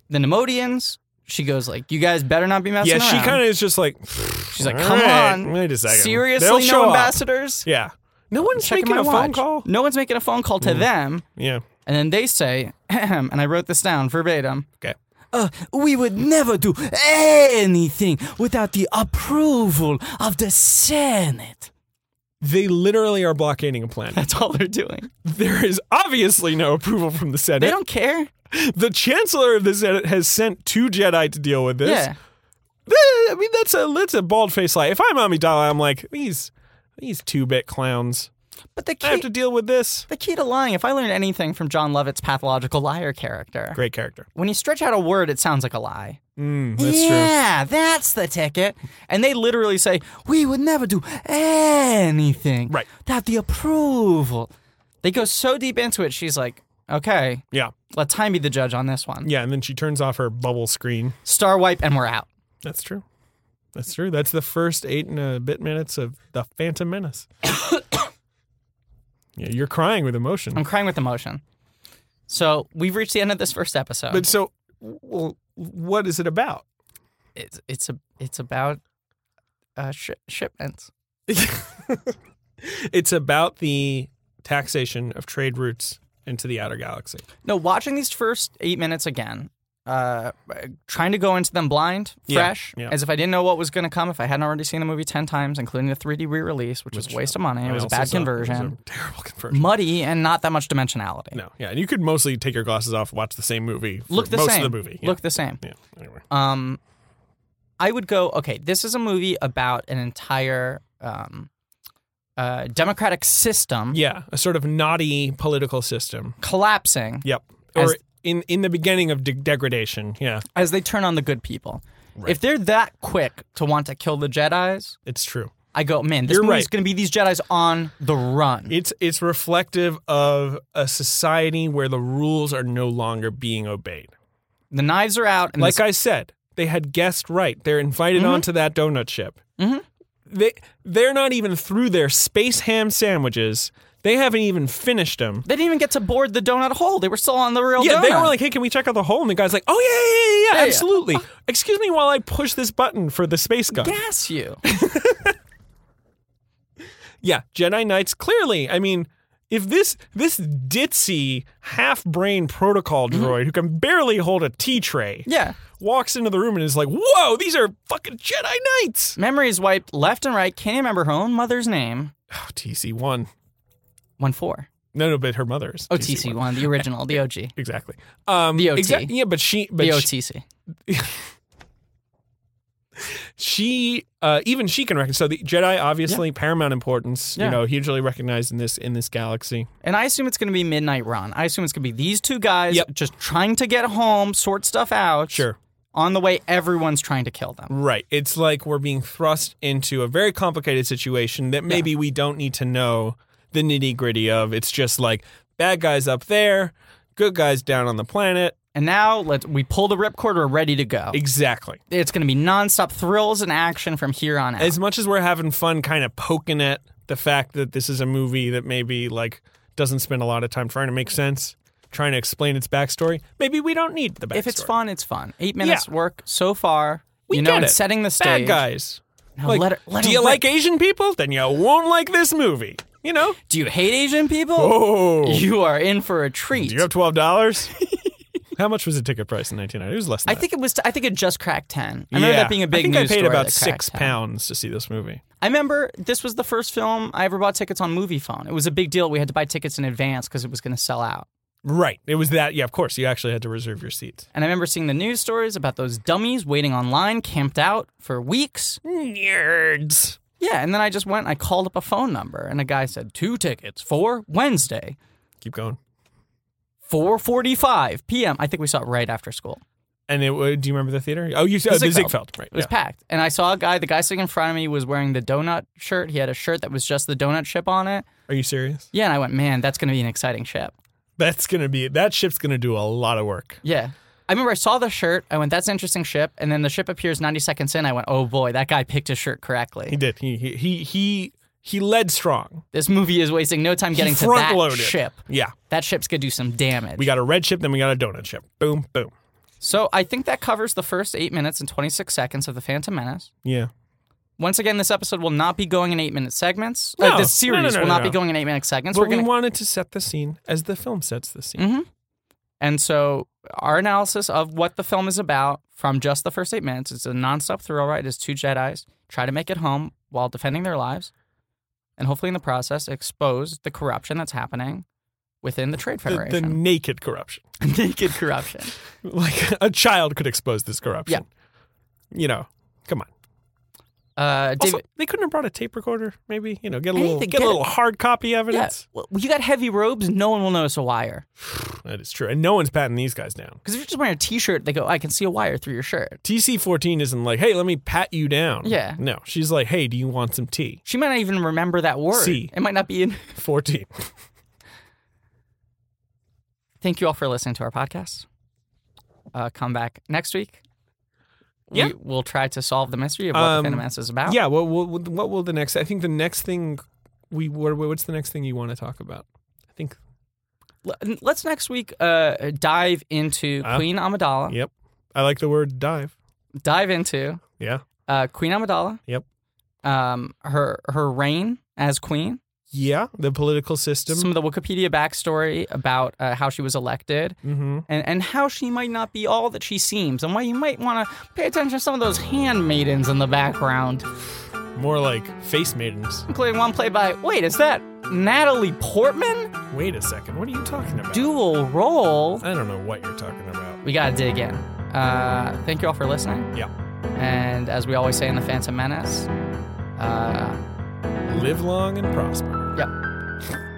[SPEAKER 1] The Nemodians, she goes like, "You guys better not be messing
[SPEAKER 2] Yeah,
[SPEAKER 1] around."
[SPEAKER 2] she kind of is just like.
[SPEAKER 1] She's like,
[SPEAKER 2] "All
[SPEAKER 1] "Come
[SPEAKER 2] right,
[SPEAKER 1] on,
[SPEAKER 2] wait a second.
[SPEAKER 1] seriously,
[SPEAKER 2] They'll show
[SPEAKER 1] no
[SPEAKER 2] up."
[SPEAKER 1] ambassadors."
[SPEAKER 2] Yeah, no one's
[SPEAKER 1] Checking
[SPEAKER 2] making
[SPEAKER 1] my
[SPEAKER 2] a phone
[SPEAKER 1] watch.
[SPEAKER 2] call. Hmm.
[SPEAKER 1] No one's making a phone call to them,
[SPEAKER 2] Yeah,
[SPEAKER 1] and then they say, and I wrote this down verbatim.
[SPEAKER 2] okay.
[SPEAKER 1] Uh, we would never do anything without the approval of the Senate.
[SPEAKER 2] They literally are blockading a planet.
[SPEAKER 1] That's all they're doing.
[SPEAKER 2] There is obviously no approval from the
[SPEAKER 1] They
[SPEAKER 2] Senate.
[SPEAKER 1] don't care.
[SPEAKER 2] The Chancellor of the Senate has sent two Jedi to deal with this.
[SPEAKER 1] Yeah.
[SPEAKER 2] Th- I mean, that's a that's a bald faced lie. If I'm Amidala, I'm like these these two bit clowns.
[SPEAKER 1] But the
[SPEAKER 2] I
[SPEAKER 1] key,
[SPEAKER 2] have to deal with this.
[SPEAKER 1] the key to lying, if I learned anything from John Lovett's pathological liar character,
[SPEAKER 2] Great character.
[SPEAKER 1] when you stretch out a word, it sounds like a lie.
[SPEAKER 2] Mm, that's true.
[SPEAKER 1] yeah, that's the ticket. And they literally say, We would never do anything
[SPEAKER 2] Right.
[SPEAKER 1] without the approval. They go so deep into it, she's like, Okay,
[SPEAKER 2] Yeah,
[SPEAKER 1] let time be the judge on this one.
[SPEAKER 2] yeah. And then she turns off her bubble screen.
[SPEAKER 1] Star wipe, and we're out.
[SPEAKER 2] That's true. That's true. That's the first eight and a bit minutes of the Phantom Menace. yeah, you're crying with emotion.
[SPEAKER 1] I'm crying with emotion. So we've reached the end of this first episode.
[SPEAKER 2] But so, well, what is it about?
[SPEAKER 1] it's it's a it's about uh, sh- shipments.
[SPEAKER 2] It's about the taxation of trade routes into the outer galaxy.
[SPEAKER 1] No, watching these first eight minutes again, uh, trying to go into them blind,
[SPEAKER 2] Yeah,
[SPEAKER 1] fresh,
[SPEAKER 2] yeah.
[SPEAKER 1] as if I didn't know what was going to come. If I hadn't already seen the movie ten times, including the 3D re-release, which, was a waste of money, it was a
[SPEAKER 2] Also,
[SPEAKER 1] bad
[SPEAKER 2] so- it was a
[SPEAKER 1] conversion,
[SPEAKER 2] terrible conversion.
[SPEAKER 1] muddy, and not that much dimensionality.
[SPEAKER 2] No, yeah, and you could mostly take your glasses off, watch the same movie. For
[SPEAKER 1] Look the
[SPEAKER 2] most
[SPEAKER 1] same.
[SPEAKER 2] of the movie. Yeah.
[SPEAKER 1] Look the same.
[SPEAKER 2] yeah. Anyway.
[SPEAKER 1] Um, I would go. Okay, this is a movie about an entire um, uh, democratic system
[SPEAKER 2] yeah, a sort of naughty political system.
[SPEAKER 1] collapsing
[SPEAKER 2] Yep. Or
[SPEAKER 1] As-
[SPEAKER 2] in in the beginning of de- degradation. Yeah,
[SPEAKER 1] as they turn on the good people. If they're that quick to want to kill the Jedi's,
[SPEAKER 2] it's true.
[SPEAKER 1] I go, man, this
[SPEAKER 2] You're
[SPEAKER 1] movie's
[SPEAKER 2] right.
[SPEAKER 1] going to be these Jedi's on the run.
[SPEAKER 2] It's it's reflective of a society where the rules are no longer being obeyed.
[SPEAKER 1] the knives are out, and
[SPEAKER 2] Like
[SPEAKER 1] this-
[SPEAKER 2] I said, they had guessed right. They're invited onto that donut ship. They they're not even through their space ham sandwiches. They haven't even finished them.
[SPEAKER 1] they didn't even get to board the donut hole. They were still on the real
[SPEAKER 2] Yeah,
[SPEAKER 1] donut.
[SPEAKER 2] they were like, "Hey, can we check out the hole?" And the guy's like, "Oh yeah, yeah, yeah, yeah,
[SPEAKER 1] yeah.
[SPEAKER 2] absolutely." Excuse me while I push this button for the space gun.
[SPEAKER 1] gas you.
[SPEAKER 2] Yeah, Jedi Knights clearly. I mean, if this this ditzy half-brain protocol droid who can barely hold a tea tray
[SPEAKER 1] yeah.
[SPEAKER 2] walks into the room and is like, "Whoa, these are fucking Jedi Knights."
[SPEAKER 1] Memory is wiped left and right. Can't remember her own mother's name.
[SPEAKER 2] Oh, TC1.
[SPEAKER 1] One four.
[SPEAKER 2] No, no, but her mother's
[SPEAKER 1] Oh, TC one, the original, the OG,
[SPEAKER 2] Exactly. Um
[SPEAKER 1] The OT.
[SPEAKER 2] exact- yeah, but she but
[SPEAKER 1] the
[SPEAKER 2] she,
[SPEAKER 1] OTC.
[SPEAKER 2] she uh, even she can recognize so the Jedi obviously paramount importance,
[SPEAKER 1] Yeah.
[SPEAKER 2] you know, hugely recognized in this in this galaxy.
[SPEAKER 1] And I assume it's going to be Midnight Run. I assume it's going to be these two guys
[SPEAKER 2] Yep.
[SPEAKER 1] just trying to get home, sort stuff out.
[SPEAKER 2] Sure.
[SPEAKER 1] On the way, everyone's trying to kill them.
[SPEAKER 2] Right. It's like we're being thrust into a very complicated situation that maybe we don't need to know the nitty gritty of. It's just like bad guys up there, good guys down on the planet.
[SPEAKER 1] And now let's we pull the ripcord. We're ready to go.
[SPEAKER 2] Exactly.
[SPEAKER 1] It's going to be nonstop thrills and action from here on out.
[SPEAKER 2] As much as we're having fun kind of poking at the fact that this is a movie that maybe like doesn't spend a lot of time trying to make sense, trying to explain its backstory, maybe we don't need the backstory.
[SPEAKER 1] if it's fun, it's fun. Eight minutes work so far.
[SPEAKER 2] We
[SPEAKER 1] you know,
[SPEAKER 2] get
[SPEAKER 1] and
[SPEAKER 2] it.
[SPEAKER 1] setting the
[SPEAKER 2] bad
[SPEAKER 1] stage.
[SPEAKER 2] guys.
[SPEAKER 1] Now
[SPEAKER 2] Like,
[SPEAKER 1] let her- let
[SPEAKER 2] do
[SPEAKER 1] her
[SPEAKER 2] you
[SPEAKER 1] rip.
[SPEAKER 2] like Asian people? Then you won't like this movie. You know?
[SPEAKER 1] Do you hate Asian people?
[SPEAKER 2] Oh.
[SPEAKER 1] You are in for a treat.
[SPEAKER 2] Do you have twelve dollars? How much was the ticket price in 1990? It was less. Than
[SPEAKER 1] I think it was. I think it just cracked ten. I remember
[SPEAKER 2] yeah.
[SPEAKER 1] that being a big
[SPEAKER 2] I think
[SPEAKER 1] news
[SPEAKER 2] I paid
[SPEAKER 1] story
[SPEAKER 2] about
[SPEAKER 1] that cracked
[SPEAKER 2] six
[SPEAKER 1] 10.
[SPEAKER 2] pounds to see this movie.
[SPEAKER 1] I remember this was the first film I ever bought tickets on Movie Phone. It was a big deal. We had to buy tickets in advance because it was going to sell out.
[SPEAKER 2] Right. It was that. Yeah. Of course, you actually had to reserve your seats.
[SPEAKER 1] And I remember seeing the news stories about those dummies waiting online, camped out for weeks.
[SPEAKER 2] Nerds.
[SPEAKER 1] Yeah, and then I just went. I called up a phone number, and a guy said two tickets for Wednesday,
[SPEAKER 2] Keep going.
[SPEAKER 1] four forty-five p.m. I think we saw it right after school.
[SPEAKER 2] And it. wa- Do you remember the theater? Oh, you said Uh, the
[SPEAKER 1] Ziegfeld.
[SPEAKER 2] Ziegfeld. Right.
[SPEAKER 1] It was
[SPEAKER 2] yeah.
[SPEAKER 1] packed. And I saw a guy, the guy sitting in front of me was wearing the donut shirt. He had a shirt that was just the donut ship on it.
[SPEAKER 2] Are you serious?
[SPEAKER 1] Yeah, and I went, man, that's going to be an exciting ship.
[SPEAKER 2] That's gonna be. That ship's gonna do a lot of work.
[SPEAKER 1] Yeah. I remember I saw the shirt. I went, that's an interesting ship. And then the ship appears 90 seconds in. I went, oh boy, that guy picked his shirt
[SPEAKER 2] He
[SPEAKER 1] correctly.
[SPEAKER 2] did. He he he he, he led strong.
[SPEAKER 1] This movie is wasting no time getting to that
[SPEAKER 2] front-loaded.
[SPEAKER 1] ship.
[SPEAKER 2] Yeah.
[SPEAKER 1] That ship's going to do some damage.
[SPEAKER 2] We got a red ship, then we got a donut ship. Boom, boom.
[SPEAKER 1] so I think that covers the first eight minutes and 26 seconds of The Phantom Menace.
[SPEAKER 2] Yeah.
[SPEAKER 1] Once again, this episode will not be going in eight minute segments.
[SPEAKER 2] No.
[SPEAKER 1] uh, this
[SPEAKER 2] No, no,
[SPEAKER 1] series
[SPEAKER 2] no,
[SPEAKER 1] will
[SPEAKER 2] no,
[SPEAKER 1] not
[SPEAKER 2] no.
[SPEAKER 1] be going in eight minute segments.
[SPEAKER 2] But
[SPEAKER 1] We're
[SPEAKER 2] we
[SPEAKER 1] going to Mm-hmm.
[SPEAKER 2] wanted to set the scene as the film sets the scene.
[SPEAKER 1] And so our analysis of what the film is about from just the first eight minutes, it's a nonstop thrill ride as two Jedi's try to make it home while defending their lives and hopefully in the process expose the corruption that's happening within the Trade
[SPEAKER 2] The, the
[SPEAKER 1] Federation.
[SPEAKER 2] naked corruption.
[SPEAKER 1] naked corruption.
[SPEAKER 2] Like a child could expose this corruption. Yeah. You know, come on.
[SPEAKER 1] Uh, David,
[SPEAKER 2] Also, they couldn't have brought a tape recorder, maybe. You know, get a
[SPEAKER 1] Anything,
[SPEAKER 2] little get,
[SPEAKER 1] get
[SPEAKER 2] a
[SPEAKER 1] it.
[SPEAKER 2] little hard copy
[SPEAKER 1] yeah,
[SPEAKER 2] evidence.
[SPEAKER 1] well, you got heavy robes, no one will notice a wire.
[SPEAKER 2] That is true. And no one's patting these guys down.
[SPEAKER 1] Because if you're just wearing a t shirt, they go, I can see a wire through your shirt.
[SPEAKER 2] TC fourteen isn't like, hey, let me pat you down.
[SPEAKER 1] Yeah.
[SPEAKER 2] No. She's like, hey, do you want some tea?
[SPEAKER 1] She might not even remember that word.
[SPEAKER 2] See.
[SPEAKER 1] It might not be in.
[SPEAKER 2] Fourteen.
[SPEAKER 1] Thank you all for listening to our podcast. Uh, come back next week.
[SPEAKER 2] Yeah.
[SPEAKER 1] We, we'll try to solve the mystery of what
[SPEAKER 2] Um,
[SPEAKER 1] the Phantom Menace is about.
[SPEAKER 2] Yeah. What, what what will the next? I think the next thing we what, what's the next thing you want to talk about? I think.
[SPEAKER 1] L- Let's next week uh, dive into
[SPEAKER 2] Uh,
[SPEAKER 1] Queen Amidala.
[SPEAKER 2] Yep. I like the word dive.
[SPEAKER 1] Dive into
[SPEAKER 2] Yeah.
[SPEAKER 1] uh, Queen Amidala.
[SPEAKER 2] Yep.
[SPEAKER 1] Um, her her reign as queen.
[SPEAKER 2] Yeah. The political system.
[SPEAKER 1] Some of the Wikipedia backstory about uh, how she was elected
[SPEAKER 2] mm-hmm.
[SPEAKER 1] and, and how she might not be all that she seems and why you might want to pay attention to some of those handmaidens in the background.
[SPEAKER 2] More like face maidens.
[SPEAKER 1] including one played by wait, is that Natalie Portman?
[SPEAKER 2] Wait a second. What are you talking about?
[SPEAKER 1] Dual role.
[SPEAKER 2] I don't know what you're talking about.
[SPEAKER 1] We gotta dig in. Uh, thank you all for listening.
[SPEAKER 2] Yeah.
[SPEAKER 1] And as we always say in the Phantom Menace, uh,
[SPEAKER 2] Live long and prosper.
[SPEAKER 1] yep.